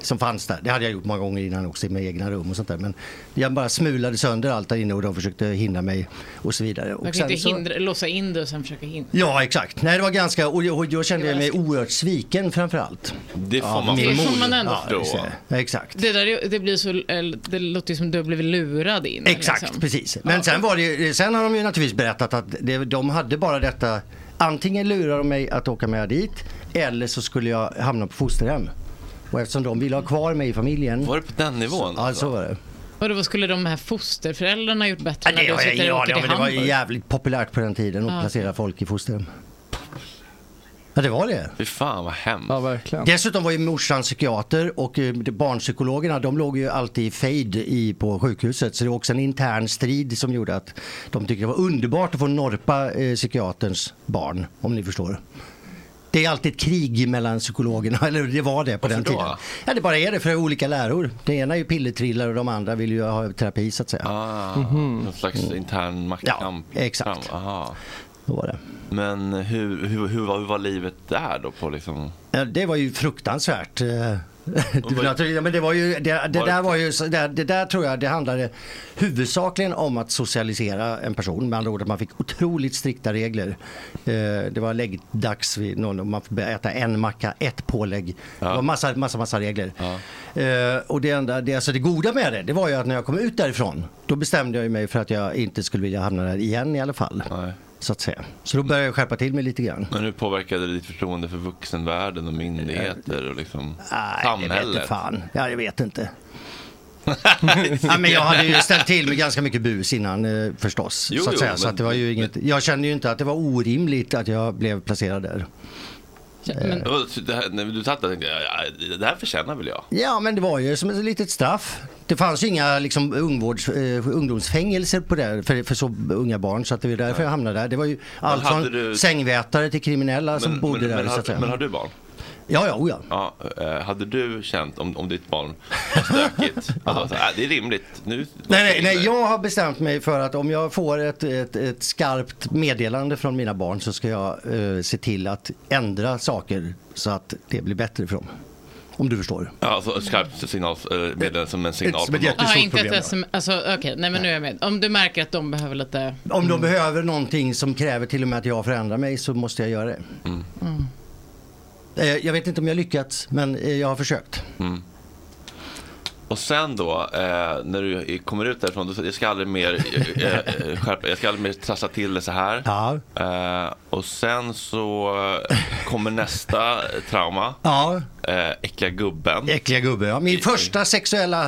J: som fanns där. Det hade jag gjort många gånger innan också i mina egna rum och sånt där. Men jag bara smulade sönder allt där inne och de försökte hindra mig och så vidare.
F: Man
J: Och
F: kan
J: sen
F: inte
J: så,
F: hindra, låsa in dig och sen försöka hindra.
J: ja, exakt. Nej, det var ganska, och och då kände jag mig oerhört sviken framför allt.
A: Det får
J: Av
A: man
J: min
F: Det får
J: mor.
F: man ändå
J: Ja,
F: förstå.
J: just det. Exakt.
F: Det, där, är- det, blir så, eller, det låter ju som du har blivit lurad in.
J: Exakt,
F: liksom.
J: precis. Men sen, var det, ju- sen har de ju naturligtvis berättat att det, de hade bara detta. Antingen lurar de mig att åka med dit eller så skulle jag hamna på fosterhem. Och eftersom de ville ha kvar mig i familjen. Var
A: det på den nivån? alltså?
J: Ja, så var det.
F: Och då, vad skulle de här fosterföräldrarna gjort bättre
J: det,
F: när du
J: har jag
F: sitter
J: ingen
F: och
J: aning
F: åker
J: om,
F: till
J: men det var ju
F: Hamburg?
J: jävligt populärt på den tiden att
F: Ja.
J: placera folk i fosterhem. Ja, det var det.
A: Fy fan vad hemskt.
E: Ja, verkligen.
J: Dessutom var ju morsan psykiater och eh, de- barnpsykologerna de låg ju alltid i fejd i, på sjukhuset. Så det var också en intern strid som gjorde att de tyckte det var underbart att få norpa eh, psykiaterns barn, om ni förstår. Det är alltid ett krig mellan psykologerna, eller det var det på den
A: Varför då?
J: tiden. Ja, det bara är det för det är olika läror. Den ena är ju pillertrillare och de andra vill ju ha terapi så att säga.
A: Mhm.
J: Mm.
A: Ah, Någon slags intern maktkamp. Ja, exakt. Aha.
J: Då var det.
A: Men hur, hur, hur, var, hur var livet där då? På liksom...
J: Ja, det var ju fruktansvärt. eh, Det, var, ja, men det, var ju, det, det,
A: Var det-
J: där var ju, så- det, det där tror jag det handlade huvudsakligen om att socialisera en person. Med andra ord att man fick otroligt strikta regler. Eh, Det var läggdags, vid någon, man fick äta en macka, ett pålägg. Det var massa, massa, massa regler. Eh, Och det, enda, det, alltså det goda med det, det var ju att när jag kom ut därifrån, då bestämde jag ju mig för att jag inte skulle vilja hamna där igen i alla fall. Så att säga. Så då började jag skärpa till mig lite grann.
A: Men hur påverkade det ditt förtroende för vuxenvärlden och myndigheter och liksom
J: Nej, det
A: samhället?
J: vete fan. Ja, jag vet inte. ja, men jag hade ju ställt till med ganska mycket bus innan eh, förstås.
A: Jo,
J: så att
A: jo,
J: säga. så
A: men-
J: att det var ju inget, jag kände ju inte att det var orimligt att jag blev placerad där. Eh,
A: Det var- det här- när Du satt där och tänkte, "Ja, ja, det här förtjänar väl jag?
J: Ja, men det var ju som ett litet straff. Det fanns ju inga liksom, ungvårds, eh, ungdomsfängelser på det, för, för så unga barn, så att det var därför jag hamnade där. Det var ju allt
A: hade
J: från
A: du-
J: sängvätare till kriminella som bodde
A: men,
J: där.
A: men,
J: så att
A: har,
J: säga.
A: men har du barn?
J: Ja, oh ja, oja.
A: Ja, eh, hade du känt om, om ditt barn var stökigt? att det var så här, "Ah, det är rimligt. Nu,
J: Nej, nej, nej, jag har bestämt mig för att om jag får ett, ett, ett skarpt meddelande från mina barn så ska jag eh, se till att ändra saker så att det blir bättre för dem. Om du förstår.
A: Ja, alltså skarpt signal, eh, med den som en signal
J: Ett-
A: på
J: ett jättestort
F: Ja,
A: något.
F: inte ett
J: problem,
F: sms. Alltså, okej, nej men nu är jag med. Om du märker att de behöver lite...
J: Om de behöver någonting som kräver till och med att jag förändrar mig så måste jag göra det.
F: Mm.
J: Eh, jag vet inte om jag lyckats, men eh, jag har försökt.
A: Mm. Och sen då, eh, när du i- kommer ut därifrån, du sa, jag ska aldrig mer eh, eh, skärpa, jag ska aldrig mer trassla till det så här. Eh, och sen så eh, kommer nästa trauma,
J: Ja,
A: eh, äckliga gubben.
J: äckliga gubbe. Ja, min första sexuella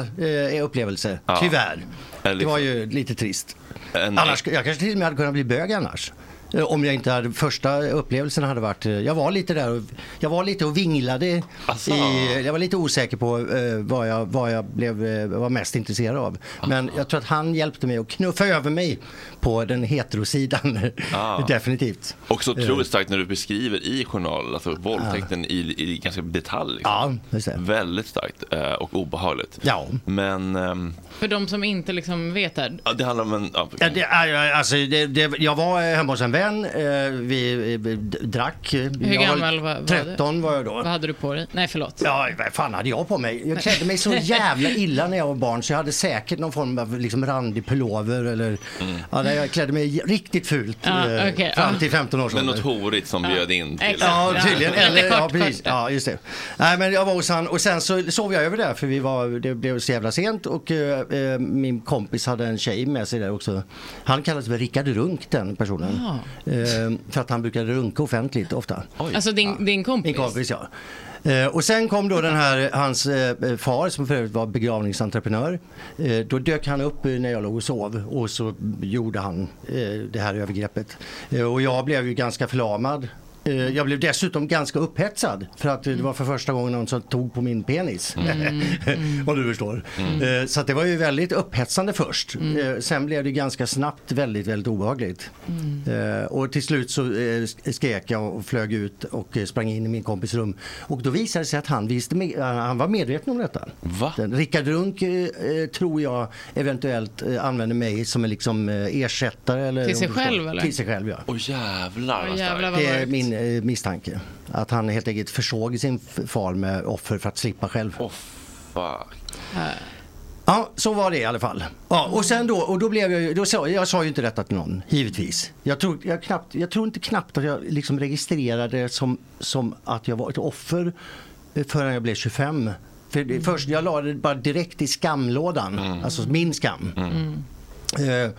J: eh, upplevelse,
A: Ja.
J: tyvärr.
A: Eller
J: Det var
A: liksom-
J: ju lite trist.
A: En-
J: Annars, jag kanske till och med hade kunnat bli bög annars. Eh, Om jag inte hade, första upplevelsen hade varit, eh, jag var lite där och, jag var lite och vinglade.
A: Alltså.
J: I, eh, jag var lite osäker på eh, vad jag, vad jag blev, eh, var mest intresserad av.
A: Ah.
J: Men jag tror att han hjälpte mig att knuffa över mig på den heterosidan.
A: Ah.
J: Definitivt.
A: Också
J: Eh,
A: otroligt starkt när du beskriver i journalen, alltså våldtäkten i, i ganska detalj. Liksom. Väldigt starkt eh, och obehagligt.
J: Ja.
A: Men ehm,
F: För de som inte liksom vet det.
A: ja, det handlar om en... Ja,
J: Ja, det, ja, ja, alltså, det, det, jag var eh, hemma hos en vän, eh, vi, eh, vi d- drack. Hur
F: Hur
J: jag
F: gammal var, var
J: 13 var jag då.
F: Vad hade du på dig? Nej, förlåt.
J: Ja, vad fan hade jag på mig? Jag klädde mig så jävla illa när jag var barn så jag hade säkert någon form av liksom randig pullover eller... Ja, nej, jag klädde mig riktigt fult
F: Ja,
J: eh,
F: okej,
J: fram
F: ja.
J: till 15 års
A: Men
J: ålder.
A: något horigt som bjöd in till...
J: Ja, tydligen. Eller, ja, precis. Ja, just det. Nej, men jag var hos han och sen så sov jag över där för vi var, det blev så jävla sent och eh, eh, min kompis hade en tjej med sig där också. Han kallades väl Rickard Runk den personen. Eh, för att han brukade runka offentligt ofta.
F: Alltså din, din kompis?
J: Min kompis ja. Eh, och sen kom då den här, hans eh, far som för övrigt var begravningsentreprenör. Eh, då dök han upp eh, när jag låg och sov och så gjorde han eh, det här övergreppet. Eh, och jag blev ju ganska förlamad. Eh, jag blev dessutom ganska upphetsad för att eh, det var för första gången någon som tog på min penis. Om du förstår. Eh, så att det var ju väldigt upphetsande först. Eh, sen blev det ganska snabbt väldigt, väldigt obehagligt.
C: Mm.
J: Eh, och till slut så eh, skrek jag och flög ut och eh, sprang in i min kompis rum. Och då visade det sig att han, visste, me- han han var medveten om detta.
A: Va?
J: Rickard Runk eh, eh, tror jag eventuellt eh, använde mig som en liksom, eh, ersättare. Eller,
F: Till sig
J: om du förstår.
F: själv, eller?
J: Till sig själv ja.
A: Åh jävlar
F: Åh,
A: vad
F: jävlar,
A: starkt.
F: vad
J: Det är
F: mörkt.
J: min eh, misstanke. Att han helt enkelt försåg sin f- far med offer för att slippa själv.
A: Fuck.
F: Äh.
J: Ja, så var det i alla fall. Ja, och sen då, och då blev jag ju, då sa, jag sa ju inte detta till någon, givetvis. Jag tror, jag knappt, jag tror inte knappt att jag liksom registrerade det som, som att jag var ett offer eh, förrän jag blev 25. För
F: Mm.
J: det, först, jag la det bara direkt i skamlådan, alltså min skam.
F: Mm.
J: Eh,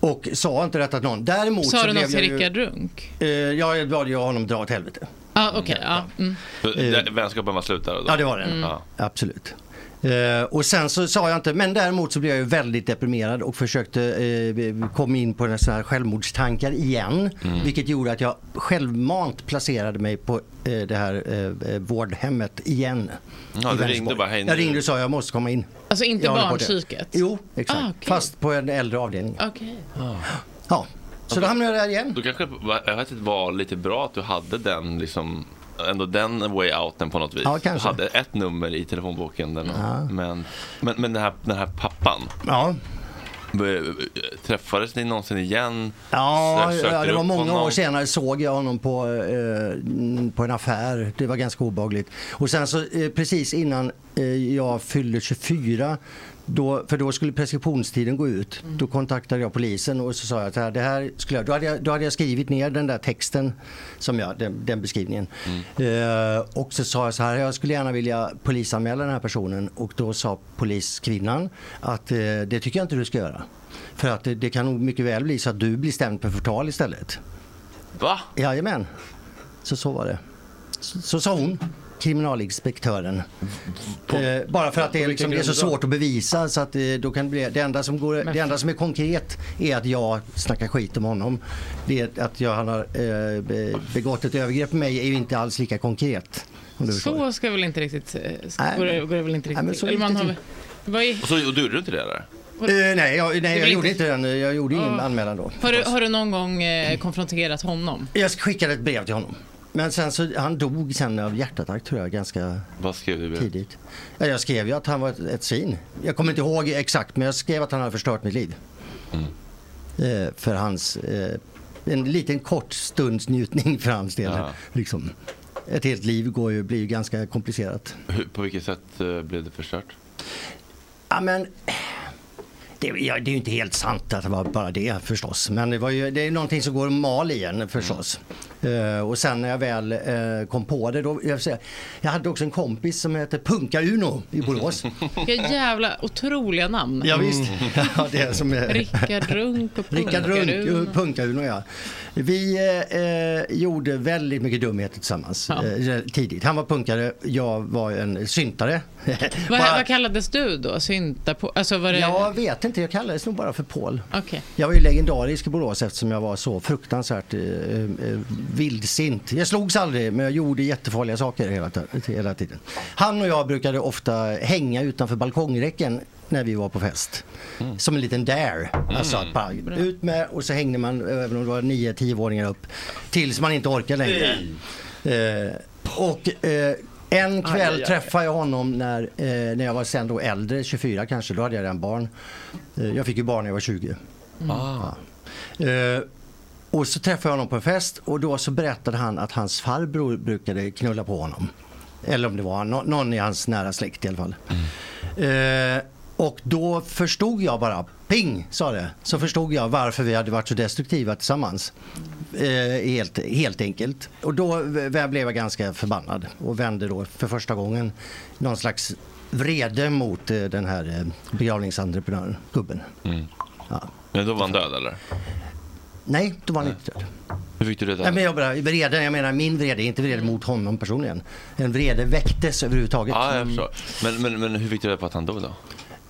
J: och sa inte detta till någon. Däremot
F: Sa
J: så
F: du
J: blev
F: något till
J: jag ju-
F: Rickard Runk?
J: Eh, ja, jag bad ju honom dra åt helvete.
F: Ja, okej. ja. Mm.
A: Så där- Vänskapen var slut där och då?
J: Eh.
A: Mm.
J: Ja, det var den.
A: Ja.
J: Absolut. Eh, och sen så sa jag inte, men däremot så blev jag ju väldigt deprimerad och försökte eh, komma in på sådana här självmordstankar igen.
C: Mm.
J: Vilket gjorde att jag självmant placerade mig på eh, det här eh, eh, vårdhemmet igen. i
A: du ringde
J: Vänersborg.
A: bara, "Hej, nu."
J: jag ringde och sa jag måste komma in.
F: Alltså inte
J: Jag håller på det.
F: barnpsyket?
J: Jo, exakt.
F: Ah, okej.
J: Fast på en äldre avdelning.
F: Okej.
J: Ja, så då hamnade jag där igen.
A: Då kanske det var- jag vet, inte, var lite bra att du hade den liksom Ändå den way outen på något vis.
J: Ja, kanske.
A: Du hade ett nummer i telefonboken. Där någon- men, men, men den, här, den här pappan.
J: Ja.
A: Bör- Träffades ni någonsin igen?
J: Ja,
A: Sö- sökte
J: ja,
A: du
J: det var
A: upp
J: många
A: honom?
J: år senare såg jag honom på, eh, på en affär. Det var ganska obehagligt. Och sen så eh, precis innan eh, jag fyllde 24, då, för då skulle preskriptionstiden gå ut. Då kontaktade jag polisen och så sa jag att det här, det här skulle jag, då, hade jag, då hade jag skrivit ner den där texten, som jag, den, den beskrivningen. Eh, och så sa jag så här, jag skulle gärna vilja polisanmäla den här personen. Och då sa poliskvinnan att eh, det tycker jag inte du ska göra. För att det, det kan nog mycket väl bli så att du blir stämd för förtal istället.
A: Va?
J: Jajamän. Så så var det. Så, så sa hon, kriminalinspektören. eh, bara för att det, är
K: vilken
J: liksom, det är
K: grund
J: så
K: då?
J: svårt att bevisa så att eh, då kan det bli, det enda som går, det enda som är konkret är att jag snackar skit om honom. Det är att jag, han har eh, be- begått ett övergrepp på mig är ju inte alls lika konkret. om du förstår.
F: Så ska väl inte riktigt... eh, Ska,
J: Nej,
F: går, det,
J: men-
F: går det väl inte
J: nej, men
F: riktigt
J: så
F: till? Eller man
J: gick
F: har
J: det
F: väl... Vad är,
A: Och så och du gjorde du inte det där?
J: Eh, nej, jag, nej,
F: väl
J: jag
F: inte-
J: gjorde inte den. Jag gjorde ingen
F: Ja.
J: anmälan då.
F: har, du, har du någon gång eh, konfronterat honom?
J: Jag skickade ett brev till honom. Men sen så, han dog sen av hjärtattack tror jag ganska
A: Vad skrev du? Björn?
J: tidigt. Ja, jag skrev ju att han var ett, ett svin. Jag kommer inte ihåg exakt men jag skrev att han hade förstört mitt liv.
A: Mm.
J: Eh, för hans, eh, en liten kort stunds njutning för hans del. Liksom. Ett helt liv går ju, blir ju ganska komplicerat.
A: Hur, på vilket sätt eh, blev det förstört?
J: Ja, men, det, ja, det är ju inte helt sant att det var bara det förstås. Men det, var ju, det är någonting som går och mal igen förstås. Eh, och sen när jag väl eh, kom på det, då, jag, vill säga, jag hade också en kompis som hette Punka-Uno i Borås.
F: Vilka jävla otroliga namn.
J: Ja, visst. Ja, det är som är...
F: Rickard Runk och
J: Rickard
F: Punkarun.
J: Runk, Punkarun och jag. Vi eh, eh, gjorde väldigt mycket dumheter tillsammans eh, tidigt. Han var punkare, jag var en syntare.
F: Vad, vad kallades du då? Synta på, alltså var det...
J: Jag vet inte, jag kallades nog bara för Paul.
F: Okej.
J: Jag var ju legendarisk i Borås eftersom jag var så fruktansvärt eh, eh, vildsint. Jag slogs aldrig men jag gjorde jättefarliga saker hela, t- hela tiden. Han och jag brukade ofta hänga utanför balkongräcken när vi var på fest. Som en liten dare. Alltså att bara ut med och så hängde man även om det var 9-10-åringar upp. Tills man inte orkade längre. Eh, och eh, en
K: Aj,
J: kväll
K: aj, aj.
J: träffade jag honom när, eh, när jag var sen då äldre, 24 kanske, då hade jag redan barn. Eh, jag fick ju barn när jag var 20.
K: Mm. Ah.
J: Ja. Eh, och så träffade jag honom på en fest och då så berättade han att hans farbror brukade knulla på honom. Eller om det var nå- någon i hans nära släkt i alla fall.
K: Mm.
J: Eh, och då förstod jag bara, ping sa det, så förstod jag varför vi hade varit så destruktiva tillsammans. Eh, helt, helt enkelt. Och då v- blev jag ganska förbannad och vände då för första gången någon slags vrede mot eh, den här eh, begravningsentreprenören, gubben.
A: Mm. Men då var han död eller?
J: Nej, då var han inte död.
A: Hur fick du reda
J: Nej, men jag, bara, vrede, jag menar min vrede, inte vrede
A: Mm.
J: mot honom personligen. En vrede väcktes överhuvudtaget.
A: Ja, jag förstår. Men, men, men hur fick du reda på att han dog då?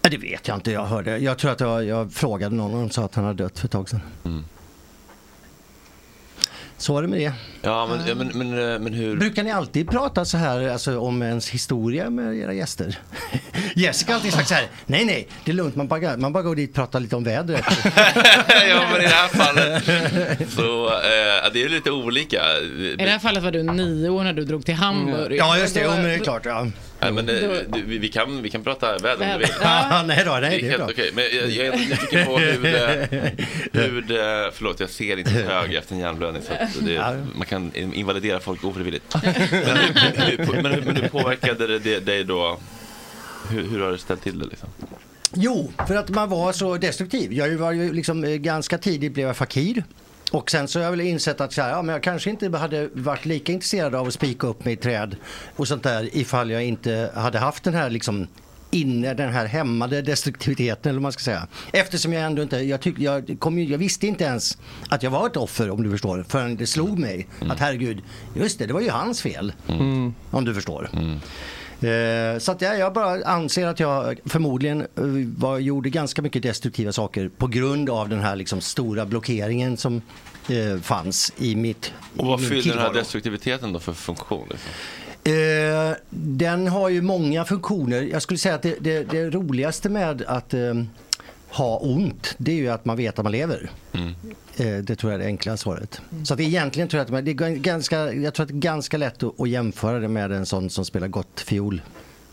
J: Ja, Det vet jag inte, jag hörde. Jag tror att jag, jag frågade någon och de sa att han hade dött för ett tag sedan. Så var det med det.
A: Ja, men, ja, men, men, eh, men hur...
J: Brukar ni alltid prata så här alltså, om ens historia med era gäster? Jessica har alltid sagt så här, nej nej, det är lugnt, man bara, man bara går dit och pratar lite om vädret.
A: ja, men i det här fallet så eh, det är lite olika.
F: I det här fallet var du nio år när du drog till Hamburg.
J: Ja just det, jo, men det är klart. Ja.
A: Nej, men, eh, du, vi, vi, kan, vi kan prata väder om du vill.
J: Ja, nej då, nej, det är
A: helt
J: bra.
A: okej. Men jag, jag är ändå nyfiken på hur det, hur det... Förlåt, jag ser inte så hög efter en hjärnblödning. Så att det, man kan invalidera folk ofrivilligt. Men hur, men hur, men hur påverkade det- det dig då? Hur, hur har det ställt till det liksom?
J: Jo, för att man var så destruktiv. Jag var ju liksom, eh, ganska tidigt blev jag fakir. Och sen så har jag väl insett att så här, ja, men jag kanske inte hade varit lika intresserad av att spika upp mig i träd och sånt där ifall jag inte hade haft den här liksom inne, den här hämmade destruktiviteten eller vad man ska säga. Eftersom jag ändå inte, jag, tyck, jag, kom ju, jag visste inte ens att jag var ett offer om du förstår förrän det slog mig att herregud, just det, det var ju hans fel. Om du förstår. Eh, Så att jag, jag bara anser att jag förmodligen eh, var, gjorde ganska mycket destruktiva saker på grund av den här liksom stora blockeringen som eh, fanns i mitt
A: Och vad
J: i min
A: fyller den här
J: tillvaro.
A: destruktiviteten då för funktion? Liksom?
J: Eh, den har ju många funktioner. Jag skulle säga att det, det, det roligaste med att eh, ha ont, det är ju att man vet att man lever. Eh, det tror jag är det enkla svaret. Så att egentligen tror jag att man, det är g- ganska, jag tror att det är ganska lätt att, att jämföra det med en sån som spelar gott fiol.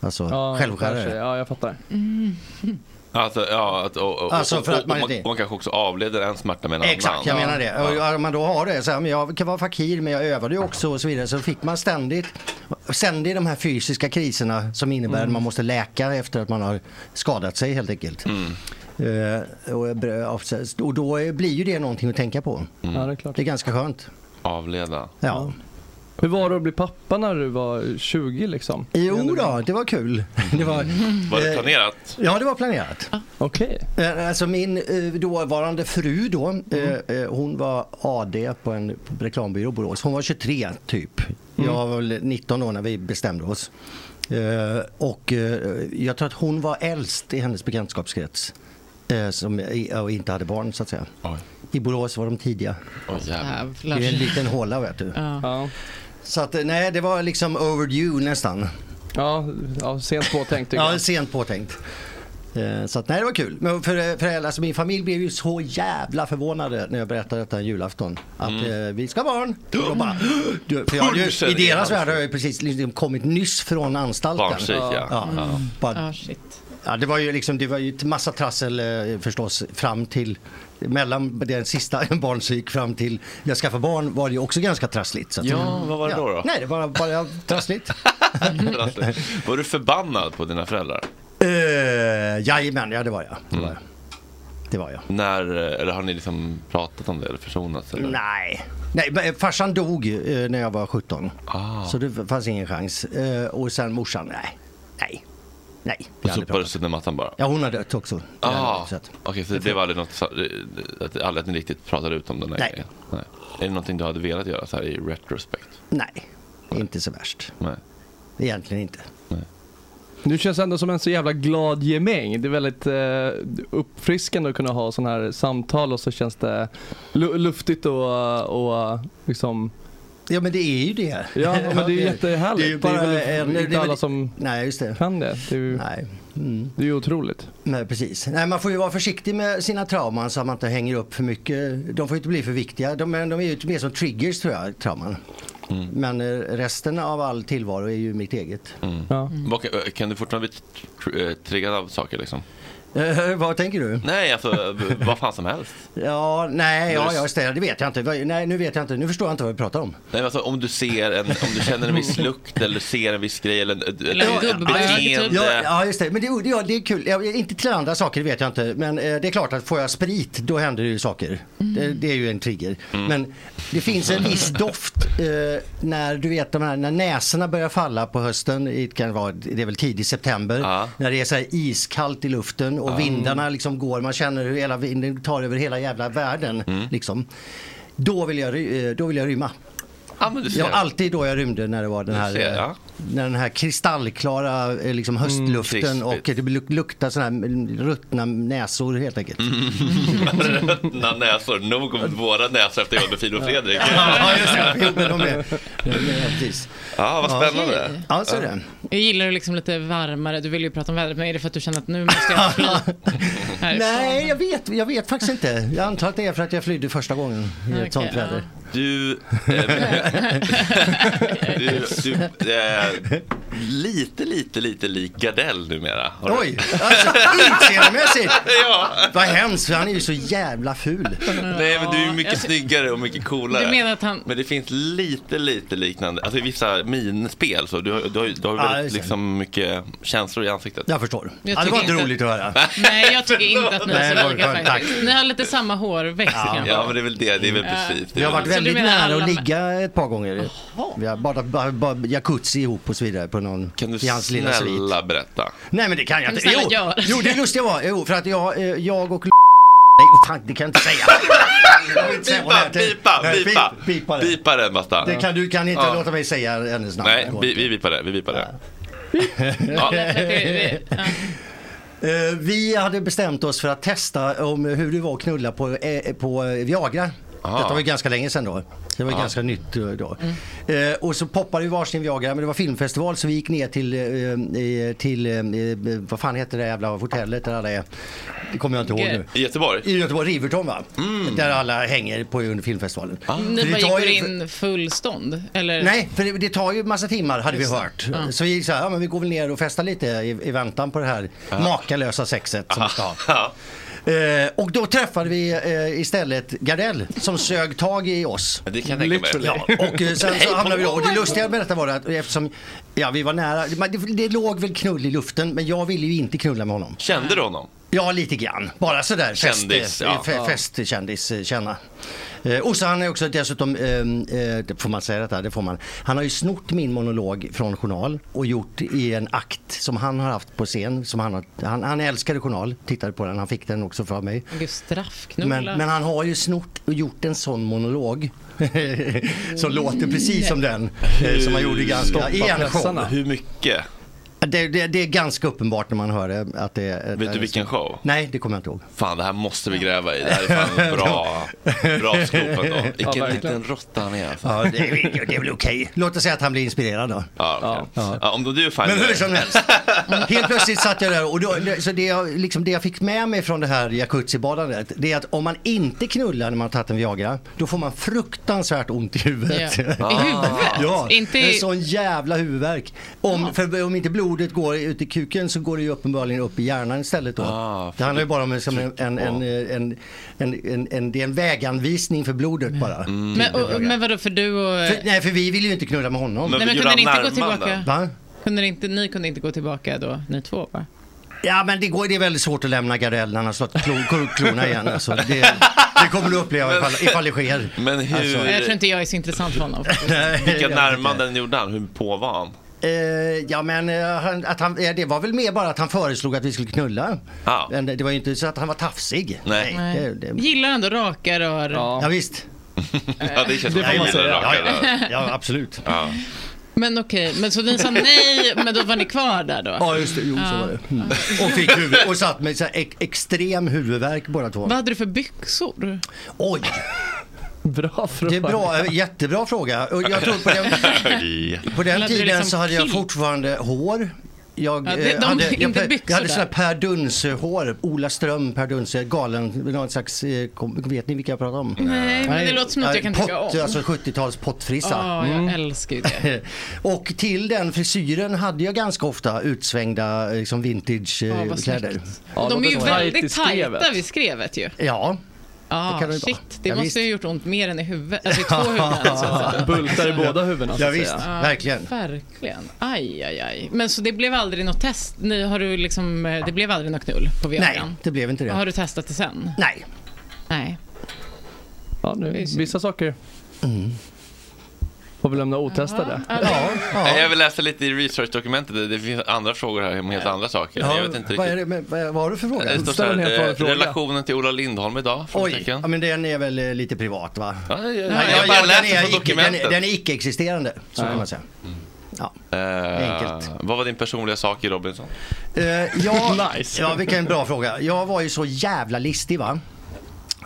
J: Alltså
E: Ja,
J: självskärare.
E: kanske. Ja, jag fattar.
A: Alltså, ja, att, och, och,
J: Alltså, för
A: och,
J: att man-
A: och, man, man kanske också avleder en smärta med en annan.
J: Exakt, jag menar det. Och Om man då har det, så här, men jag kan vara fakir men jag övade ju också och så vidare. Så fick man ständigt, ständigt de här fysiska kriserna som innebär
K: Mm.
J: att man måste läka efter att man har skadat sig helt enkelt.
A: Mm.
J: Eh, och, br- och då är- blir ju det någonting att tänka på.
A: Mm.
E: Ja, det är klart.
J: Det är ganska skönt.
A: Avleda.
J: Ja.
E: Hur var det att bli pappa när du var 20 liksom? Mm.
J: Jo då, det var kul. Det var,
A: Var det
J: eh,
A: planerat?
J: Ja, det var planerat.
E: Okej.
J: Alltså min eh, dåvarande fru då, eh, eh, hon var AD på en reklambyrå i Borås. Hon var 23 typ. Jag var väl 19 då när vi bestämde oss. Eh, Och eh, jag tror att hon var äldst i hennes bekantskapskrets. eh, Som i- och inte hade barn så att säga. I Borås var de tidiga. det är en liten håla vet du.
E: Ja.
J: Så att eh, nej, det var liksom overdue nästan.
E: Ja, ja sent påtänkt tycker
J: Ja,
E: jag.
J: sent påtänkt. Eh, Så att, nej, det var kul. Men för, för alltså, min familj blev ju så jävla förvånade när jag berättade detta en julafton. Att
E: Mm.
J: eh, vi ska ha barn. Och de bara, du, för jag, hade ju- I
K: Pulsen i
J: deras
K: halsen.
J: värld har jag ju precis liksom kommit nyss från anstalten.
K: Barnpsyk, ja. Ja.
J: Bara, ja, det var ju liksom, det var ju ett massa trassel eh, förstås fram till mellan den sista barnpsyk fram till jag skaffade barn var det ju också ganska trassligt. Så att-
A: Ja, vad var det då då?
J: Nej, det var bara trassligt.
A: Alltså, var du förbannad på dina föräldrar?
J: Uh, jajamän, ja det var jag. Mm. Det var jag.
A: När, eller har ni liksom pratat om det eller försonats? Eller?
J: Nej. Nej, men farsan dog eh, när jag var 17.
A: Ah.
J: Så det fanns ingen chans. Eh, och sen morsan, nej. Nej. Nej.
A: Och sopades under mattan bara?
J: Ja, hon har dött också.
A: Ah, okej, så det var aldrig något, att, aldrig att ni riktigt pratade ut om den här
J: Nej.
A: grejen? Nej. Är det någonting du hade velat göra så här i retrospekt?
J: Nej, inte så värst.
A: Nej.
J: Egentligen inte.
E: Du känns ändå som en så jävla glad gemäng. Det är väldigt eh, uppfriskande att kunna ha sådana här samtal och så känns det lu- luftigt och, och liksom
J: Ja, men det är ju det.
E: Ja, men det är ju jättehärligt.
J: Det är ju bara
E: det är
J: en-
E: väl
J: det
E: inte
J: är
E: alla
J: väl-
E: som
J: nej, just det.
E: kan det. Det är ju,
J: nej.
E: Det är ju otroligt.
J: Nej, precis. Nej, man får ju vara försiktig med sina trauman så att man inte hänger upp för mycket. De får ju inte bli för viktiga. De, är- de är ju mer som triggers tror jag, trauman. Men eh, resten av all tillvaro är ju mitt eget.
A: Mm. Vad Kan, kan du fortfarande bli tr- tr- eh, triggad av saker liksom?
J: Eh, vad tänker du?
A: Nej, alltså v- vad fan som helst.
J: Ja, nej,
A: Men
J: ja,
A: du-
J: ja, just det, det vet jag inte. Vad- Nej, nu vet jag inte. Nu förstår jag inte vad vi pratar om.
A: Nej, men alltså, om, du ser en, om du känner en viss lukt eller ser en viss grej eller ett,
J: Ja,
A: ett, ett beteende.
J: ja, ja, just det. Men det, ja, det är kul. Ja, inte till andra saker, det vet jag inte. Men eh, det är klart att får jag sprit, då händer det ju saker. Det, det är ju en trigger. Men det finns en viss doft eh, när du vet de här, när näsorna börjar falla på hösten. i- Det, kan vara, det är väl tidig september. När det är så här iskallt i luften och
K: Ja.
J: vindarna liksom går. Man känner hur hela vinden tar över hela jävla världen. Liksom. Då, vill jag, ry- eh, då vill jag rymma.
A: Ja, men du ser.
J: Ja, alltid då jag rymde när det var den
A: Du
J: här,
A: ser,
J: eh,
A: ja. Mm,
J: när den här kristallklara eh, liksom höstluften
A: krispigt.
J: och eh, det luk- luktar sådana här mm, ruttna näsor helt enkelt.
A: Mm. Ruttna näsor, nog om våra näsor efter jag var med Filip och Fredrik.
J: Ja, just det. Jo, men de är... de är precis.
A: Ja, vad spännande.
F: Okej.
J: Ja, så är det.
F: Jag gillar det liksom lite varmare. Du vill ju prata om vädret, men är det för att du känner att nu måste jag fly härifrån?
J: Nej, jag vet, jag vet faktiskt inte. Jag antar att det är för att jag flydde första gången i ett
F: Okej,
J: sånt
F: ja.
J: väder.
A: Du, eh, du, du eh, lite, lite, lite lik Gardell numera. Har du-
J: Oj! Alltså, utseendemässigt!
A: ja.
J: Vad hemskt, för han är ju så jävla ful.
A: Nej men du är ju mycket
F: jag ser-
A: snyggare och mycket coolare.
F: Du menar att han-
A: Men det finns lite, lite liknande, alltså i vissa minspel så, du har, du har, ju- du har ju
J: Ja,
A: väldigt
J: just det.
A: liksom mycket känslor i ansiktet.
J: Jag förstår.
F: Jag
J: ja, det var
F: tycker
J: inte
F: inte-
J: roligt att höra.
F: Nej, jag tycker inte att ni
J: Nej,
F: är
J: det
F: så
J: var
F: lika
J: skönt,
F: faktiskt.
J: tack.
F: Ni har lite samma hårväxt
A: Ja.
F: kanske.
A: ja men det är väl det, det är väl
F: Ja.
A: precis. Det
J: Vi
A: är
J: har
A: väl-
J: varit
F: Så du
J: väldigt
F: menar
J: nära
F: alla
J: att
F: män?
J: ligga ett par gånger. Vi har badat ba, ba, jacuzzi ihop och så vidare på någon,
A: Kan du
J: i hans lilla svit.
A: snälla berätta?
J: Nej men det kan jag
A: Kan
J: inte.
A: du snälla
J: Jo,
A: göra det?
J: jo det lustiga var, jo, för att jag, eh, jag och Nej fan det kan jag inte säga. Jag vill inte säga vad det
A: Pipa,
J: heter.
A: pipa, pipa,
J: Nej, pip- pipa det.
A: pipa den Basta.
J: Det kan, du kan inte
A: Ja.
J: låta mig säga hennes namn.
A: Nej, vi, vi pipar det, vi pipar det.
J: Ja. Eh, Vi hade bestämt oss för att testa om hur det var att knulla på, eh, på Viagra. Detta var ju ganska länge sedan då. Det var
K: Ja.
J: ganska nytt eh, då. Eh, och så poppade vi varsin Viagra, men det var filmfestival så vi gick ner till, eh, eh, till eh, eh, vad fan heter det jävla hotellet där alla är? Det kommer jag inte ihåg nu.
A: I Göteborg?
J: I Göteborg, Riverton va? Där alla hänger på under filmfestivalen. Så
F: Ni
J: det
F: bara
J: tar
F: Ah. gick
J: ju-
F: in fullstånd? Eller?
J: Nej, för det, det tar ju massa timmar hade vi
F: Just det.
J: hört.
F: Ja.
J: Så vi gick så här, ja, men vi går väl ner och festar lite i, i väntan på det här makalösa sexet som vi ska ha. Eh, och då träffade vi eh, istället Gardell som sög tag i oss.
A: Det kan jag tänka mig.
J: Ja, och eh, sen
A: Hej
J: så
A: på
J: hamnade vi då, och det
A: morgonen.
J: lustiga med detta var att eftersom, ja vi var nära, men det, det låg väl knull i luften men jag ville ju inte knulla med honom.
A: Kände du honom?
J: Ja, lite grann. Bara sådär fest,
A: Kändis,
J: eh,
A: ja.
J: fe- festkändis eh, känna. Eh, och så han är också dessutom, ehm, eh, det får man säga detta, det får man. Han har ju snott min monolog från Journal och gjort i en akt som han har haft på scen. Som han, har, han, han älskade Journal, tittade på den, han fick den också från mig.
F: Gud, straffknulla.
J: Men, men han har ju snott och gjort en sån monolog som låter precis som den eh, som han gjorde ganska, i en show.
A: Hur mycket?
J: Det, det, det är ganska uppenbart när man hör det. Att det är-
A: Vet du vilken show?
J: Nej, det kommer jag inte ihåg.
A: Fan, det här måste vi gräva i. Det här är fan bra, bra scoop ändå. Vilken
J: verkligen.
A: liten råtta han är. alltså.
J: Ja, det, är- det är väl okej. Låt oss säga att han blir inspirerad då.
A: Ja, okej. ja, om du är fan
J: Men liksom- hur som helst. Helt plötsligt satt jag där och då, så det, jag, liksom det jag fick med mig från det här jacuzzibadandet det är att om man inte knullar när man har tagit en Viagra då får man fruktansvärt ont i huvudet.
F: Ja. I huvudet?
J: Ja,
F: Inte i-
J: en sån jävla huvudvärk. Om, för om inte blodet går ut i kuken så går det ju uppenbarligen upp i hjärnan istället då. Ah, det handlar ju bara om en, som en, en, en, en, en, en, en, det är en väganvisning för blodet bara.
F: Mm. Men, och, men vadå, för du och...
J: För, nej, för vi ville ju inte knulla med honom.
F: Nej, men kunde ni inte gå tillbaka?
J: Va?
F: Kunde ni, inte, ni kunde inte gå tillbaka då, ni två va?
J: Ja, men det, går, det är väldigt svårt att lämna Gardell när han har slått klo- klorna igen. Alltså, det, det kommer du uppleva ifall, ifall det sker.
A: Men hur,
J: Alltså,
F: Jag tror inte jag är så intressant för honom.
A: vilka närmanden gjorde han? Hur på var han?
J: Eh, ja, men eh, han, att han, eh, det var väl mer bara att han föreslog att vi skulle knulla. Men det det var ju inte så att han var tafsig.
A: Nej.
J: Det, det,
F: Gillar ändå raka rör.
J: ja. visst.
A: Ja, det känns
J: Det
A: som
J: får man
A: att
J: säga.
A: raka
J: Ja,
A: rör.
J: ja, absolut.
A: Ja.
F: Men okej, men så ni sa nej, men då var ni kvar där då?
J: Ja, just det. Jo, så
F: Ja.
J: var det. Mm. Och, fick huvud, och satt med så här, ex- extrem huvudvärk båda två.
F: Vad hade du för byxor?
J: Oj!
E: Bra fråga.
J: Det är bra, eh, jättebra fråga. Och jag tror på den, på
F: Eller
J: den
F: hade du
J: tiden
F: liksom
J: så hade jag
F: kilt?
J: fortfarande hår. Jag,
F: Ja, det-
J: eh,
F: de-
J: hade, jag,
F: inte
J: jag,
F: byxor
J: jag hade
F: där.
J: sådana Per Dunse-hår. Ola Ström, Per Dunse, galen, någon slags, eh, kom- vet ni vilka jag pratar om?
F: Nej, men det låter som något
J: eh,
F: jag kan
J: pott,
F: tycka om.
J: Alltså 70-tals pottfrissa. Mm.
F: Ja, jag älskar ju det.
J: Och till den frisyren hade jag ganska ofta utsvängda eh, liksom
F: Ja,
J: vintagekläder.
F: vad
J: kläder.
F: snyggt. de är ju väldigt tajta vid skrevet ju.
J: Ja.
F: Ah,
J: Det kan det vara.
F: shit, det
J: Ja,
F: måste
J: visst.
F: ju ha gjort ont mer än i huvudet. Alltså i två huvuden. så att säga.
E: Bultar i båda huvudena, så
J: Ja,
E: att
J: visst,
F: Ja,
J: verkligen.
F: Verkligen. Aj, aj, aj. Men så det blev aldrig något test? Nu har du liksom, eh, det blev aldrig något knull på
J: Nej,
F: Viagran?
J: det blev inte det.
F: Har du testat det sen?
J: Nej.
F: Nej.
E: Ja, nu, vissa saker
J: Mm.
E: får vi lämna otestade.
A: Nej, Jag vill läsa lite i researchdokumentet. Det- Det finns andra frågor här om helt andra saker.
J: Ja,
A: jag vet inte
J: vad,
A: riktigt.
J: är det, med- vad, vad har du för fråga?
A: Det står så här, eh, relationen till Ola Lindholm idag?
J: Oj,
A: frågetecken.
J: ja, men den är väl eh, lite privat va?
A: Nej,
J: jag
A: jag bara läser
J: den, är
A: från
J: icke, den,
A: dokumentet.
J: är- den är icke-existerande, så
A: Ja.
J: kan man säga. Ja.
A: Eh,
J: Enkelt.
A: Vad var din personliga sak i Robinson?
J: Eh, ja,
A: Nice.
J: ja, vilken bra fråga. Jag var ju så jävla listig va.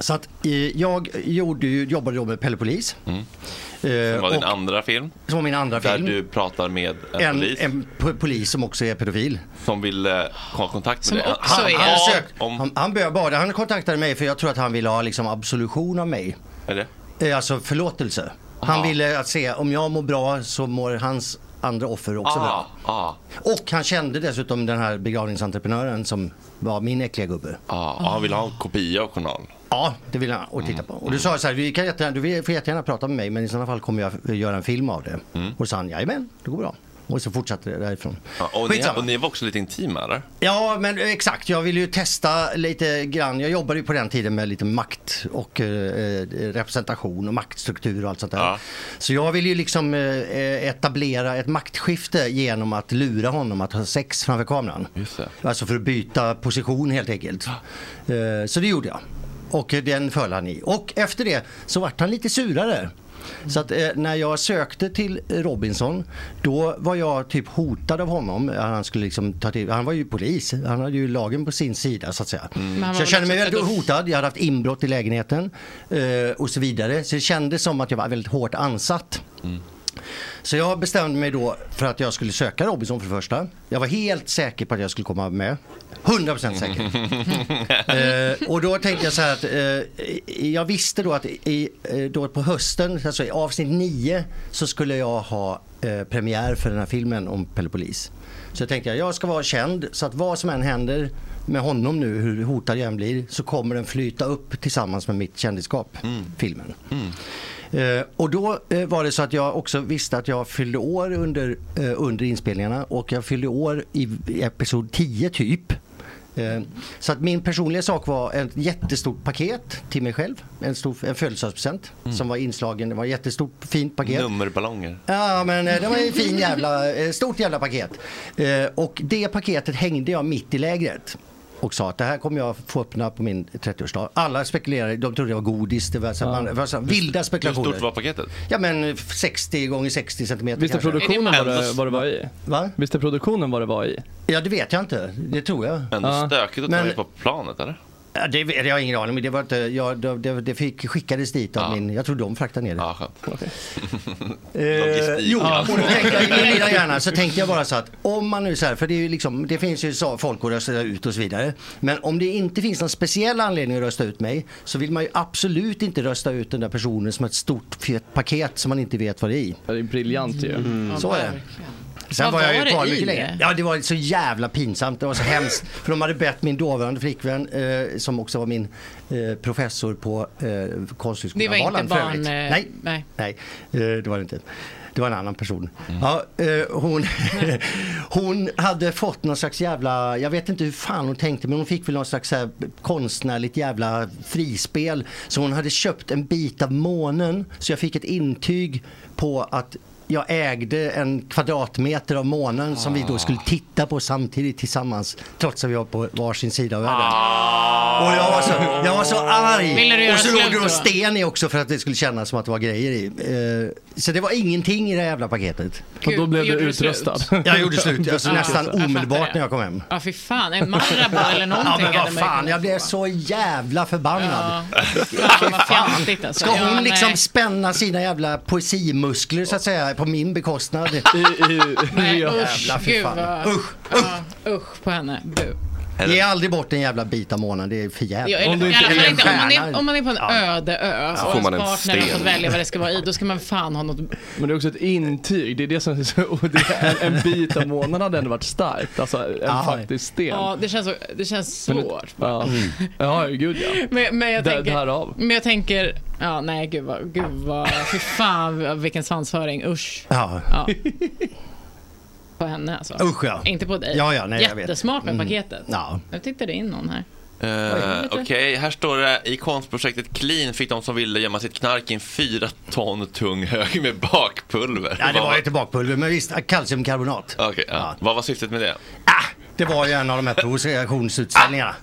J: Så att eh, jag gjorde, ju- jobbade då med Pelle Polis.
A: Mm.
J: Eh,
A: Som var din
J: och-
A: andra film?
J: Som var min andra
A: där
J: film.
A: du pratar med en,
J: en,
A: polis
J: en po- polis som också är pedofil.
A: som vill eh, ha kontakt med dig.
J: han,
A: Ja,
J: han, sök, han, han började bara, han kontaktade mig för jag tror att han ville ha liksom absolution av mig.
A: Är det?
J: Eh, Alltså förlåtelse. Han
A: Ah.
J: ville att se om jag mår bra så mår hans andra offer också bra.
A: ah.
J: Och han kände dessutom den här begravningsentreprenören som var min äckliga gubbe.
A: Ja, och ah. han vill ha en kopia av journal.
J: Ah. Ja, det ville han och titta på. Och du sa så här, vi kan jättegärna, du får jättegärna prata med mig men i sådana fall kommer jag göra en film av det. Och så sa han, jajamän, det går bra. Och så fortsatte det därifrån.
A: Ja, och, ni,
J: Skitsamma.
A: och ni var också lite intima eller?
J: Ja, men eh, exakt. Jag ville ju testa lite grann. Jag jobbade ju på den tiden med lite makt och eh, representation och maktstruktur och allt sånt där. Så jag ville ju liksom eh, etablera ett maktskifte genom att lura honom att ha sex framför kameran. Alltså för att byta position helt enkelt. Eh, så det gjorde jag. Och eh, den föll han i. Och efter det så vart han lite surare. Så att eh, när jag sökte till Robinson, då var jag typ hotad av honom. Han, skulle liksom ta till, han var ju polis, han hade ju lagen på sin sida så att säga.
C: Men han
J: Så
C: var liksom
J: jag kände
C: väl
J: mig
C: också
J: väldigt
C: pedof-
J: hotad, jag hade haft inbrott i lägenheten eh, och så vidare. Så det kändes som att jag var väldigt hårt ansatt. Så jag bestämde mig då för att jag skulle söka Robinson för det första. Jag var helt säker på att jag skulle komma med. 100%
A: Mm.
J: säker. eh, och då tänkte jag så här att eh, jag visste då att i, eh, då på hösten, alltså i avsnitt 9, så skulle jag ha eh, premiär för den här filmen om Pelle Polis. Så jag tänkte jag, jag ska vara känd så att vad som än händer med honom nu, hur hotad jag än blir, så kommer den flyta upp tillsammans med mitt kändisskap,
A: Mm.
J: filmen. Eh, och då eh, var det så att jag också visste att jag fyllde år under, eh, under inspelningarna och jag fyllde år i i episod 10 typ. Eh, Så att min personliga sak var ett jättestort paket till mig själv. En, stor, en födelsedagspresent som var inslagen. Det var ett jättestort fint paket.
K: Nummerballonger.
J: Ja, men eh, det var ju fin jävla, eh, stort jävla paket. Eh, Och det paketet hängde jag mitt i lägret och sa att det här kommer jag få öppna på min 30-årsdag. Alla spekulerade, de trodde det var godis, det var, så här- man, det var så här vilda spekulationer.
K: Hur stort var paketet?
J: Ja men 60 gånger 60 centimeter
E: Visste
J: kanske.
E: produktionen vad det, vad det var i?
J: Va?
E: Visste produktionen vad det var i?
J: Ja det vet jag inte, det tror jag.
K: Ändå stökigt att ta
J: Men-
K: dig på planet eller?
J: Ja, det, det har jag ingen aning om. Det, var inte, jag, det, det fick, skickades dit av min... Jag tror de fraktade ner det.
K: Ja, skönt.
J: Eh,
K: Logistik.
J: jo, och då tänkte jag i min lilla hjärna så tänkte jag bara så att om man nu så här, för det, är ju liksom, det finns ju så, folk att rösta ut och så vidare. Men om det inte finns någon speciell anledning att rösta ut mig så vill man ju absolut inte rösta ut den där personen som har ett stort fett paket som man inte vet vad det är i. Mm.
E: Det är briljant ju.
A: Mm.
J: Så är det. Sen
E: Vad
J: var jag
E: var
J: ju
E: det
J: kvar
E: i
J: mycket
E: det?
J: längre. Ja, det var så jävla pinsamt. Det var så hemskt. För de hade bett min dåvarande flickvän, eh, som också var min eh, professor på eh,
F: Det var
J: Konsthögskolan
F: inte
J: Valand för
F: barn...
J: övrigt.
F: eh,
J: Nej,
F: nej.
J: Nej, eh, det var det inte. Det var en annan person. Ja, eh, hon, hon hade fått någon slags jävla, jag vet inte hur fan hon tänkte, men hon fick väl någon slags så här konstnärligt jävla frispel. Så hon hade köpt en bit av månen, så jag fick ett intyg på att jag ägde en kvadratmeter av månen som vi då skulle titta på samtidigt tillsammans trots att vi var på varsin sida av världen. Och jag var så, jag var så arg!
C: Ville du göra
J: och så låg
C: slut
J: det
C: då?
J: då sten i också för att det skulle kännas som att det var grejer i. Eh, Så det var ingenting i det jävla paketet.
E: Och då blev Gud, du gjorde du slut? utröstad.
J: Jag gjorde slut, alltså
F: Ja,
J: nästan
F: jag fattar
J: omedelbart när jag kom hem.
F: Ja, fy fan. En Marabou eller någonting.
J: Ja
F: hade
J: men
F: man
J: vad
F: ju
J: fan,
F: kunnat-
J: jag blev så jävla förbannad.
F: Fan, vad fjantigt alltså.
J: Ska
F: Ja,
J: hon
F: nej.
J: liksom spänna sina jävla poesimuskler så att säga på min bekostnad?
F: Nej,
J: jävla
F: usch,
J: fy
F: gud
J: fan.
F: vad...
J: Usch.
F: Ja, usch på henne. Bu.
J: Ge aldrig bort en jävla bit av månen, det är för jävligt.
F: Jag, eller, i alla fall inte, om, man är, om man är på en
J: Ja.
F: öde ö
J: Ja.
F: och
J: Får
F: ens
J: man
F: partner
J: en
F: har
J: sten.
F: fått välja vad det ska vara i, då ska man fan ha något...
E: Men det är också ett intyg, det är det som är så, och det är en, en bit av månaden hade ändå varit starkt, alltså en
F: Aha.
E: faktisk sten.
F: Ja, det känns, så- det känns
E: Men det-
F: svårt.
E: Ja,
J: Mm.
E: ja gud ja.
F: Men, men, jag
E: Det-
F: tänker,
E: det här av.
F: men jag tänker, ja nej gud vad, gud vad, fy fan vilken svansföring, usch.
J: Ja.
F: På henne alltså.
J: Usch, ja.
F: Inte på dig.
J: Ja, ja, nej, jag vet.
F: Jättesmart med
K: Mm.
F: paketet.
J: Ja.
F: Nu tittade det in någon här.
K: Eh,
F: lite.
K: Okej, här står det i konstprojektet Clean fick de som ville gömma sitt knark i en fyra ton tung hög med bakpulver.
J: Ja, det
K: Vad
J: var ju tillbakpulver, men visst, kalciumkarbonat.
K: Okej, ja. Vad var syftet med det?
J: Det var ju en av de här provokationsutställningarna.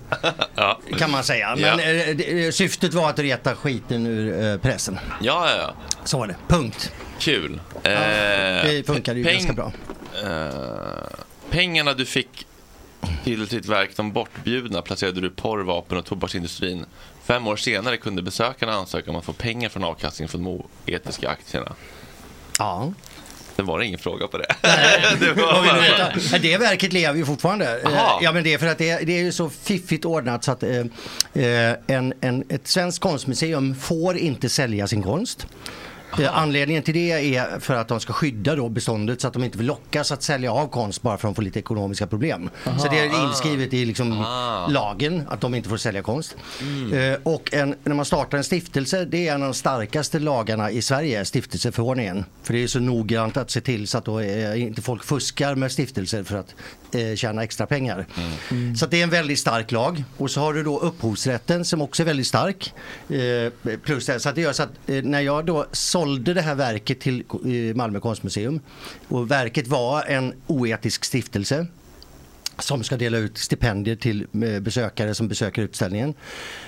K: ja.
J: Kan man säga. Men
K: Ja.
J: eh, det- eh, syftet var att reta skiten ur eh, pressen.
K: Ja, ja, ja.
J: Så var det. Punkt.
K: Kul.
J: det funkade ju ganska bra.
K: Eh, pengarna du fick till ditt verk De bortbjudna placerade du i porr, vapen och tobaksindustrin. Fem år senare kunde besökarna ansöka om att få pengar från avkastningen från de etiska aktierna.
J: Ja.
K: Det var ingen fråga på det. det var
J: Vad vill du
K: bara-
J: veta? Ja, Det verket lever ju fortfarande. Eh,
K: Aha.
J: Ja, men det är för att det, det är ju så fiffigt ordnat så att eh, eh, en, en, ett svenskt konstmuseum får inte sälja sin konst. Eh, Anledningen till det är för att de ska skydda då beståndet så att de inte vill lockas att sälja av konst bara för att de får lite ekonomiska problem. Så det är inskrivet i liksom lagen att de inte får sälja konst. Eh, och en, när man startar en stiftelse, det är en av de starkaste lagarna i Sverige, stiftelseförordningen. För det är så noggrant att se till så att då, eh, inte folk fuskar med stiftelser för att eh, tjäna extra pengar. Så att det är en väldigt stark lag. Och så har du då upphovsrätten som också är väldigt stark. Eh, plus det, här. så att det gör så att eh, när jag då sålde det här verket till eh, Malmö konstmuseum och verket var en oetisk stiftelse som ska dela ut stipendier till eh, besökare som besöker utställningen.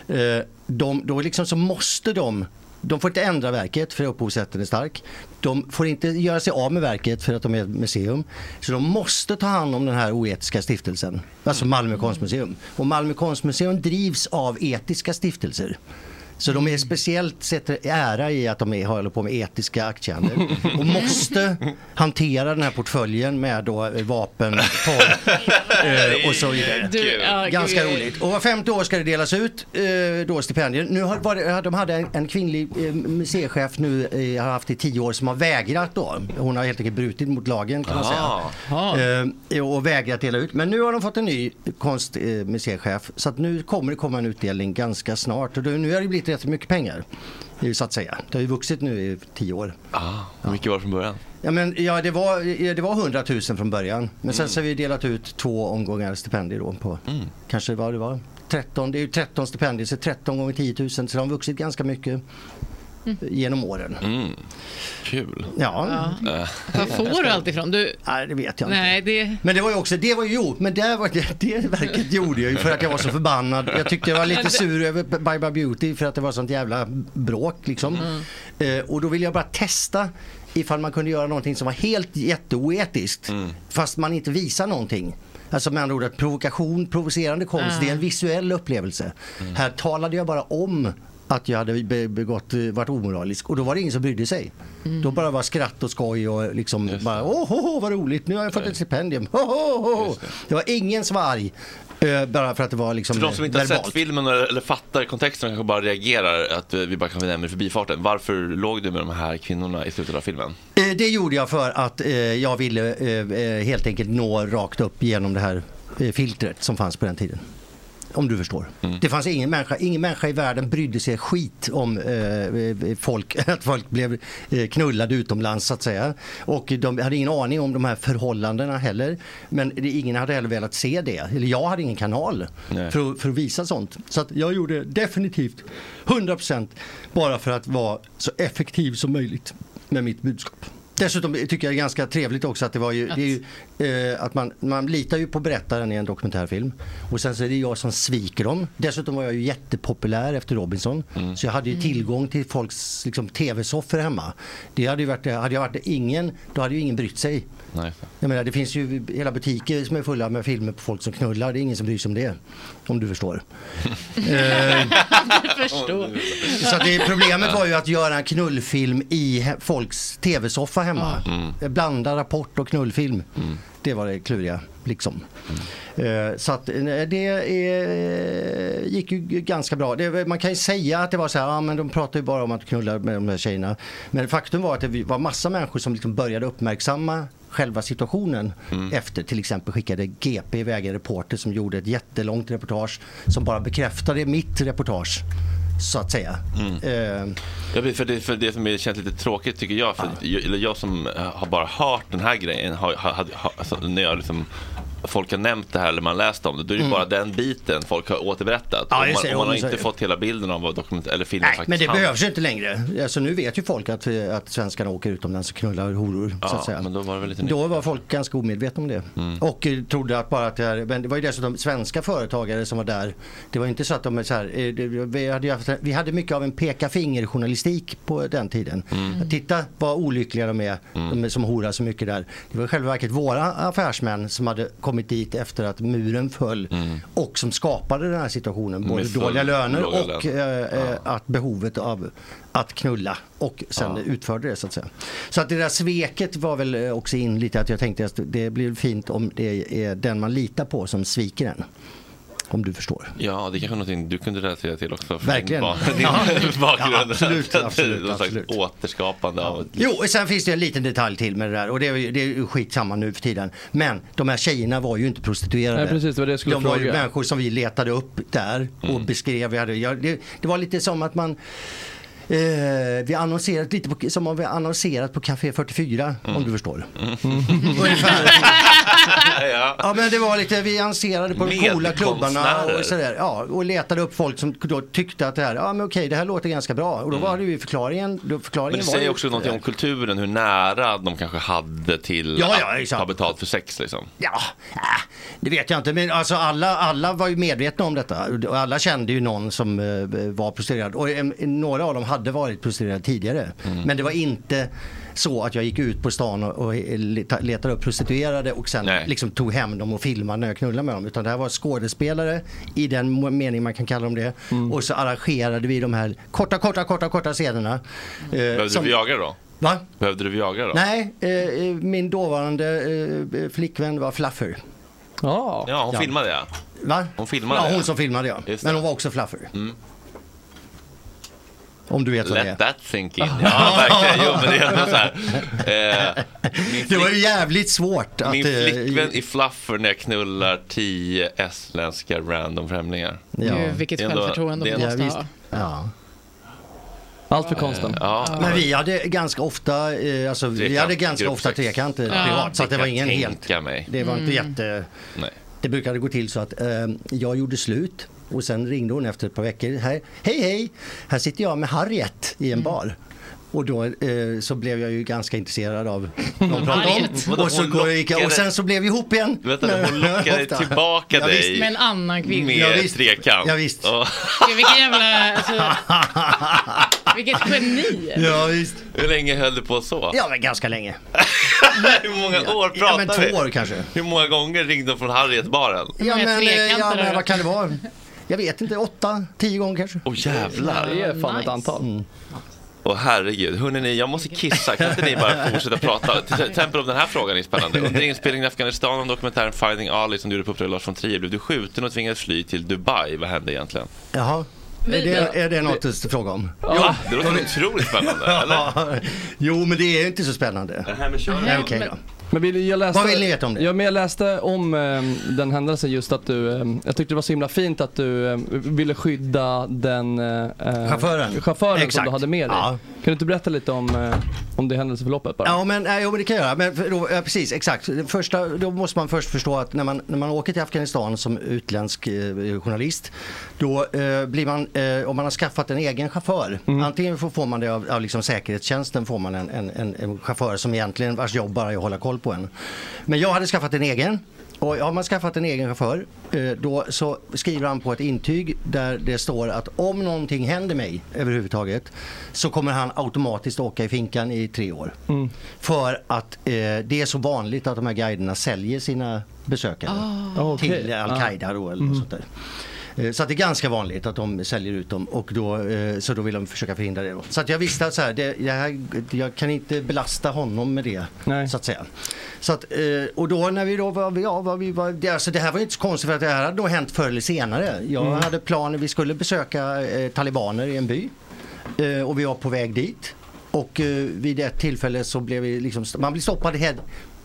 J: Eh, De, då liksom så måste de De får inte ändra verket för upphovsrätten är stark. De får inte göra sig av med verket för att de är ett museum. Så de måste ta hand om den här oetiska stiftelsen. Alltså Malmö konstmuseum. Och Malmö konstmuseum drivs av etiska stiftelser. Så de är speciellt sätter ära i att de är, håller på med etiska aktiehandel och måste hantera den här portföljen med då eh, vapen, porr eh, och så vidare.
C: Du, ja,
J: Ganska
C: gud.
J: roligt. Och var femte år ska det delas ut eh, då stipendier. Nu har, var det, de hade en, en kvinnlig eh, museichef nu, eh, har haft i tio år, som har vägrat då. Hon har helt enkelt brutit mot lagen kan man
C: Ah.
J: säga. Eh, och vägrat dela ut. Men nu har de fått en ny konstmuseichef. Eh, museichef. så att nu kommer det komma en utdelning ganska snart. Och då, nu har det blivit rätt mycket pengar. Det är ju så att säga. Det har ju vuxit nu i tio år.
K: Ah, hur mycket var det från början?
J: Ja, men, ja, det, var, ja, det var 100 000 från början. Men sen
K: Mm.
J: så har vi delat ut två omgångar stipendier då på kanske vad det var. 13, det är ju 13 stipendier, så 13 gånger 10 000. Så de har vuxit ganska mycket
F: Mm.
J: eh, genom åren.
K: Mm. Kul.
J: Ja.
K: Äh.
F: Var får du allt ifrån? Du...
J: Nej, det vet jag inte.
F: Nej, det...
J: Men det var ju också, det var ju, jo, men det, var, det, det verket gjorde jag ju för att jag var så förbannad. Jag tyckte jag var lite sur över Bye Bye Beauty för att det var sånt jävla bråk liksom. Eh, och då ville jag bara testa ifall man kunde göra någonting som var helt jätteoetiskt
K: Mm.
J: fast man inte visar någonting. Alltså med andra ord att provokation, provocerande konst,
L: Ah.
J: det är en visuell upplevelse.
K: Mm.
J: Här talade jag bara om att jag hade be- begått, eh, varit omoralisk och då var det ingen som brydde sig. Då bara var skratt och skoj och liksom bara åh, ho, ho, vad roligt, nu har jag fått ett stipendium. Ho, ho, ho, ho. Det. var ingen som var arg. eh, Bara för att det var liksom
K: För de som inte har
J: verbalt.
K: sett filmen eller, eller fattar kontexten kanske bara reagerar att eh, vi bara kan nämna i förbifarten. Varför låg du med de här kvinnorna i slutet av filmen?
J: Eh, Det gjorde jag för att eh, jag ville eh, eh, helt enkelt nå rakt upp genom det här eh, filtret som fanns på den tiden. Om du förstår. Det fanns ingen människa, ingen människa i världen brydde sig skit om eh, eh, folk, att folk blev eh, knullade utomlands så att säga. Och de hade ingen aning om de här förhållandena heller. Men det, ingen hade heller velat se det. Eller jag hade ingen kanal
L: Nej.
J: för, att- för att visa sånt. Så att jag gjorde definitivt 100% bara för att vara så effektiv som möjligt med mitt budskap. Dessutom tycker jag det är ganska trevligt också att det var ju, det är ju eh, att man, man litar ju på berättaren i en dokumentärfilm och sen så är det jag som sviker dem. Dessutom var jag ju jättepopulär efter Robinson så jag hade ju tillgång till folks liksom, tv-soffor hemma. Det hade ju varit, hade jag varit ingen, då hade ju ingen brytt sig.
K: Nej.
J: Jag menar, det finns ju hela butiker som är fulla med filmer på folk som knullar. Det är ingen som bryr sig om det. Om du förstår. Eh,
F: Förstår.
J: så att det, problemet var ju att göra en knullfilm i he- folks tv-soffa hemma. Eh, Blanda rapport och knullfilm. Det var det kluriga liksom. Eh, Så att eh, det eh, gick ju ganska bra. Det, man kan ju säga att det var så här, ah, men de pratar ju bara om att knulla med de här tjejerna. Men faktum var att det var massa människor som liksom började uppmärksamma själva situationen efter till exempel skickade GP iväg en reporter som gjorde ett jättelångt reportage som bara bekräftade mitt reportage så att säga. Eh,
K: Jag blir för det, för det som är- känns lite tråkigt tycker jag, för jag, eller jag som eh, har bara hört den här grejen, har, har, har, har- alltså, när jag liksom Folk har nämnt det här eller man läst om det, då är det
J: Mm.
K: bara den biten folk har återberättat.
J: Ja,
K: och
J: just
K: man,
J: det,
K: och man har
J: om så-
K: inte fått hela bilden av vad dokument eller filmen
J: nej,
K: faktiskt
J: men det
K: handlar om.
J: behövs ju inte längre. Alltså, nu vet ju folk att, att svenskarna åker utomlands och knullar horor. så
K: Ja,
J: att säga.
K: men då var det väl lite Mm.
J: Då var folk ganska omedvetna om det. Och eh, trodde att bara att det här, men det var ju dessutom svenska företagare som var där. Det var ju inte så att de är så här, eh, det- vi hade, ju haft, vi hade mycket av en peka finger journalistik på den tiden.
L: Mm.
J: Att Titta vad olyckliga de är,
L: Mm.
J: de är som horar så mycket där. Det var i själva verket våra affärsmän som hade kommit dit efter att muren föll
K: Mm.
J: och som skapade den här situationen.
L: Med
J: Både
L: full-
J: dåliga löner
L: låga
J: och
L: lön.
J: eh, eh, att behovet av att knulla och sen utförde det så att säga. Så att det där sveket var väl eh, också in lite att jag tänkte att det blir fint om det är den man litar på som sviker en. Om du förstår.
K: Ja, det är kanske är någonting du kunde relatera till också. från
J: Verkligen.
K: ba- Din
J: Ja.
K: bakgrund.
J: Ja, absolut,
K: Att
J: absolut,
K: det är någon slags återskapande av...
J: Jo, och sen finns det en liten detalj till med det där och det är ju, det är ju skitsamma nu för tiden. Men de här tjejerna var ju inte prostituerade.
E: Nej, precis, det var det jag skulle
J: de var ju
E: fråga. Mm.
J: människor som vi letade upp där och beskrev. Vi hade, ja, det, det var lite som att man eh, vi annonserat
E: Mm.
K: Mm.
J: lite på, som om vi annonserat på Café 44 om du förstår. Ungefär.
A: ja.
J: Ja men det var lite, vi annonserade på de coola klubbarna
A: Medkonstnärer.
J: och sådär. Ja, och letade upp folk som då tyckte att det här, ja men okej det här låter ganska bra. Och då
E: Mm.
J: var det ju förklaringen, då
A: Men
J: förklaringen
A: det
J: var
A: säger
J: ju-
A: också någonting om kulturen, hur nära de kanske hade till
J: Ja, ja,
A: att ta betalt för sex liksom.
J: Ja, äh, det vet jag inte. Men alltså alla, alla var ju medvetna om detta. Och alla kände ju någon som eh, var prostituerad. Och en, en- några av dem hade varit prostituerade tidigare.
A: Mm.
J: Men det var inte så att jag gick ut på stan och, och leta- letade upp prostituerade och sen liksom tog hem dem och filmade när jag knullade med dem. Utan det här var skådespelare i den mo- mening man kan kalla dem det.
A: Mm.
J: Och så arrangerade vi de här korta, korta, korta, korta scenerna. eh,
A: Behövde
J: som-
A: du Viagra då?
J: Va?
A: Behövde du Viagra då?
J: Nej, eh, eh, min dåvarande eh, flickvän var fluffer.
E: Ja,
A: Ja, hon
J: Ja.
A: filmade ja.
J: Va?
A: Hon filmade
J: Ja, hon
A: det.
J: som filmade ja.
A: Just
J: Men hon var också fluffer.
A: Mm.
J: Om du vet vad
A: Let
J: det är.
A: that sink in. Ja, verkligen. Jo, men det är ändå så här. Eh, min
J: Det var
A: flick-
J: ju jävligt svårt att...
A: Min
J: eh,
A: flickvän i fluffer när jag knullar tio estländska random främlingar.
J: Ja. Gud,
F: vilket
A: Det är ändå-
F: självförtroende
A: det är
F: man
A: ändå- Eh,
F: måste ha.
J: Ja.
E: Allt för konsten.
A: Ja.
J: Men vi hade ganska ofta, eh, alltså vi hade ganska
A: grupp
J: ofta
A: sex.
J: trekanter
A: Ja,
J: privat. Så att det
A: kan
J: var ingen
A: jag
J: helt...
A: tänka mig.
J: Det var
F: Mm.
J: inte jätte...
A: Nej.
J: Det brukade gå till så att eh, jag gjorde slut och sen ringde hon efter ett par veckor. Här, hej hej, här sitter jag med Harriet i en
F: Mm.
J: bar. Och då eh, så blev jag ju ganska intresserad av vad de pratade
F: Harriet.
J: om.
F: Vadå,
J: Och, så
F: hon
J: går jag, gick- och
F: lockade-
J: sen så blev vi ihop igen.
A: Vänta, hon lockade
J: Ofta.
A: tillbaka
J: Ja,
A: dig
J: visst.
F: Med en annan kvinna.
A: med trekant.
J: Ja, visst.
A: Och-
F: Gud, vilken jävla... Alltså, vilket geni.
J: Ja, visst.
A: Hur länge höll du på så?
J: Ja, men ganska länge.
A: Hur många år pratar
J: Ja, men
A: vi?
J: två år kanske.
A: Hur många gånger ringde de från Harrietbaren?
J: Ja, men, eh, ja, men vad kan det vara? Jag vet inte, åtta, tio gånger kanske. Mm.
A: Åh jävlar.
E: Det är fan ett antal.
A: Åh herregud, hörni ni, jag måste kissa. Kan inte ni bara fortsätta prata? Till exempel om den här frågan är spännande. Under inspelningen i Afghanistan om dokumentären Finding Ali som du gjorde på uppdrag av Lars von Trier blev du skjuten och tvingades fly till Dubai. Vad hände egentligen?
J: Jaha. Är det, är det något att fråga om?
A: Ja, det låter otroligt spännande, eller?
J: Jo, men det är ju inte så spännande.
A: Nej, men kör.
J: Nej, okej då.
E: Men vill, jag läste,
J: Vad vill ni veta om det?
E: Ja, men jag läste om eh, den händelsen just att du, eh, jag tyckte det var så himla fint att du eh, ville skydda den eh,
J: Chauffören.
E: chauffören som
J: Exakt.
E: du hade med dig.
J: Ja.
E: Kan du inte berätta lite om, eh, om det händelseförloppet bara?
J: Ja, men, nej, jo, men det kan jag göra. Men för då, ja, precis, exakt. Det Första, då måste man först förstå att när man, när man åker till Afghanistan som utländsk eh, journalist, då eh, blir man, eh, om man har skaffat en egen chaufför, antingen får, får man det av, av liksom säkerhetstjänsten, får man en, en, en, en chaufför som egentligen vars jobb bara är att hålla koll på en. Men jag hade skaffat en egen. Och har man skaffat en egen chaufför, eh, då så skriver han på ett intyg där det står att om någonting händer mig överhuvudtaget så kommer han automatiskt åka i finkan i tre år.
E: Mm.
J: För att eh, det är så vanligt att de här guiderna säljer sina besökare
E: Ah.
J: till
E: Okej.
J: Al-Qaida då eller
E: Mm.
J: något sånt där. Eh, Så att det är ganska vanligt att de säljer ut dem och då, eh, så då vill de försöka förhindra det. Då. Så att jag visste att så här, det, jag, jag kan inte belasta honom med det så att säga. Så att, eh, och då när vi då var, ja, var vi var, det, alltså det här var ju inte så konstigt för att det här hade då hänt förr eller senare. Jag
E: Mm.
J: hade planer, vi skulle besöka eh, talibaner i en by eh, och vi var på väg dit. Och eh, vid ett tillfälle så blev vi liksom, st- man blir stoppad he-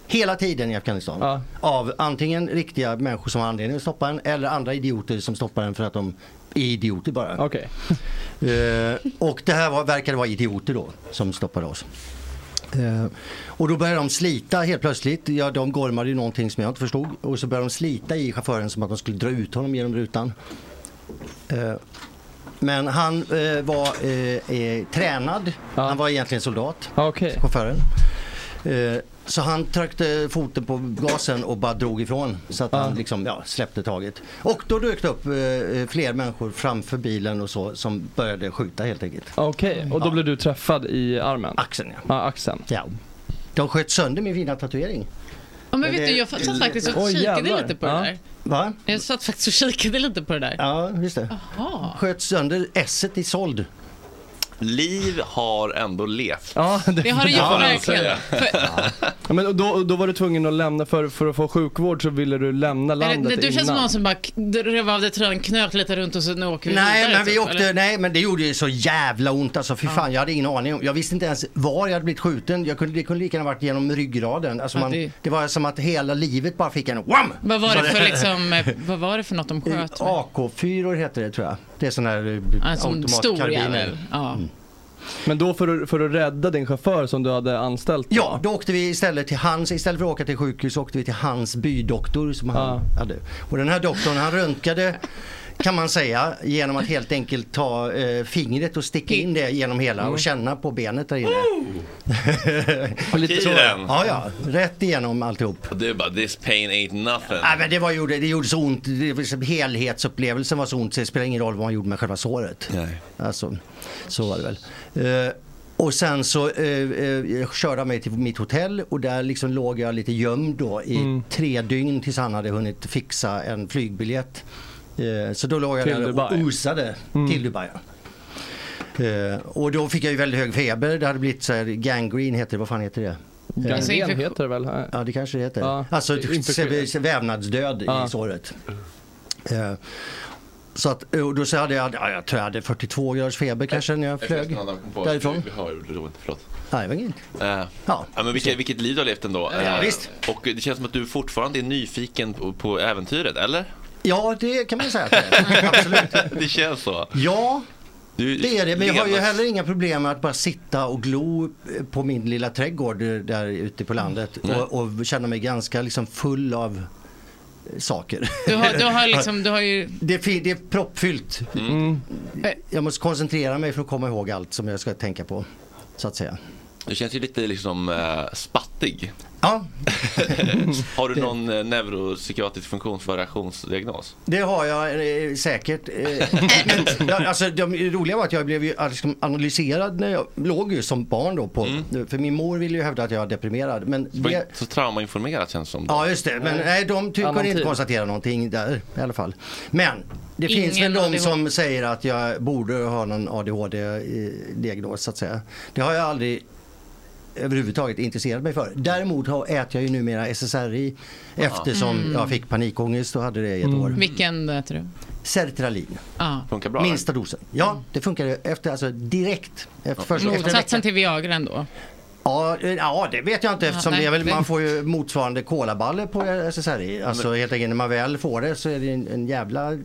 J: hela tiden i Afghanistan. Av antingen riktiga människor som har anledning att stoppa en eller andra idioter som stoppar en för att de är idioter bara.
E: Okej.
J: Eh, och det här var, verkade vara idioter då som stoppade oss. Eh, och då började de slita helt plötsligt. Ja, de gormade ju någonting som jag inte förstod. Och så började de slita i chauffören som att de skulle dra ut honom genom rutan. Eh, men han eh, var eh, eh, tränad. Han var egentligen soldat, chauffören. Eh, så han tryckte foten på gasen och bara drog ifrån. Så att han liksom, ja, släppte taget. Och då dök det upp eh, fler människor framför bilen och så som började skjuta helt enkelt.
E: Okej, och då blev du träffad i armen?
J: Axeln
E: ja. Ah, axeln.
J: Ja. De sköt sönder min fina tatuering.
F: Ja, men vet du, jag satt faktiskt och
J: Oj,
F: kikade
J: jävlar.
F: lite på det
J: Ja.
F: där.
J: Va?
F: Jag satt faktiskt och kikade lite på det där.
J: Ja, just det. Sköt sönder esset i sold.
A: Liv har ändå levt.
E: Ja,
F: Det har det gjort
A: man
F: verkligen.
A: säga.
E: Ja, men då, då var du tvungen att lämna, för, för att få sjukvård så ville du lämna
F: Eller,
E: landet
F: det, du
E: innan.
F: känns som någon som bara k- rev av dig tröjan, knöt lite runt och så nu åker vi
J: Nej
F: vidare,
J: men, vi
F: typ,
J: åkte,
F: eller?
J: nej men det gjorde ju så jävla ont alltså fy fan jag hade ingen aning om. Jag visste inte ens var jag hade blivit skjuten. Jag kunde, det kunde lika gärna varit genom ryggraden. Alltså
F: Ja,
J: man,
F: det-
J: det... var som att hela livet bara fick en wham!
F: Vad var det
J: Så
F: för liksom, eh, vad var det för något de sköt?
J: AK4 heter det tror jag. Det är sån här eh,
F: En sån stor
J: automatkarbiner. Mm.
F: jävel. Ja.
E: Men då för att, för att rädda din chaufför som du hade anställt?
J: Ja, då åkte vi istället till hans, istället för att åka till sjukhus så åkte vi till hans bydoktor som han hade. Och den här doktorn han röntgade kan man säga genom att helt enkelt ta eh, fingret och sticka in det genom hela
E: Mm.
J: och känna på benet där inne.
A: Lite så.
J: Ja, ja, rätt igenom alltihop.
A: Och du bara, this pain ain't nothing.
J: Nej, men det, var, gjorde, det gjorde så ont, det, var liksom, helhetsupplevelsen var så ont så det spelar ingen roll vad man gjorde med själva såret.
A: Nej.
J: Alltså, så var det väl. Eh, och sen så eh, eh, jag körde han mig till mitt hotell och där liksom låg jag lite gömd då i
E: Mm.
J: tre dygn tills han hade hunnit fixa en flygbiljett. Eh, så då låg jag
E: Till
J: där
E: Dubai. Mm.
J: och osade till Dubai. ja. Eh, och då fick jag ju väldigt hög feber. Det hade blivit så här gangrene heter det, vad fan heter det? Eh,
E: Gangrene heter det väl? här?
J: Ja, det kanske det heter.
E: Ja.
J: Alltså
E: Infektion.
J: se- vävnadsdöd
E: Ja.
J: i såret. Eh, Så att, och då så hade jag, ja, jag tror jag hade 42 graders feber kanske när jag flög därifrån.
A: Vi har det roligt, förlåt.
J: Nej, det var inget.
A: Eh, ja. men vilket, vilket liv du har levt ändå.
J: Ja,
A: Eh,
J: visst.
A: Och det känns som att du fortfarande är nyfiken på, på äventyret, eller?
J: Ja, det kan man säga att det är. Absolut.
A: det känns så.
J: Ja,
A: Du
J: det är det. Men jag har ju
A: levas-
J: heller inga problem med att bara sitta och glo eh, på min lilla trädgård eh, där ute på landet
F: Nej.
J: och, och känna mig ganska liksom full av saker.
F: Du har, du har liksom, du har ju...
J: Det är, fi- det är proppfyllt. Eh, Jag måste koncentrera mig för att komma ihåg allt som jag ska tänka på. Så att säga.
A: Du känns ju lite liksom eh, spattig.
J: Ja.
A: har du någon eh, neuropsykiatrisk funktionsvariationsdiagnos?
J: Det har jag eh, säkert. Eh, men, ja, alltså, de roliga var att jag blev ju liksom analyserad när jag låg ju som barn då. På, För min mor ville ju hävda att jag var deprimerad. Men
A: Så,
J: det,
A: så traumainformerat känns det som.
J: ja just det. Men nej, de ty- kunde inte konstatera någonting där i alla fall. Men det
A: Ingen
J: finns väl de
A: ADHD.
J: som säger att jag borde ha någon ADHD-diagnos eh, så att säga. Det har jag aldrig överhuvudtaget intresserat mig för. Däremot har, äter jag ju numera SSRI eftersom
F: Mm.
J: jag fick panikångest och hade det i ett år.
F: Vilken äter du?
J: Sertralin.
F: Ja.
A: Funkar
J: Minsta dosen. Ja, det funkar efter, alltså, direkt. Efter, först, efter en vecka.
F: Motsatsen till Viagra ändå.
J: Ja, eh, ja, det vet jag inte eftersom
F: Ja,
J: det är
F: nej.
J: väl, man får ju motsvarande kolaballe på SSRI. Alltså helt enkelt när man väl får det så är det en, en jävla
E: Då är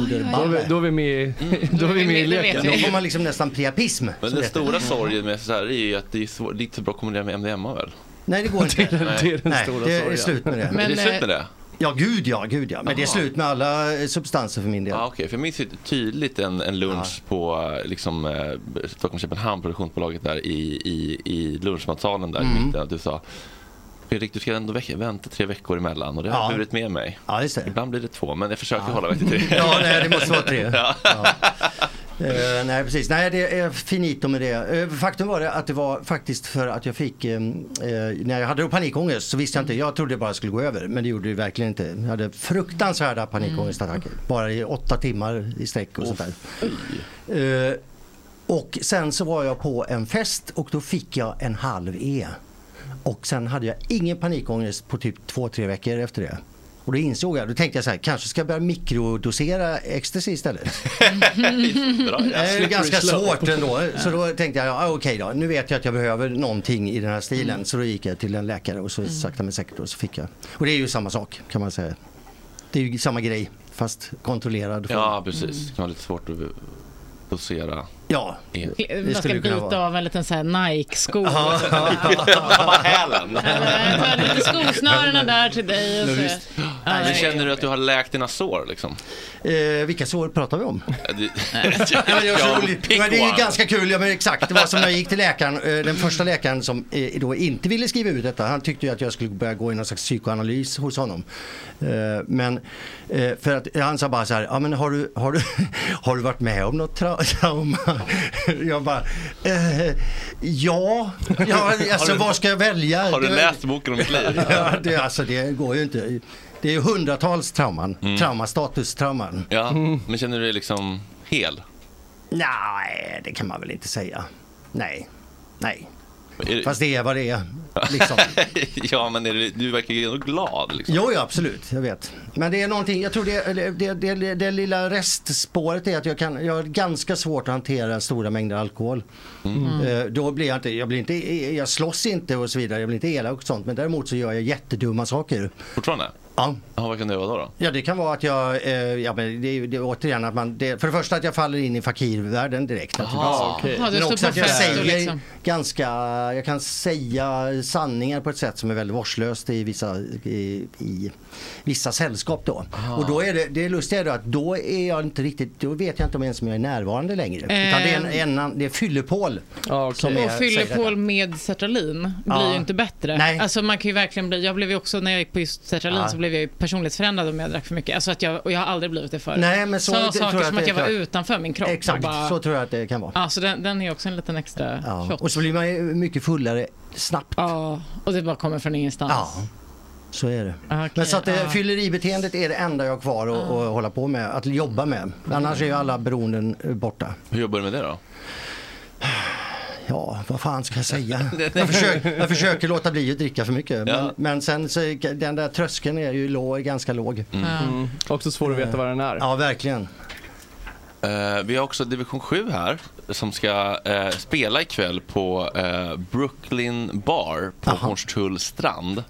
J: dunderballe.
E: vi- då är vi med i-
A: Mm.
E: då är vi med i leken.
J: Då får man liksom nästan priapism.
A: Men
J: som
A: den
J: det heter.
A: stora sorgen med SSRI är ju att det är, svår, det är inte så bra att kombinera med MDMA väl?
J: Nej, det går inte.
A: det är den
J: Nej,
A: stora
J: det är
A: sorgen.
J: slut med det.
A: Men, eh, är det slut med det?
J: Ja, gud ja, gud ja. Men det är
A: Aha.
J: slut med alla eh, substanser för min del.
A: Ja, okej. För jag minns ju tydligt en, en lunch på eh, liksom, eh, Stockholm Köpenhamn, produktionsbolaget där i, i, i lunchmatsalen där i
J: Mm.
A: mitten. Att du sa Fredrik, du ska ändå vä- vänta tre veckor emellan och det har
J: Ja.
A: jag burit med mig. Ibland blir det två, men jag försöker hålla mig till tre.
J: Ja, nej, det måste vara tre.
A: Ja.
J: Eh, nej precis, nej det är finito med det. Eh, faktum var det att det var faktiskt för att jag fick, eh, eh, när jag hade panikångest så visste jag inte, jag trodde det bara skulle gå över men det gjorde det verkligen inte. Jag hade fruktansvärda panikångestattacker, bara i åtta timmar i sträck och sånt där. Eh, och sen så var jag på en fest och då fick jag en halv E. Och sen hade jag ingen panikångest på typ två, tre veckor efter det. Och då insåg jag, då tänkte jag så här, kanske ska jag börja mikrodosera ecstasy istället.
A: Mm.
J: Det är ganska svårt ändå. Så då tänkte jag, ja, okej då, nu vet jag att jag behöver någonting i den här stilen. Så då gick jag till en läkare och så sakta men säkert och så fick jag. Och det är ju samma sak kan man säga. Det är ju samma grej fast kontrollerad. form.
A: ja, precis. Det kan vara lite svårt att dosera. E.
J: Ja.
F: Man ska bita av en liten så här Nike-sko.
A: Ja, Tappa hälen.
F: Lite skosnörena där till dig. Och
A: Ja,
F: så.
A: visst.
F: Ja,
A: Men känner du att du har läkt dina sår liksom?
J: Eh, vilka sår pratar vi om?
A: Du-
J: Ja, men det, var så
A: Ja,
J: roligt.
A: pick
J: men det är
A: one.
J: ju ganska kul, ja, men exakt. Det var som när jag gick till läkaren, eh, den första läkaren som eh, då inte ville skriva ut detta. Han tyckte ju att jag skulle börja gå i någon slags psykoanalys hos honom. Eh, Men eh, för att eh, han sa bara så här, ja men har du, har du, har du varit med om något tra- trauma? Jag bara, eh, ja, ja alltså
A: Har du-
J: vad ska jag välja?
A: Har du
J: Det-
A: läst boken om mitt liv?
J: Ja, det, alltså det går ju inte. Det är ju hundratals trauman,
A: Mm.
J: traumastatus trauman.
A: Ja,
J: Mm.
A: men känner du dig liksom hel?
J: Nej, det kan man väl inte säga. Nej, nej.
A: Är-
J: Fast det är vad det är. Liksom.
A: ja, men är du, du verkar ju ändå glad. Liksom.
J: Jo, ja, absolut. Jag vet. Men det är någonting, jag tror det, eller det, det, det, det lilla restspåret är att jag, kan, jag har ganska svårt att hantera stora mängder alkohol.
M: Mm.
J: Eh, då blir jag inte, jag blir inte, jag slåss inte och så vidare, jag blir inte elak och sånt. Men däremot så gör jag jättedumma saker.
A: Fortfarande?
J: Ja.
A: Vad kan det vara då? då?
J: Ja, det kan vara att jag, eh, ja, men det är ju det, är återigen att man, det, för det första att jag faller in i fakirvärlden direkt
F: Aha, okej.
J: naturligtvis.
F: Aha, du
J: Men
F: står
J: också
F: på
J: att jag
F: fest och
J: säger
F: liksom.
J: ganska, jag kan säga sanningar på ett sätt som är väldigt vårdslöst i vissa, i, i vissa sällskap då. Och då är det, det lustiga är då att då är jag inte riktigt, då vet jag inte om ens om jag är närvarande längre. Utan det är en,
F: Eh.
J: en, annan- det är fyllepål som är,
F: Och fyllepål med sertralin blir
J: Ja.
F: ju inte bättre. Nej. Alltså man kan ju verkligen bli, jag blev ju också, när jag gick på just sertralin
J: Ja.
F: så blev jag ju personlighetsförändrad om jag drack för mycket. Alltså att jag, och jag har aldrig blivit det förut.
J: Nej, men så
F: Sådana
J: det tror
F: saker
J: jag
F: som
J: att
F: att
J: det
F: jag
J: är
F: var
J: klart.
F: utan för min kropp.
J: Exakt,
F: Jag bara,
J: så tror jag att det kan vara.
F: Ja, så den, den är också en liten extra
J: Ja.
F: shot.
J: Och så blir man ju mycket fullare snabbt.
F: Ja, och det bara kommer från ingenstans.
J: Ja. Så är det. Men så att det,
F: ja.
J: fylleribeteendet är det enda jag har kvar att att hålla på med, att jobba med. Annars är ju alla beroenden eh, borta.
A: Hur jobbar du med det då?
J: Ja, vad fan ska jag säga? Jag försöker, jag försöker låta bli att dricka för mycket. Men,
E: Ja.
J: men sen så är den där tröskeln är ju låg, ganska låg.
E: Mm. Också svår att veta vad den är.
J: Ja, verkligen.
A: Eh, vi har också division 7 här som ska eh, spela ikväll på eh, Brooklyn Bar på Hornstull strand.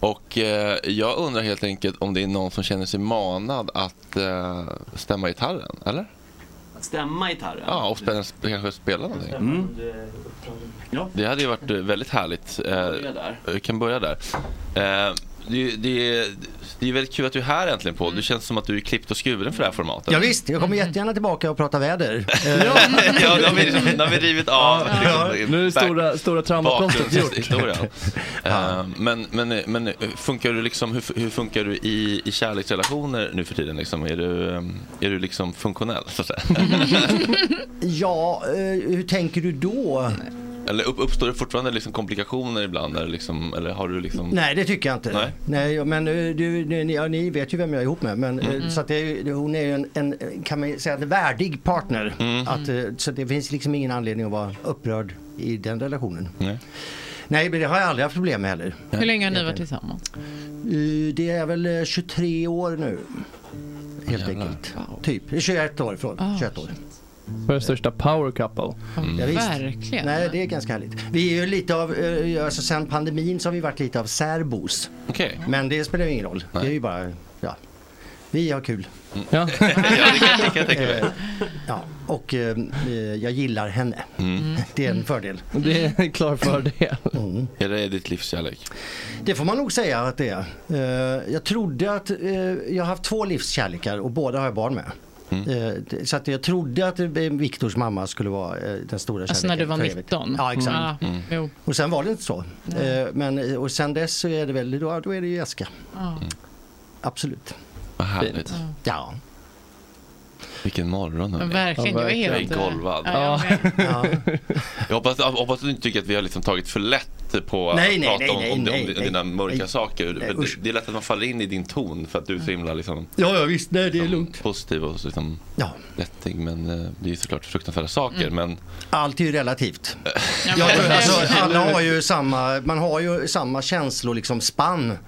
A: Och eh, jag undrar helt enkelt om det är någon som känner sig manad att eh, stämma gitarren, eller?
L: Att stämma gitarren?
A: Ja, och spela, sp- kanske spela någonting.
L: Mm. Ja.
A: Det hade ju varit eh, väldigt härligt. Eh, Vi kan börja där. Eh, det, är- det, är- det är väldigt kul att du är här äntligen på. Det känns som att du är klippt och skuren för det här formatet.
J: Ja, visst, jag kommer jättegärna tillbaka och prata väder. Eh,
A: Ja, ja, då har vi, liksom, då har vi rivit av liksom,
E: Nu är det stora, stora traumaplåstret gjort.
A: bakgrundshistorien. Eh, men, men, men funkar du liksom, hur, hur funkar du i, i kärleksrelationer nu för tiden? Liksom? Är, du, eh, är du liksom funktionell? Så att säga?
J: Ja, eh, hur tänker du då?
A: Eller upp, uppstår det fortfarande liksom komplikationer ibland? Eller, liksom, eller har du liksom...
J: Nej, det tycker jag inte.
A: Nej.
J: Nej, men eh, du, ni- ni, ja, ni vet ju vem jag är ihop med. Men, eh,
A: Mm.
J: Så att det, är ju- hon är ju en, en, kan man ju säga, en värdig partner.
A: Mm.
J: Att, eh, så det finns liksom ingen anledning att vara upprörd i den relationen.
A: Nej,
J: men det har jag aldrig haft problem med heller.
F: Hur länge har ni varit tillsammans?
J: Eh, Det är väl eh, 23 år nu. Helt enkelt. Typ. Det är 21 år, förlåt. 21 år.
E: Vår största power couple.
J: Ja, visst.
F: Verkligen.
J: Nej, det är ganska härligt. Vi är ju lite av, eh, alltså sen pandemin så har vi varit lite av särbos.
A: Okej.
J: Men det spelar ju ingen roll. Det är ju bara, ja. Vi har kul.
E: Ja,
A: Mm. det kan jag tänka mig.
J: Ja, och eh, eh, jag gillar henne.
A: Mm.
J: Det är en fördel.
E: Det är en klar fördel.
A: Är det ditt livs kärlek?
J: Det får man nog säga att det är. Eh, jag trodde att, eh, jag har haft två livskärlekar och båda har jag barn med. Eh, det- Så att jag trodde att eh, Viktors mamma skulle vara eh, den stora kärleken.
F: Alltså när du var
J: för evigt.
F: 19?
J: Ja, exakt.
C: Mm.
F: Ja,
A: Mm.
F: jo.
J: Och sen var det inte så. Eh, Men, eh, och sen dess så är det väl, då, då är det ju Jessica. Mm.
F: Ja.
J: Absolut.
A: Vad härligt.
J: Ja.
A: Vilken morgon. hörni.
F: Men verkligen, Ja, jag är verkligen. helt- eh,
A: Jag är golvad.
F: Ja,
A: Jag hoppas, jag hoppas att du inte tycker att vi har liksom tagit för lätt på att
J: Nej, nej,
A: prata
J: nej,
A: om,
J: nej,
A: om,
J: nej,
A: om, om
J: nej.
A: dina mörka
J: Nej.
A: saker.
J: Nej,
A: För
J: usch. Mm.
A: det, det är lätt att man faller in i din ton för att du är så himla liksom,
J: Ja, ja visst. Nej, det är lugnt.
A: positiv och så liksom,
J: ja.
A: lättig. Men eh, det är ju såklart fruktansvärda saker. Men
J: Allt är ju relativt.
A: men-
J: Jag tror, alltså, alla har ju samma, man har ju samma känslor liksom spann.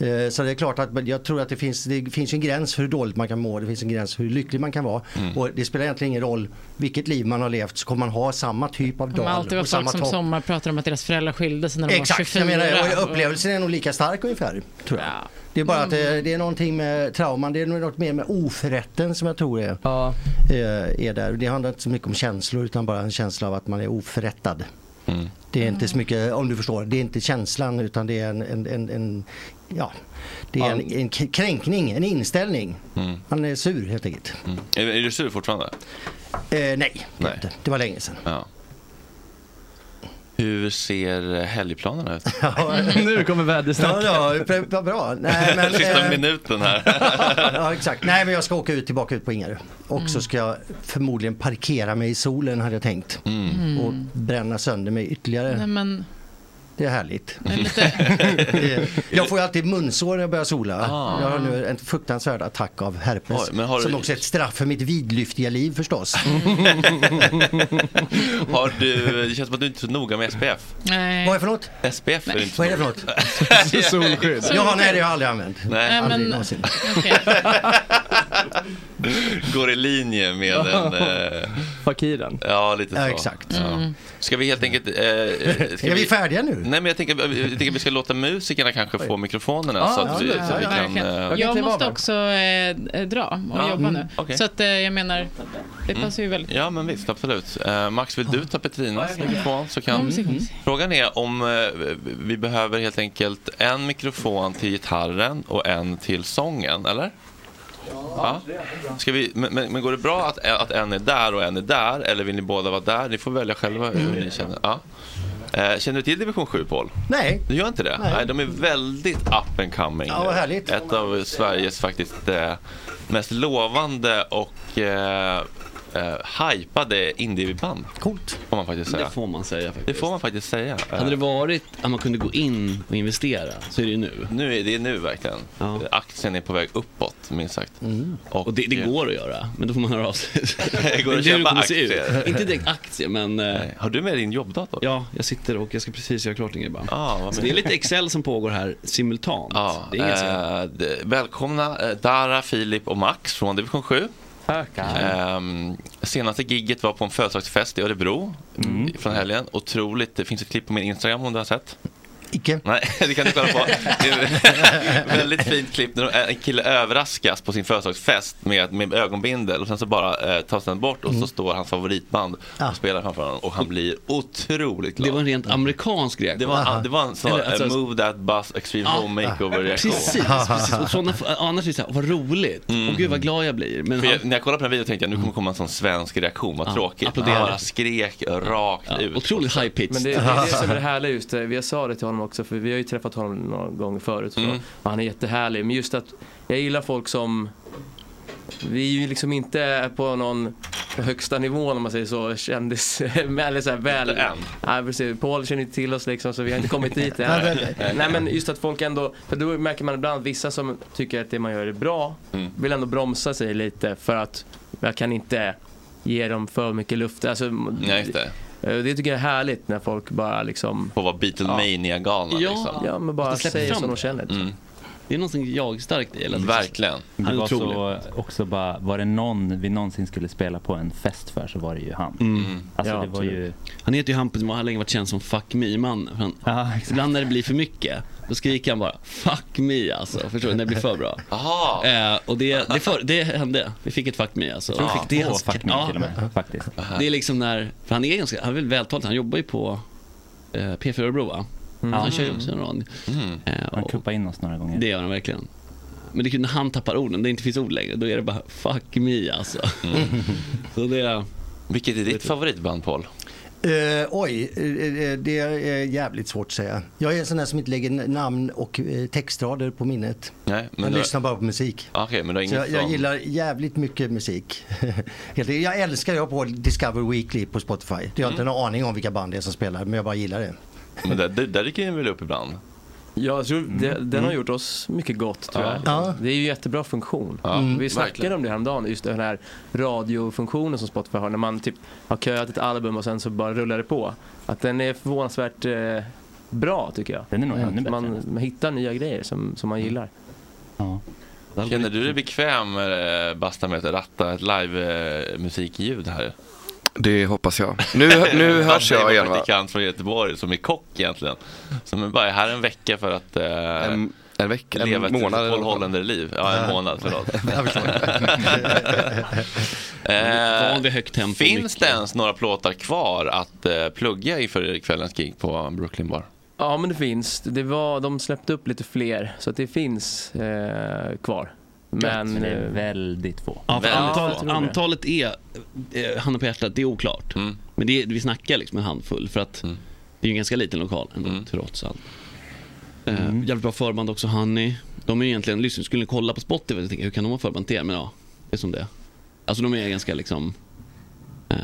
J: Eh, Så det är klart att men jag tror att det finns, det finns ju en gräns för hur dåligt man kan må, det finns en gräns för hur lycklig man kan vara.
F: Mm.
J: Och det spelar egentligen ingen roll vilket liv man har levt så kommer man ha samma typ av
F: Det kommer
J: dal
F: alltid vara
J: och samma
F: folk som
J: topp.
F: sommar pratar om att deras föräldrar skilde sig när de var
J: Exakt,
F: 24.
J: jag menar, och upplevelsen är nog lika stark ungefär. Tror jag. Det är bara att
F: Mm.
J: det, det är någonting med trauman, det är nog något mer med oförrätten som jag tror är, eh, är där. Det handlar inte så mycket om känslor utan bara en känsla av att man är oförrättad.
A: Mm.
J: Det är inte så mycket, om du förstår, det är inte känslan utan det är en, en, en, en ja, det är en, en k- kränkning, en inställning. Man är sur helt enkelt.
A: Mm, är, är du sur fortfarande?
J: Eh, nej,
A: Nej.
J: det var länge sedan.
A: Ja. Hur ser helgplanerna ut?
E: nu kommer vädersnacket.
J: Ja, ja, pre- vad bra. Nej, men,
A: Sista
J: eh,
A: minuten här.
J: ja, exakt. Nej, men jag ska åka ut, tillbaka ut på Ingarö. Och
F: Mm.
J: så ska jag förmodligen parkera mig i solen, hade jag tänkt.
F: Mm.
J: Och bränna sönder mig ytterligare.
F: Nej, men,
J: Det är härligt. Det- jag får ju alltid munsår när jag börjar sola.
A: Ah.
J: Jag har nu en fruktansvärd attack av herpes.
A: Oj, men har du-
J: Som också är ett straff för mitt vidlyftiga liv förstås.
A: Har du, det känns som att du inte är så noga med SPF.
F: nej.
J: Vad är det för något?
A: SPF är inte så
J: Vad är det för
A: noga.
J: något? Solskydd. Ja, nej, det har jag aldrig använt.
A: Nej.
F: Nej, men,
A: Går i linje med en... Eh,
E: Fakiren.
A: ja, lite så.
J: Ja, exakt.
F: Mm.
A: Ja. Ska vi helt enkelt... Eh, eh, ska
J: Är vi färdiga nu?
A: Nej, men jag tänker, jag tänker vi ska låta musikerna kanske få mikrofonerna
F: Ja,
A: så att vi,
F: absolut.
A: så att vi
F: Ja,
A: kan...
F: verkligen.
A: eh,
F: Jag måste också eh, dra och
A: Ja.
F: jobba
A: Mm.
F: nu.
A: Okej.
F: Så att, eh, jag menar, det
A: Mm.
F: passar ju väldigt
A: Ja, men visst, absolut. Eh, Max, vill du ta
F: Ja,
A: Petrinas
F: jag kan.
A: mikrofon? Så
F: Ja,
A: kan...
F: men så kan vi se.
A: Frågan är om eh, vi behöver helt enkelt en mikrofon till gitarren och en till sången, eller? Ja. Ska vi, men, men men går det bra att, att en är där och en är där, eller vill ni båda vara där? Ni får välja själva hur ni känner. Ja. Eh, Känner du till Division 7, Paul?
J: Nej.
A: Du gör inte det?
J: Nej.
A: Nej, de är väldigt up and coming.
J: Ja, vad härligt.
A: Ett av Sveriges faktiskt eh, mest lovande och eh, eh, hypade indieband.
J: Coolt.
A: Får man faktiskt säga.
L: Det får man säga faktiskt.
A: Det får man faktiskt säga. Eh,
L: Hade det varit att man kunde gå in och investera så är det ju nu.
A: Nu är det nu verkligen. Aktien är på väg uppåt, minst sagt. Och,
L: Mm. det, det går att göra, men då får man höra av sig.
A: Det går att
L: är hur
A: köpa
L: kommer se ut.
A: aktier.
L: Inte direkt aktier, men... eh,
A: Har du med din jobbdator? Ah,
L: Ja, jag sitter och jag ska precis göra klart en grej bara.
A: vad
L: så
A: bra.
L: det är lite Excel som pågår här simultant. det är ganska...
A: Eh, d- välkomna eh, Dara, Filip och Max från Division 7. Ehm, senaste gigget var på en födelsedagsfest i Örebro mm. från helgen. Otroligt. Det finns ett klipp på min Instagram om du har sett.
J: Icke.
A: Nej, det kan du kolla på. Det är ett väldigt fint klipp när en kille överraskas på sin födelsedagsfest med, med ögonbindel och sen så bara eh, tas den bort och
L: Mm.
A: så står hans favoritband och spelar framför honom och han blir otroligt glad.
L: Det var en rent amerikansk reaktion.
A: Det var, det var en sån
L: Eller, alltså,
A: eh, move that bus, extreme
K: Ah.
L: Ja.
A: home makeover reaktion. Mm.
L: Precis, precis. Och såna, annars är det så här, vad roligt. Och gud vad glad jag blir. Men
A: För
L: han, Mm.
A: jag, när jag kollade på den här videon tänkte jag nu kommer komma en sån svensk reaktion, vad
L: Ja,
A: tråkigt. Han
L: applåderar.
A: bara skrek rakt ut.
L: otroligt high pitch.
K: Men det, det är det som är det härliga just det. Jag sa det till honom också för vi har ju träffat honom några gånger förut. Och så.
A: Mm.
K: Och han är jättehärlig. Men just att jag gillar folk som vi är ju liksom inte på någon högsta nivå om man säger så, kändis, eller så här väl. Nej precis, Paul känner inte till oss liksom så vi har inte kommit dit än.
L: Nej, nej, nej.
K: Nej men just att folk ändå, för då märker man ibland vissa som tycker att det man gör är bra, vill ändå bromsa sig lite för att jag kan inte ge dem för mycket luft. Alltså,
A: Nej, just det.
K: Eh, Det tycker jag är härligt när folk bara liksom...
A: Får vara Beatlemania-galna
K: ja.
A: liksom.
K: Ja, men bara
L: Att det släpps
K: säga
L: fram
K: som de
L: det.
K: känner. Liksom.
L: Det är någonting jag-starkt i hela
A: Mm. Verkligen.
M: Det var så alltså, också bara, var det någon vi någonsin skulle spela på en fest för så var det ju han. Alltså det var ju...
L: Han heter ju Hampus och har länge varit känd som Fuck Me-man. För han- Ibland när det blir för mycket, då skriker han bara Fuck Me alltså. Förstår du? När det blir för bra.
A: Aha.
L: Eh, och det, det, för, det hände. Vi fick ett Fuck Me alltså.
M: Jag tror
L: Vi
M: vi
L: fick
M: fick
L: det
M: två
L: hans-
M: Fuck Me till och med, faktiskt. Mm.
L: Det är liksom när, för han är ganska, han är väl vältalig, han jobbar ju på eh, P4 Örebro va?
M: Mm.
L: Han kör ju också en radio. han kuppar
M: in oss några gånger.
L: Det gör han verkligen. Men det är kul när han tappar orden, det inte finns ord längre, då är det bara fuck me alltså. Så det,
A: Mm. Vilket är ditt favoritband Paul?
J: Eh, oj, eh, eh, det är jävligt svårt att säga. Jag är en sån där som inte lägger namn och eh, textrader på minnet.
A: Nej,
J: Jag
A: du-
J: lyssnar bara på musik.
A: Okej, men du har
J: Så
A: inget
J: jag, jag
A: sån-
J: gillar jävligt mycket musik. Helt- jag älskar, jag har på Discover Weekly på Spotify. Jag har
A: Mm.
J: inte en aning om vilka band det är som spelar, men jag bara gillar det.
A: Men där, där, där dyker den väl upp ibland? Mm.
K: Jag tror det, den har gjort oss mycket gott tyvärr.
A: Ja. Ja.
K: Det är ju jättebra funktion.
A: Ja, Mm.
K: Vi snackade
A: verkligen.
K: om det häromdagen, just den här radiofunktionen som Spotify har. När man typ har köat ett album och sen så bara rullar det på. Att den är förvånansvärt eh, bra tycker jag.
M: Den är nog
K: Att
M: ännu bättre
K: man, man hittar nya grejer som, som man gillar.
A: Känner du dig bekväm, eh, Basta, med att ratta ett live-musikljud här?
I: Det hoppas jag. Nu, nu hörs jag igen
A: va?
I: va?
A: praktikant från Göteborg som är kock egentligen. Som är bara här en vecka för att eh, en,
I: vecka? En
A: leva ett
I: månad eller
A: Paul
I: något?
A: Hollander-liv. Ja, en
I: Ja.
A: månad, förlåt.
I: Jag förstår.
A: Eh,
L: Van vid högt tempo,
A: Finns det ens några plåtar kvar att eh, plugga inför kvällens gig på Brooklyn Bar?
K: Ja men det finns. Det var, de släppte upp lite fler så att det finns eh, kvar. Men,
M: Men det är
K: eh,
M: väldigt få.
L: ja, för
K: Ja,
L: antal,
K: jag tror det.
L: antalet är, eh, handen på hjärtat, det är oklart.
K: Mm.
L: Men det, är- vi snackar liksom en handfull för att det är ju en ganska liten lokal ändå,
K: Mm.
L: trots allt. Eh, Jävligt bra förband också, Honey. De är ju egentligen, lyssna, skulle ni kolla på Spotify och tänka hur kan de ha förband till? Men ja, det är som det är. Alltså de är ganska liksom... Eh,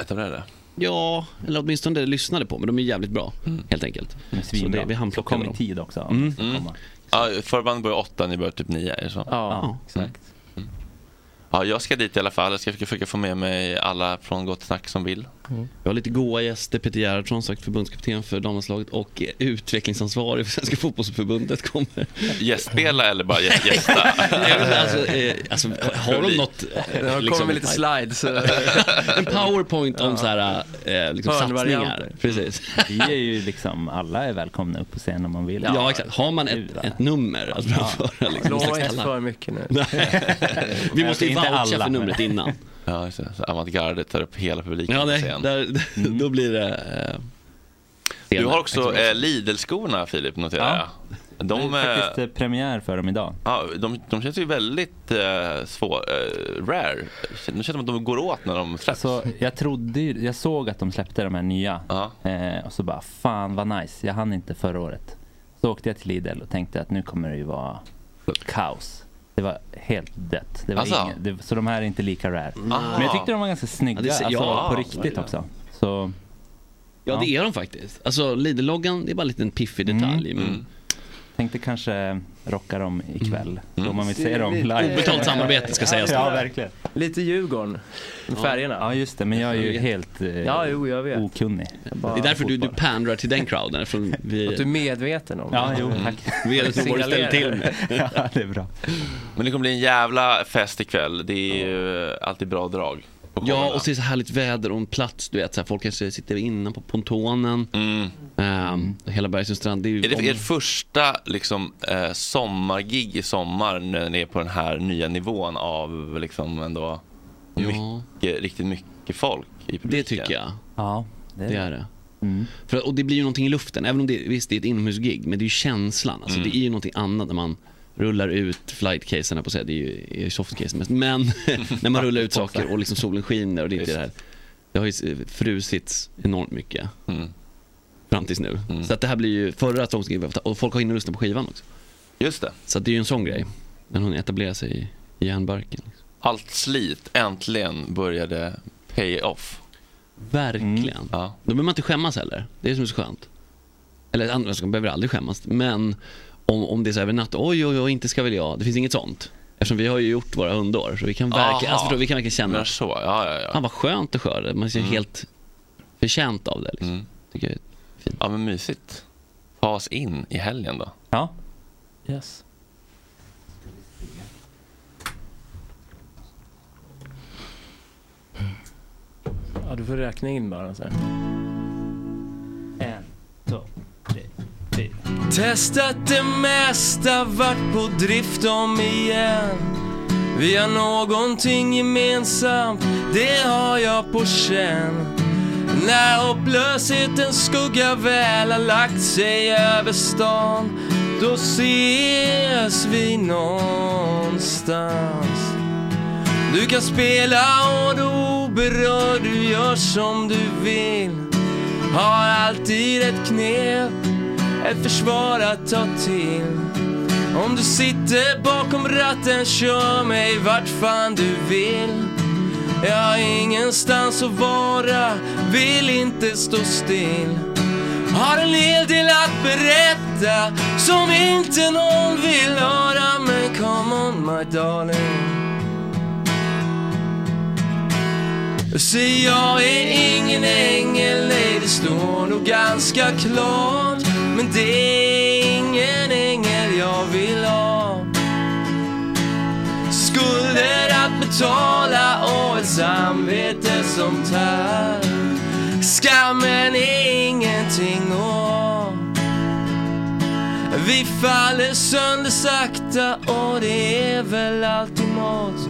A: Etablerade?
L: Ja, eller åtminstone det lyssnade på, men de är jävligt bra
K: Mm.
L: helt enkelt. Så
M: svinbra.
L: det, vi hann
M: Och
L: plocka
M: kom i
L: dem.
M: tid också.
L: Mm.
A: Ja, förband börjar åtta, ni börjar typ nio, är det så?
K: Ja,
M: exakt.
K: Ja, jag ska dit i alla fall. Jag ska försöka få med mig alla från Gott Snack som vill.
M: Mm.
L: Jag har lite goa gäster. Peter Gerhardsson, sagt förbundskapten för damlandslaget och eh, utvecklingsansvarig för Svenska fotbollsförbundet kommer.
K: Gästspela eller bara gäst- gästa?
L: Jag vet inte, alltså, eh, alltså, har de något... eh,
K: De kommer med lite
N: slides.
L: en powerpoint om så här, eh, liksom, satsningar. Precis.
M: Vi är ju liksom, alla är välkomna upp på scenen om man vill.
L: Ja, exakt. Har man ett, ett nummer att framföra? Liksom, någon
N: Lova
L: slags
N: inte
L: kalla-
N: för mycket nu.
L: Nej. Vi måste ju voucha för numret innan.
K: Ja, just det. Så Avantgardet tar upp hela publiken
L: Ja,
K: på
L: nej,
K: scen.
L: där,
M: Mm.
L: då blir det... Eh,
K: Du har också eh, Lidl-skorna Filip, noterar jag. De,
M: det är
K: eh,
M: faktiskt eh, premiär för dem idag.
K: ja, de, de känns ju väldigt eh, svår, eh, rare. Det känns som att de går åt när de släpps.
L: Alltså-
M: Så jag trodde ju, jag såg att de släppte de här nya. Eh, och så bara, fan vad nice, jag hann inte förra året. Så åkte jag till Lidl och tänkte att nu kommer det ju vara kaos. Det var helt dött. Det var
L: Alltså?
M: ingen, det, så de här är inte lika rare.
K: Mm.
L: Ah.
M: Men jag tyckte de var ganska snygga,
L: Ja, det ser-
M: alltså,
L: ja,
M: på
L: verkligen.
M: riktigt också. Så,
L: Ja, det är de faktiskt. Alltså Lidl-loggan, det är bara en liten piffig detalj. Men...
M: Mm. Tänkte kanske rocka dem ikväll,
K: Mm.
M: då man vill se dem
N: Mm. Lite-
M: live.
N: Obetalt samarbete ska sägas.
M: Ja, verkligen.
N: Lite Djurgården, med färgerna.
M: Ja, just det. Men jag är ju
N: Ja.
M: helt eh,
N: Ja, jo, jag vet.
M: okunnig.
L: det är därför du, du pandrar till den crowden. Från vi...
N: Att du är medveten om
M: Ja,
N: det.
M: jo, tack.
L: Vi är så ställer till med.
M: ja, det är bra.
K: Men det kommer bli en jävla fest ikväll. Det är ju eh, alltid bra drag. på
L: Ja,
K: showerna.
L: och så är det så härligt väder och en plats. Du vet, så här, folk kanske sitter inne på pontonen. Ehm, hela Bergsunds strand. Det är, ju
K: Mm. Är det
L: om-
K: ert första liksom, eh, sommargig i sommar när ni är på den här nya nivån av liksom ändå mycket, riktigt mycket folk i publiken?
L: Det tycker jag.
M: Ja, det är
L: det.
M: det.
L: Är det.
K: Mm.
L: För, och det blir ju någonting i luften. Även om det, visst, det är ett inomhusgig, men det är ju känslan. Alltså,
K: Mm.
L: Det är ju någonting annat när man rullar ut flightcasen, höll jag på att säga. Det är ju- är ju softcasen mest. Men när man rullar ut saker och liksom solen skiner och det är inte det här. Det har ju eh, frusits enormt mycket.
K: Mm.
L: Fram tills nu. Så att det här blir ju förra sångskrivet och folk har inne och lyssnat på skivan också.
K: Just det.
L: Så att det är ju en sån grej. När hon etablerar sig i, i järnbarken.
K: Allt slit äntligen började pay off.
L: Verkligen.
K: Mm, Ja.
L: Då behöver man inte skämmas heller. Det är det som är så skönt. Eller andra som behöver aldrig skämmas. Men om, om det är så här över natt, oj oj oj, inte ska väl jag. Det finns inget sånt. Eftersom vi har ju gjort våra hundår. Så vi kan verkligen,
K: Aha.
L: alltså, förstår du, vi kan verkligen känna
K: Men så, ja, ja, ja.
L: Fan vad skönt och skörd. Man är ju
K: Mm.
L: helt förtjänt av det. Liksom. Tycker jag är fint.
K: Ja men mysigt. Ta oss in i helgen då.
M: Ja.
L: Yes.
N: Ja, du får räkna in bara så här.
M: En, två, tre, fyra.
N: Testat det mesta, varit på drift om igen. Vi har någonting gemensamt, det har jag på känn. När hopplöshetens skugga väl har lagt sig över stan, då ses vi någonstans. Du kan spela och du är oberörd, du gör som du vill. Har alltid ett knep, ett försvar att ta till. Om du sitter bakom ratten, kör mig vart fan du vill. Jag har ingenstans att vara, vill inte stå still. Har en hel del att berätta som inte någon vill höra. Men come on my darling. Se jag är ingen ängel, nej det står nog ganska klart. Men det är ingen ängel jag vill ha. Skulder att betala och ett samvete som tär. Skammen är ingenting att ha. Vi faller sönder sakta och det är väl alltid något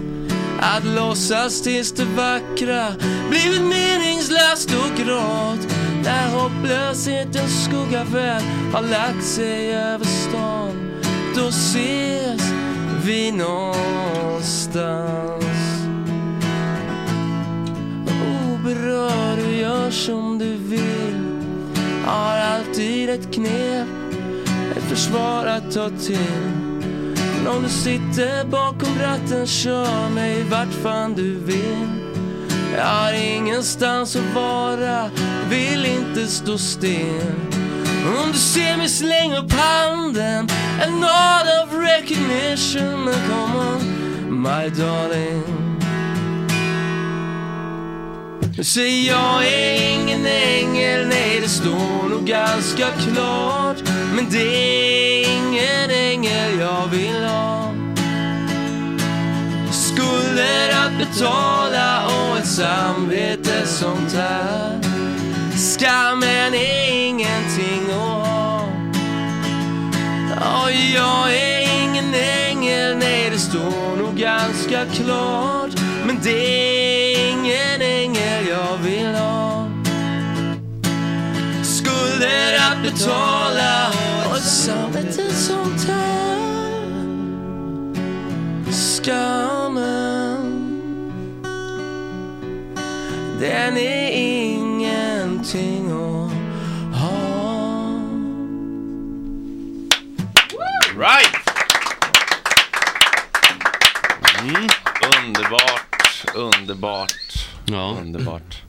N: att låtsas tills det vackra blivit meningslöst och grått när hopplöshetens skugga väl har lagt sig över stan då ses vi någonstans Oberörd, du gör som du vill har alltid ett knep ett försvar att ta till. Men om du sitter bakom ratten, kör mig vart fan du vill. Jag har ingenstans att vara, vill inte stå still. Om du ser mig, släng upp handen, a nod of recognition. Men come on, my darling. Så jag är ingen ängel, nej det står nog ganska klart Men det är ingen ängel jag vill ha Skulder att betala och ett samvete som tär Skammen är ingenting att ha Ja, jag är ingen ängel, nej det står nog ganska klart Men det är ingen ängel jag vill ha Skulder att betala och ett samvete som tär Skammen Den är ingenting att ha
A: Right! Mm. Underbart, underbart, underbart.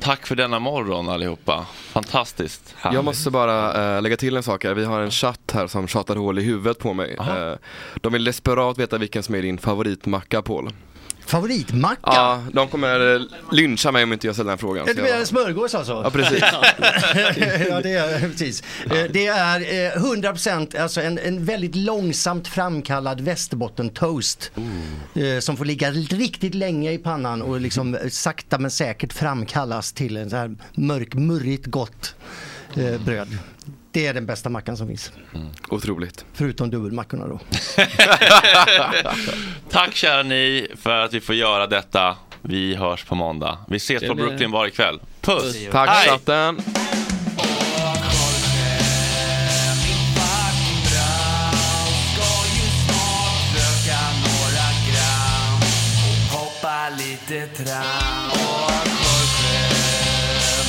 A: Tack för denna morgon allihopa. Fantastiskt.
I: Jag måste bara eh, lägga till en sak här. Vi har en chatt här som tjatar hål i huvudet på mig. Eh, de vill desperat veta vilken som är din favoritmacka Paul.
J: Favoritmacka?
I: Ja, de kommer eh, lyncha mig om inte jag ställer den frågan.
J: Ja,
I: så
J: Du
I: jag-
J: menar smörgås alltså?
I: Ja, precis.
J: ja, det är, precis. Eh, Det är eh, 100% alltså en, en väldigt långsamt framkallad västerbottentoast. eh, Som får ligga riktigt länge i pannan och liksom eh, sakta men säkert framkallas till en så här mörk, murrigt gott eh, bröd. Det är den bästa mackan som finns.
I: Mm. Otroligt.
J: Förutom dubbelmackorna då.
A: Tack kära ni för att vi får göra detta. Vi hörs på måndag. Vi ses på
I: Det blir-
A: Brooklyn Bar ikväll. Puss!
I: Tack
A: Hej!
I: chatten.
N: röka några gram och hoppa lite tram. Och Jorge,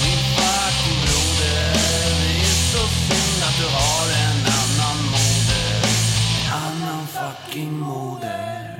N: min fucking broder, det är så synd att du har en annan moder. En annan fucking moder.